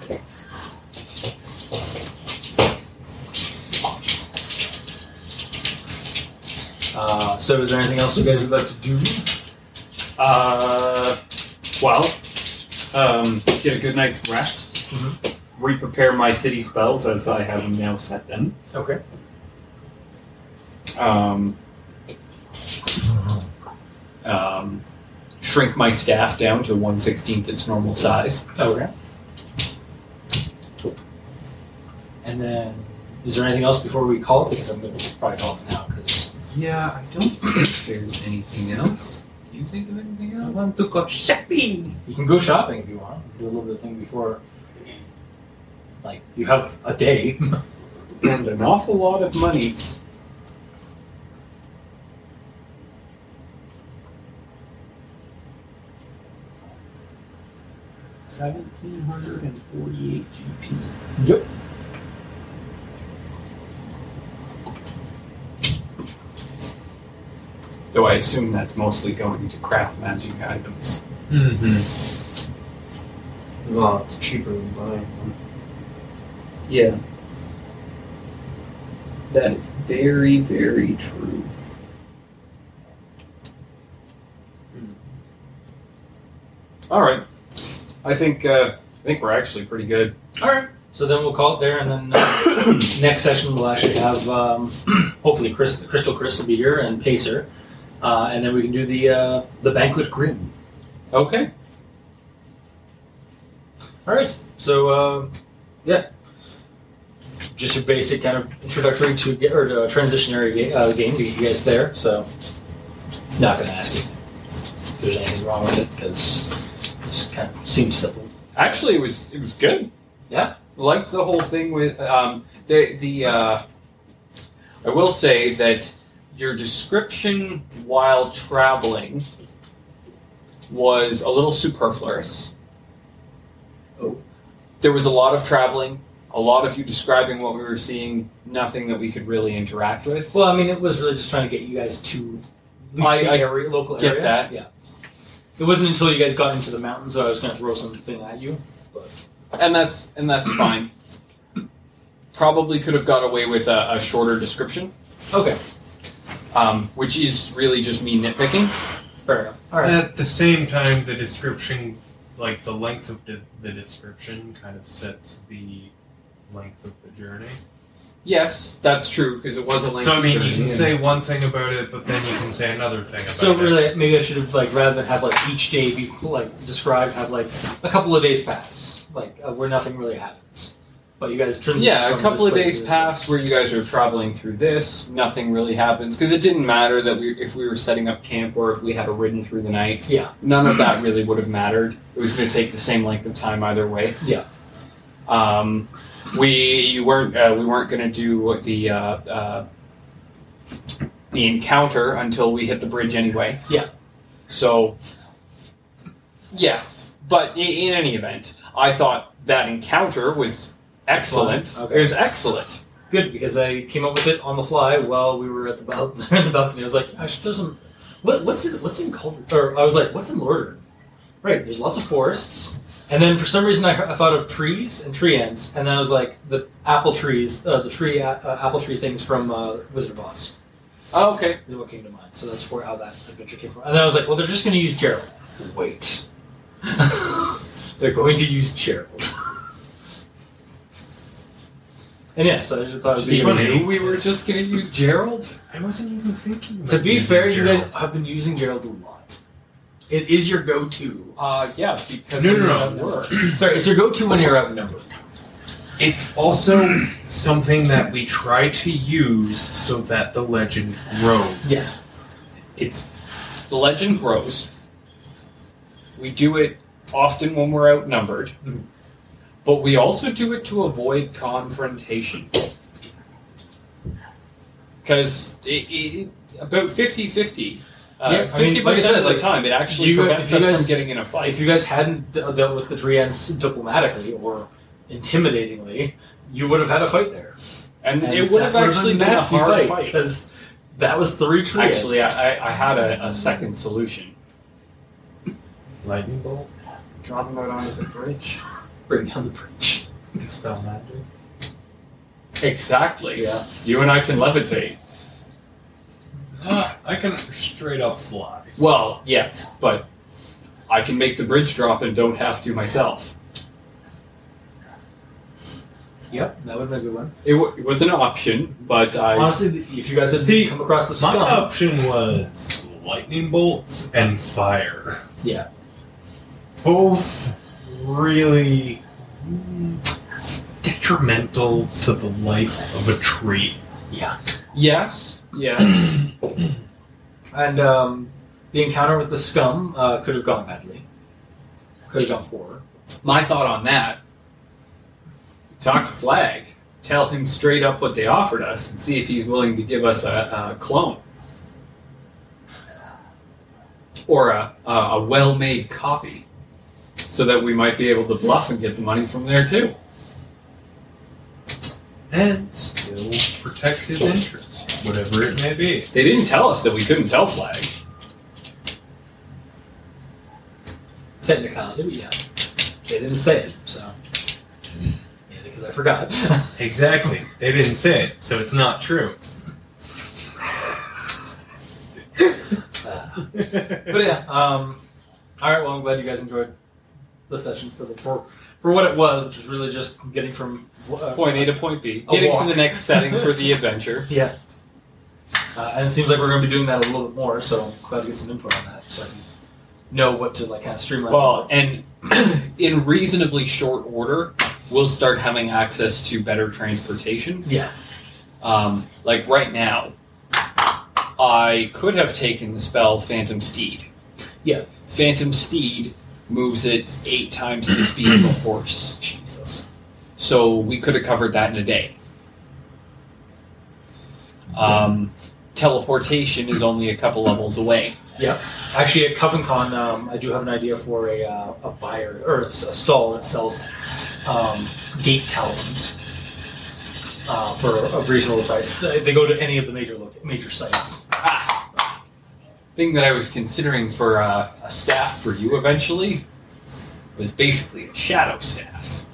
Uh, so, is there anything else you guys would like to do?
Uh, well, um, get a good night's rest. Mm-hmm. Re-prepare my city spells as I have now set them.
Okay.
Um, um, shrink my staff down to one sixteenth its normal size.
Okay. And then, is there anything else before we call it? Because I'm going to probably call it now. Because
Yeah, I don't think there's anything else. Do you think of anything
I
else?
want to go shopping.
you can go shopping if you want. Do a little bit of thing before. Like you have a day.
and an awful lot of money. Seventeen hundred and forty-eight GP.
Yep.
Though I assume that's mostly going to craft magic items.
Mm-hmm.
Mm-hmm.
Well, it's cheaper than buying one.
Yeah. That is very, very true. Hmm. All right. I think uh, I think we're actually pretty good.
All right. So then we'll call it there, and then uh, next session we'll actually have um, hopefully Chris, Crystal Chris will be here and Pacer, uh, and then we can do the uh, the banquet grim.
Okay.
All right. So uh, yeah, just your basic kind of introductory to get or to a transitionary ga- uh, game to get you guys there. So not gonna ask you if there's anything wrong with it because it just kind of seems simple.
Actually, it was it was good.
Yeah.
Liked the whole thing with um, the the. Uh, I will say that your description while traveling was a little superfluous.
Oh.
There was a lot of traveling, a lot of you describing what we were seeing, nothing that we could really interact with.
Well, I mean, it was really just trying to get you guys to at least
I-
the
I
area, local
get
area.
that.
Yeah. It wasn't until you guys got into the mountains that I was going to throw something at you.
and that's and that's fine. Probably could have got away with a, a shorter description,
Okay.
um, which is really just me nitpicking.
Fair enough. All right.
At the same time, the description, like the length of de- the description, kind of sets the length of the journey.
Yes, that's true because it was a lengthy
so I mean, you
journey.
can say one thing about it, but then you can say another thing about
So
it.
really, maybe I should have like rather than have like each day be like described, have like a couple of days pass, like uh, where nothing really happens. But you guys transition
yeah,
from
a couple
this
of
place to
days
this
pass
place.
where you guys are traveling through this. Nothing really happens because it didn't matter that we if we were setting up camp or if we had a ridden through the night.
Yeah.
none of that really would have mattered. It was going to take the same length of time either way.
Yeah.
Um, we you weren't uh, we weren't going to do the uh, uh, the encounter until we hit the bridge anyway.
Yeah.
So. Yeah, but i- in any event, I thought that encounter was excellent.
Excellent. Okay.
It was excellent.
good because I came up with it on the fly while we were at the, bal- the balcony. I was like, I should throw some. What, what's in, what's in Calder? Or I was like, what's in Lorder? Right, there's lots of forests. And then for some reason I, heard- I thought of trees and tree ends, and then I was like the apple trees, uh, the tree a- uh, apple tree things from uh, Wizard of Oz.
Oh, okay.
is what came to mind. So that's where how that adventure came from. And then I was like, well, they're just going to use Gerald. Wait. they're going to use Gerald. and yeah, so I just thought it would
Just
be
funny.
We were just going to use Gerald.
I wasn't even thinking. About
To be
using
fair, you
Gerald.
guys have been using Gerald a lot. It is your go to.
Uh, yeah, because
No,
it
no, no.
didn't work.
Sorry, it's your go to when you're outnumbered.
It's also something that we try to use so that the legend grows.
Yes.
It's the legend grows. We do it often when we're outnumbered,
Mhm.
but we also do it to avoid confrontation. Because it, it, about 50 50. Uh,
Yeah, I mean,
50%
like I said,
of the
like,
time, it actually
you-
prevents
if
us
you
from
guys-
getting in a
If
fight.
you guys hadn't de- dealt with the Drians diplomatically or intimidatingly, you would have had a fight there.
and,
And
it would have
that
actually been a
nasty
hard
fight
fight.
because that was three Trians.
Actually, I, I- I had a, a second solution.
Lightning bolt,
Draw them out onto the bridge.
bring down the bridge.
dispel magic.
Exactly.
Yeah.
You and I can levitate.
Uh, I can straight up fly.
Well, yes, but I can make the bridge drop and don't have to myself.
Yep, that would have been a good one.
It, w- it was an option, but I.
Honestly, if you guys had
See,
come across the
My
scum,
option was lightning bolts and fire.
Yeah.
Both really mm, detrimental to the life of a tree.
Yes, yes.
and um, the encounter with the scum uh, could have gone badly, could have gone poor.
My thought on that talk to Flag, tell him straight up what they offered us, and see if he's willing to give us a, a clone. Or a, a, a well made copy, so that we might be able to bluff and get the money from there too.
And still protect his interests, whatever it may be.
They didn't tell us that we couldn't tell Flag.
Technicality, but yeah, they didn't say it, so yeah, because I forgot.
Exactly. They didn't say it, so it's not true.
Uh, but yeah, um, all right. Well, I'm glad you guys enjoyed the session for the for for what it was, which was really just getting from uh,
Point A to point B.
A
Getting
walk.
to the next setting for the adventure.
Yeah. Uh, and it seems like we're going to be doing that a little bit more, so I'm glad to get some info on that, so I can know what to like kind of streamline.
Well, and in reasonably short order, we'll start having access to better transportation.
yeah,
Um, like right now, I could have taken the spell Phantom Steed.
Yeah.
Phantom Steed moves at eight times the speed of a horse.
Jesus.
So we could have covered that in a day. Um, teleportation is only a couple levels away.
Actually, at CovenCon, um, I do have an idea for a, uh, a buyer or a, s- a stall that sells um, gate talismans uh, for a reasonable price. They, they go to any of the major loca- major sites.
Ah, thing that I was considering for uh, a staff for you eventually was basically a shadow staff.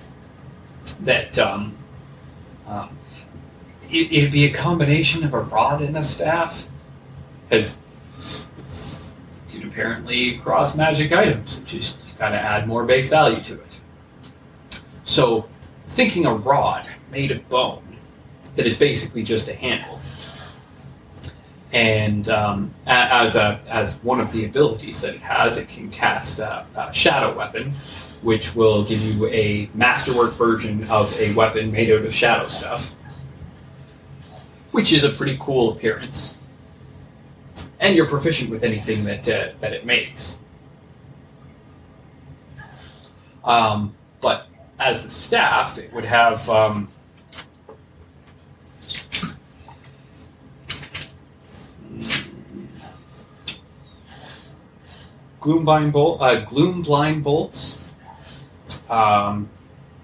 That um, um, it, it'd be a combination of a rod and a staff, because you can apparently cross magic items. It just you gotta add more base value to it. So, thinking a rod made of bone that is basically just a handle and um, a- as a as one of the abilities that it has, it can cast a, a shadow weapon, which will give you a masterwork version of a weapon made out of shadow stuff, which is a pretty cool appearance. And you're proficient with anything that uh, that it makes. Um, but as the staff, it would have. Um, gloom blind bolt, uh, gloom blind bolts, um,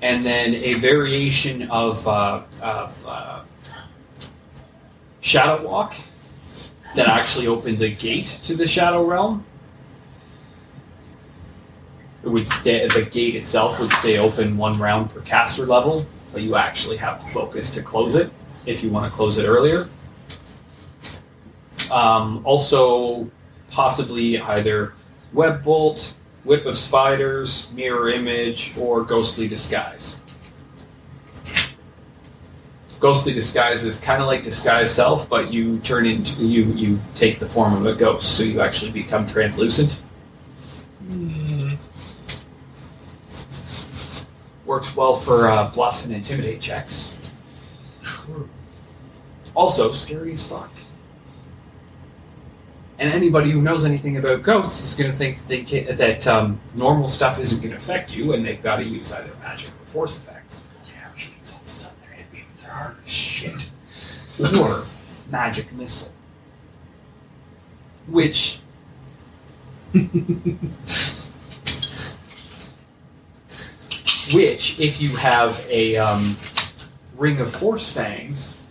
and then a variation of, uh, of uh, shadow walk that actually opens a gate to the shadow realm. It would stay. The gate itself would stay open one round per caster level, but you actually have to focus to close it if you want to close it earlier. Um, also, possibly either web bolt, whip of spiders, mirror image, or ghostly disguise. Ghostly disguise is kind of like disguise self, but you turn into you you take the form of a ghost, so you actually become translucent. Works well for uh, bluff and intimidate checks. Also, scary as fuck. And anybody who knows anything about ghosts is going to think that, they can, that um, normal stuff isn't going to affect you, and they've got to use either magic or force effects. Yeah, which means all of a sudden they're hitting me with their heart as shit. Or magic missile. Which which, if you have a um, ring of force fangs,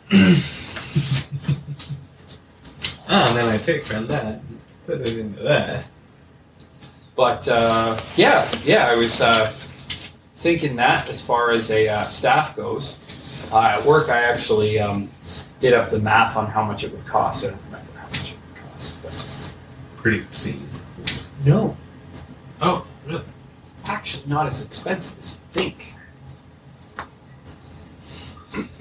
Ah, and then I pick from that, put it into that.
but uh, yeah, yeah, I was uh, thinking that as far as a uh, staff goes. Uh, at work, I actually um, did up the math on how much it would cost. I don't remember how much it would cost, but
Pretty obscene.
no,
Oh, really?
actually not as expensive as you think.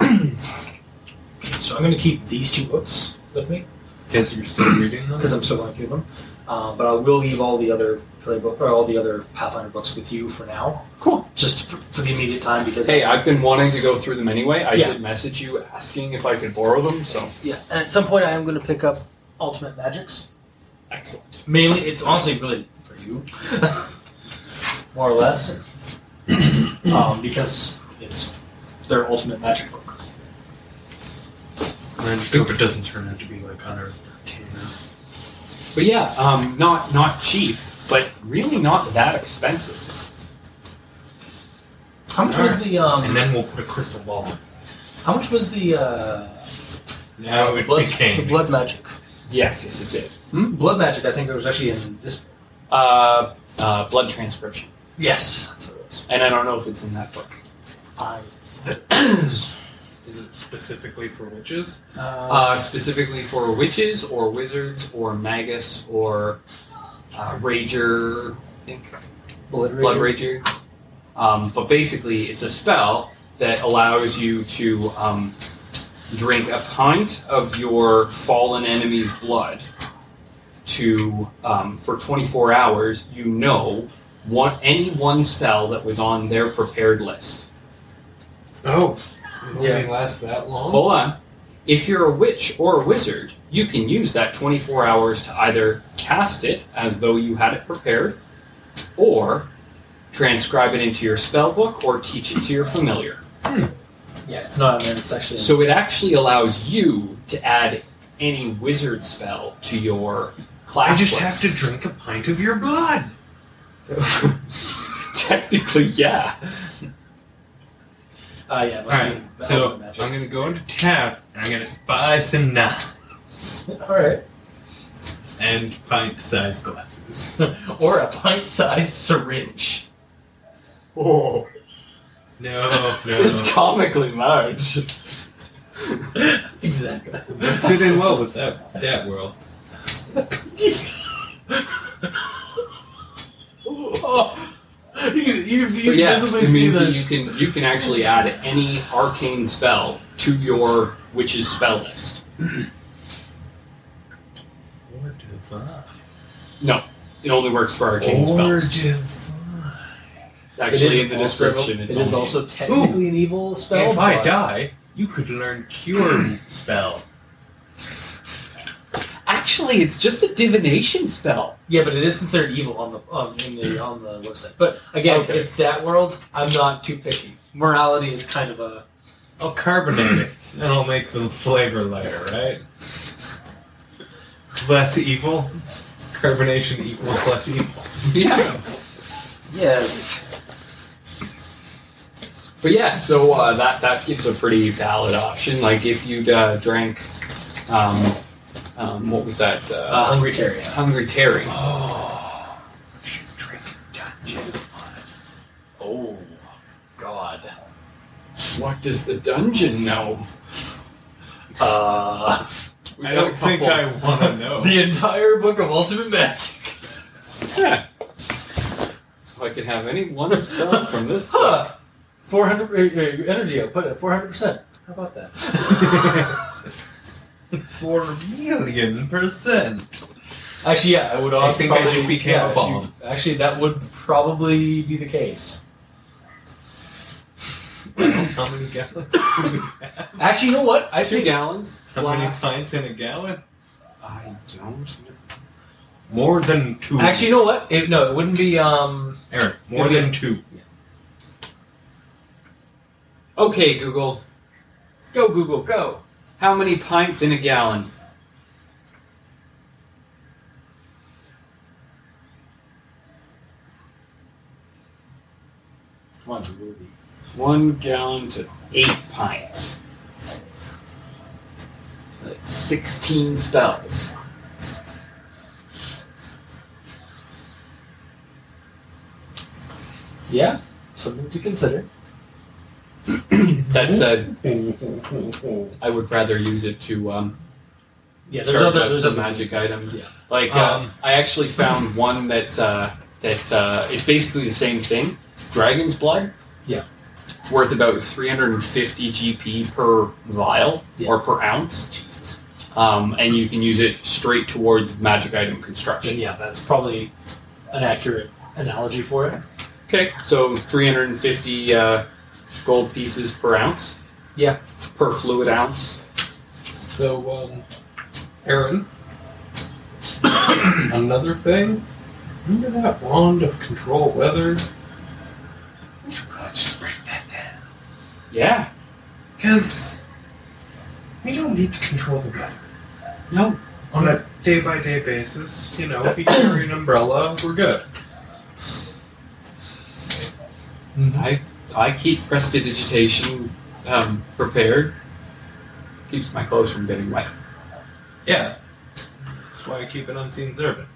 So I'm going to keep these two books with me
Guess you're still reading them?
because I'm still going to keep them. Um, but I will leave all the other playbook or all the other Pathfinder books with you for now,
Cool.
just for, for the immediate time. Because
Hey, I've been wanting to go through them anyway. I
Yeah.
did message you asking if I could borrow them, so
yeah, and at some point I am going to pick up Ultimate Magics.
excellent.
Mainly, it's honestly really for you, more or less, um, because it's their Ultimate Magic book.
I just hope it doesn't turn out to be like Hunter Arcana.
But yeah, um, not not cheap, but really not that expensive.
How much was the um?
And then we'll put a crystal ball in.
How much was the uh,
Now it
blood,
became.
the blood magic?
Yes, yes, it did.
Blood magic. I think it was actually in this.
Uh, uh, blood transcription,
Yes, that's what it was.
and I don't know if it's in that book.
I,
Is it specifically for witches?
uh,
Uh, specifically for witches or wizards or magus or uh, rager, I think
blood rager.
blood rager. Um, but basically, it's a spell that allows you to um, drink a pint of your fallen enemy's blood. To um, for 24 hours, you know one any one spell that was on their prepared list.
Oh, it only
Yeah.
lasts that long?
Hold on. If you're a witch or a wizard, you can use that 24 hours to either cast it as though you had it prepared, or transcribe it into your spell book or teach it to your familiar.
Yeah, it's not in there. It's actually. In,
So it actually allows you to add any wizard spell to your class.
I just have
list.
to drink a pint of your blood!
Technically, yeah.
uh, yeah, it must
Alright,
be
so
Blood
I'm
magic.
going to go into tap and I'm going to buy some knives
All right,
and pint sized glasses.
or a pint-sized syringe.
Oh,
No,
it's
no.
comically large.
Exactly.
They fit in well with that, that world.
Oh. You can, you, you
But yeah,
visibly
it
see
means
the.
that you can you can actually add any arcane spell to your witch's spell list.
Or divine.
No, it only works for arcane spells.
divine.
Actually,
It
in the
is also-
description, it's
it is
only-
also technically an evil spell.
if I
but-
die, you could learn cure spell.
actually it's just a divination spell.
Yeah, but it is considered evil on the on, in the on the website. But again,
Okay.
it's that world. I'm not too picky. Morality is kind of a
I'll carbonate it, and I'll make the flavor lighter, right? Less evil. Carbonation equals less evil.
Yeah,
yes.
but yeah, so uh, that that gives a pretty valid option. Like if you'd uh, drank, um, um, what was that? Uh,
Uh, hungry Terry.
Hungry Terry.
Oh, drink dungeon.
Oh, God. What does the dungeon know?
Uh,
We
I
got a
don't think
couple-
I want to know.
the entire book of Ultimate Magic.
Yeah. So I could have any one spell from this. book.
Huh. Four hundred uh, uh, energy output at four hundred percent. How about that?
Four million percent.
actually, yeah, I would also.
think I
probably-
just became
yeah,
a
if
bomb.
you- Actually, that would probably be the case.
How many gallons do we have?
Actually, you know what? I
Two
think
gallons.
How many
Flask.
pints in a gallon?
I don't know.
More than two.
Actually, you know what? It, no, it wouldn't be. Um,
Aaron, more
It is-
than two.
Okay, Google. Go, Google, go. How many pints in a gallon? Come on, Google. One gallon to eight pints. So that's 16 spells.
yeah, something to consider.
That said, I would rather use it to um,
Yeah, there's
charge
other
up
there's
some
other
magic items.
Yeah.
Like
Um,
uh, I actually found one that uh, that uh, it's basically the same thing. Dragon's blood.
Yeah.
It's worth about 350 GP per vial
Yeah.
or per ounce. Jesus. Um, and you can use it straight towards magic item construction.
Then yeah, that's probably an accurate analogy for it.
Okay, so 350 uh, gold pieces per ounce.
Yeah.
Per fluid ounce.
So, um, Aaron, another thing. Remember that wand of control weather? We should probably just break that down.
Yeah.
Because we don't need to control the weather.
No.
On a day by day basis, you know, if you carry an umbrella, we're good.
I I keep prestidigitation um, prepared. Keeps my clothes from getting wet.
Yeah. That's why I keep an unseen servant.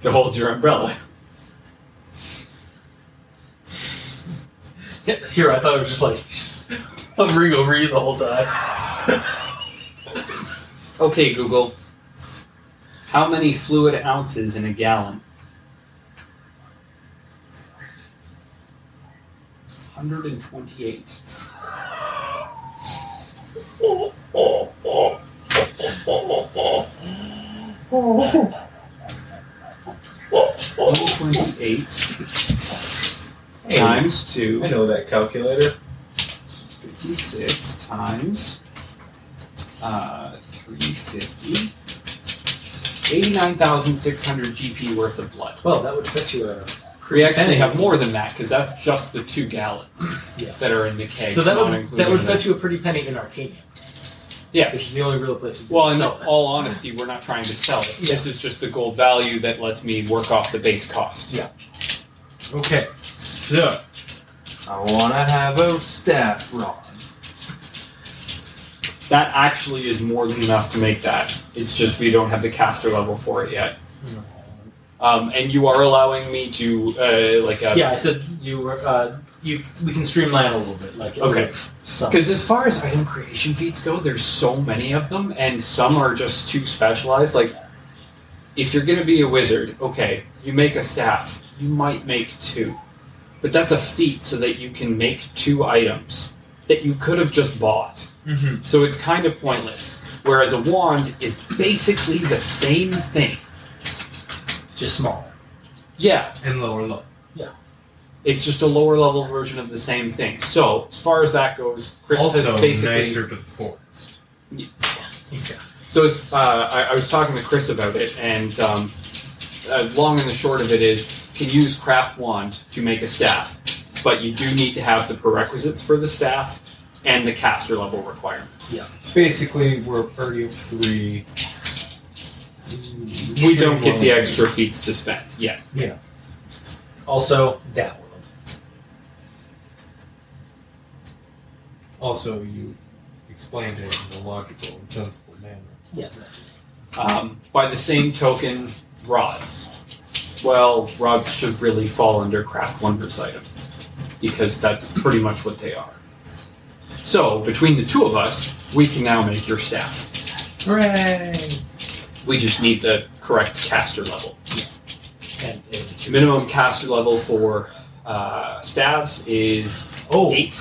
To hold your umbrella.
Yeah, here I thought it was just like just hovering over you the whole time.
Okay, Google. How many fluid ounces in a gallon? 128. One twenty-eight times two.
I know that calculator.
56 times uh, 350. 89,600 GP worth of blood.
Well, that would fetch you a.
We actually
penny.
have more than that because that's just the two gallons
Yeah.
that are in the keg.
So that
not
would that
including
would
the-
fetch you a pretty penny in Arcania, which
Yes.
is the only real place. you can
Well, in
sell it.
all honesty, we're not trying to sell it.
Yeah.
This is just the gold value that lets me work off the base cost.
Yeah.
Okay, so I want to have a staff rod.
That actually is more than enough to make that. It's just we don't have the caster level for it yet. Um, and you are allowing me to uh, like a
yeah, I said you were. Uh, you we can streamline a little bit, like it
Okay.
would Some.
Because as far as item creation feats go, there's so many of them, and some are just too specialized. Like, if you're going to be a wizard, okay, you make a staff, you might make two. But that's a feat so that you can make two items that you could have just bought.
Mm-hmm.
So it's kind of pointless. Whereas a wand is basically the same thing.
just small.
Yeah,
And lower low.
It's just a lower level version of the same thing. So, as far as that goes, Chris
also
has basically.
nicer to the forest.
So, it's, uh, I, I was talking to Chris about it, and um, uh, long and the short of it is can use craft wand to make a staff, but you do need to have the prerequisites for the staff and the caster level requirement.
Basically, we're a party of three. Hmm.
We don't get the extra feats to spend yet.
Also, that world.
Also, you explained it in a logical and sensible manner.
Yeah.
Um, by the same token, rods. Well, rods should really fall under craft wonders item because that's pretty much what they are. So between the two of us, we can now make your staff.
Hooray!
We just need the correct caster level.
And, and
Minimum caster level for uh, staves is
oh,
eight.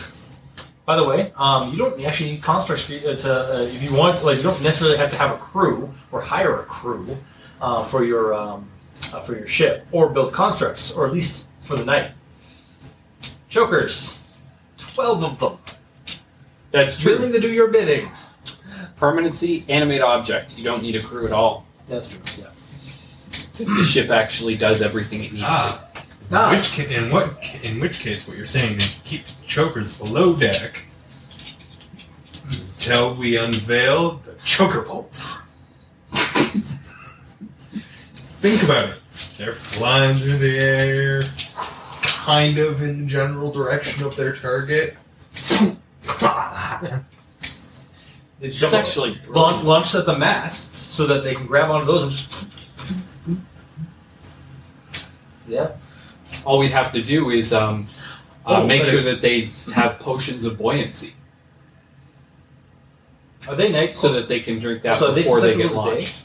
By the way, um, you don't actually need constructs for, uh, to, uh, if you want. Like, you don't necessarily have to have a crew or hire a crew uh, for your um, uh, for your ship or build constructs or at least for the night. Chokers. twelve of them,
That's true.
willing to do your bidding.
Permanency, animate object. You don't need a crew at all.
That's true. Yeah.
The ship actually does everything it needs
Ah,
Ah,
which ca- in what in which case what you're saying is keep the chokers below deck until we unveil the choker bolts. Think about it. They're flying through the air, kind of in the general direction of their target.
they
to.
jump
It's actually
launch,
brilliant.
launched at the masts so that they can grab onto those and just. Yeah.
all we have to do is um, uh,
Oh,
make
but
sure that they have potions of buoyancy
Are they night?
so that they can drink that
So are they
before they get
susceptible to day?
launched.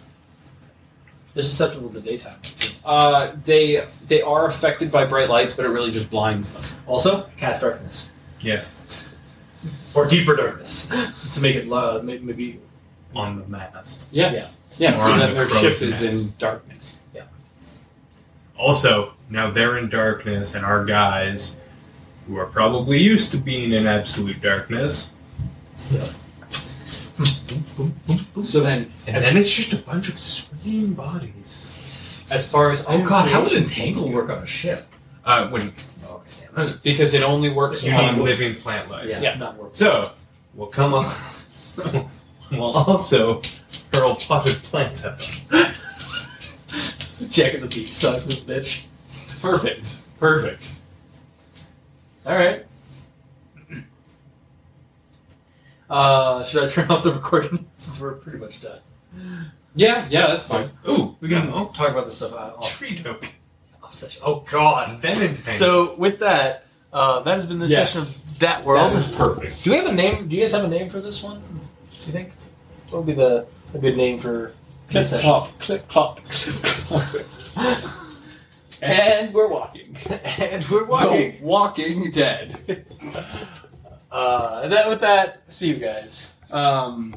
they're susceptible to daytime. too.
Uh, they they are affected by bright lights, but it really just blinds them.
Also, cast darkness.
Yeah.
Or deeper darkness to make it loud. Maybe, maybe
On the mast.
Yeah,
Yeah.
yeah.
Or
so
on
then
the
their
crow's
ship is
nest.
in darkness.
Also, now they're in darkness, and our guys, who are probably used to being in absolute darkness,
So then,
and
as,
then it's just a bunch of swinging bodies.
as far as
Oh god, how would
recreation
entangle
goes,
work on a ship?
Uh, it wouldn't
Oh, okay, damn.
Because it only works
you
on
need living plant life?
Yeah,
Yeah.
not working.
So we'll come up. we'll also hurl potted plants at them.
Jack of the beach talks this bitch.
perfect, perfect.
Alright. Uh, should I turn off the recording since we're pretty much done?
Yeah, yeah, that's fine.
Ooh,
We can
no.
talk about this stuff uh, off,
tree token.
off session. Oh god.
Then entangle.
So with that, uh, that has been this
Yes.
session of that world.
That is perfect.
do we have a name? Do you guys have a name for this one? Do you think what would be the a good name for
Click
this session?
clop, click clop, click clop. and we're walking.
and we're walking.
No, walking dead.
Uh, that with that, see you guys.
Um.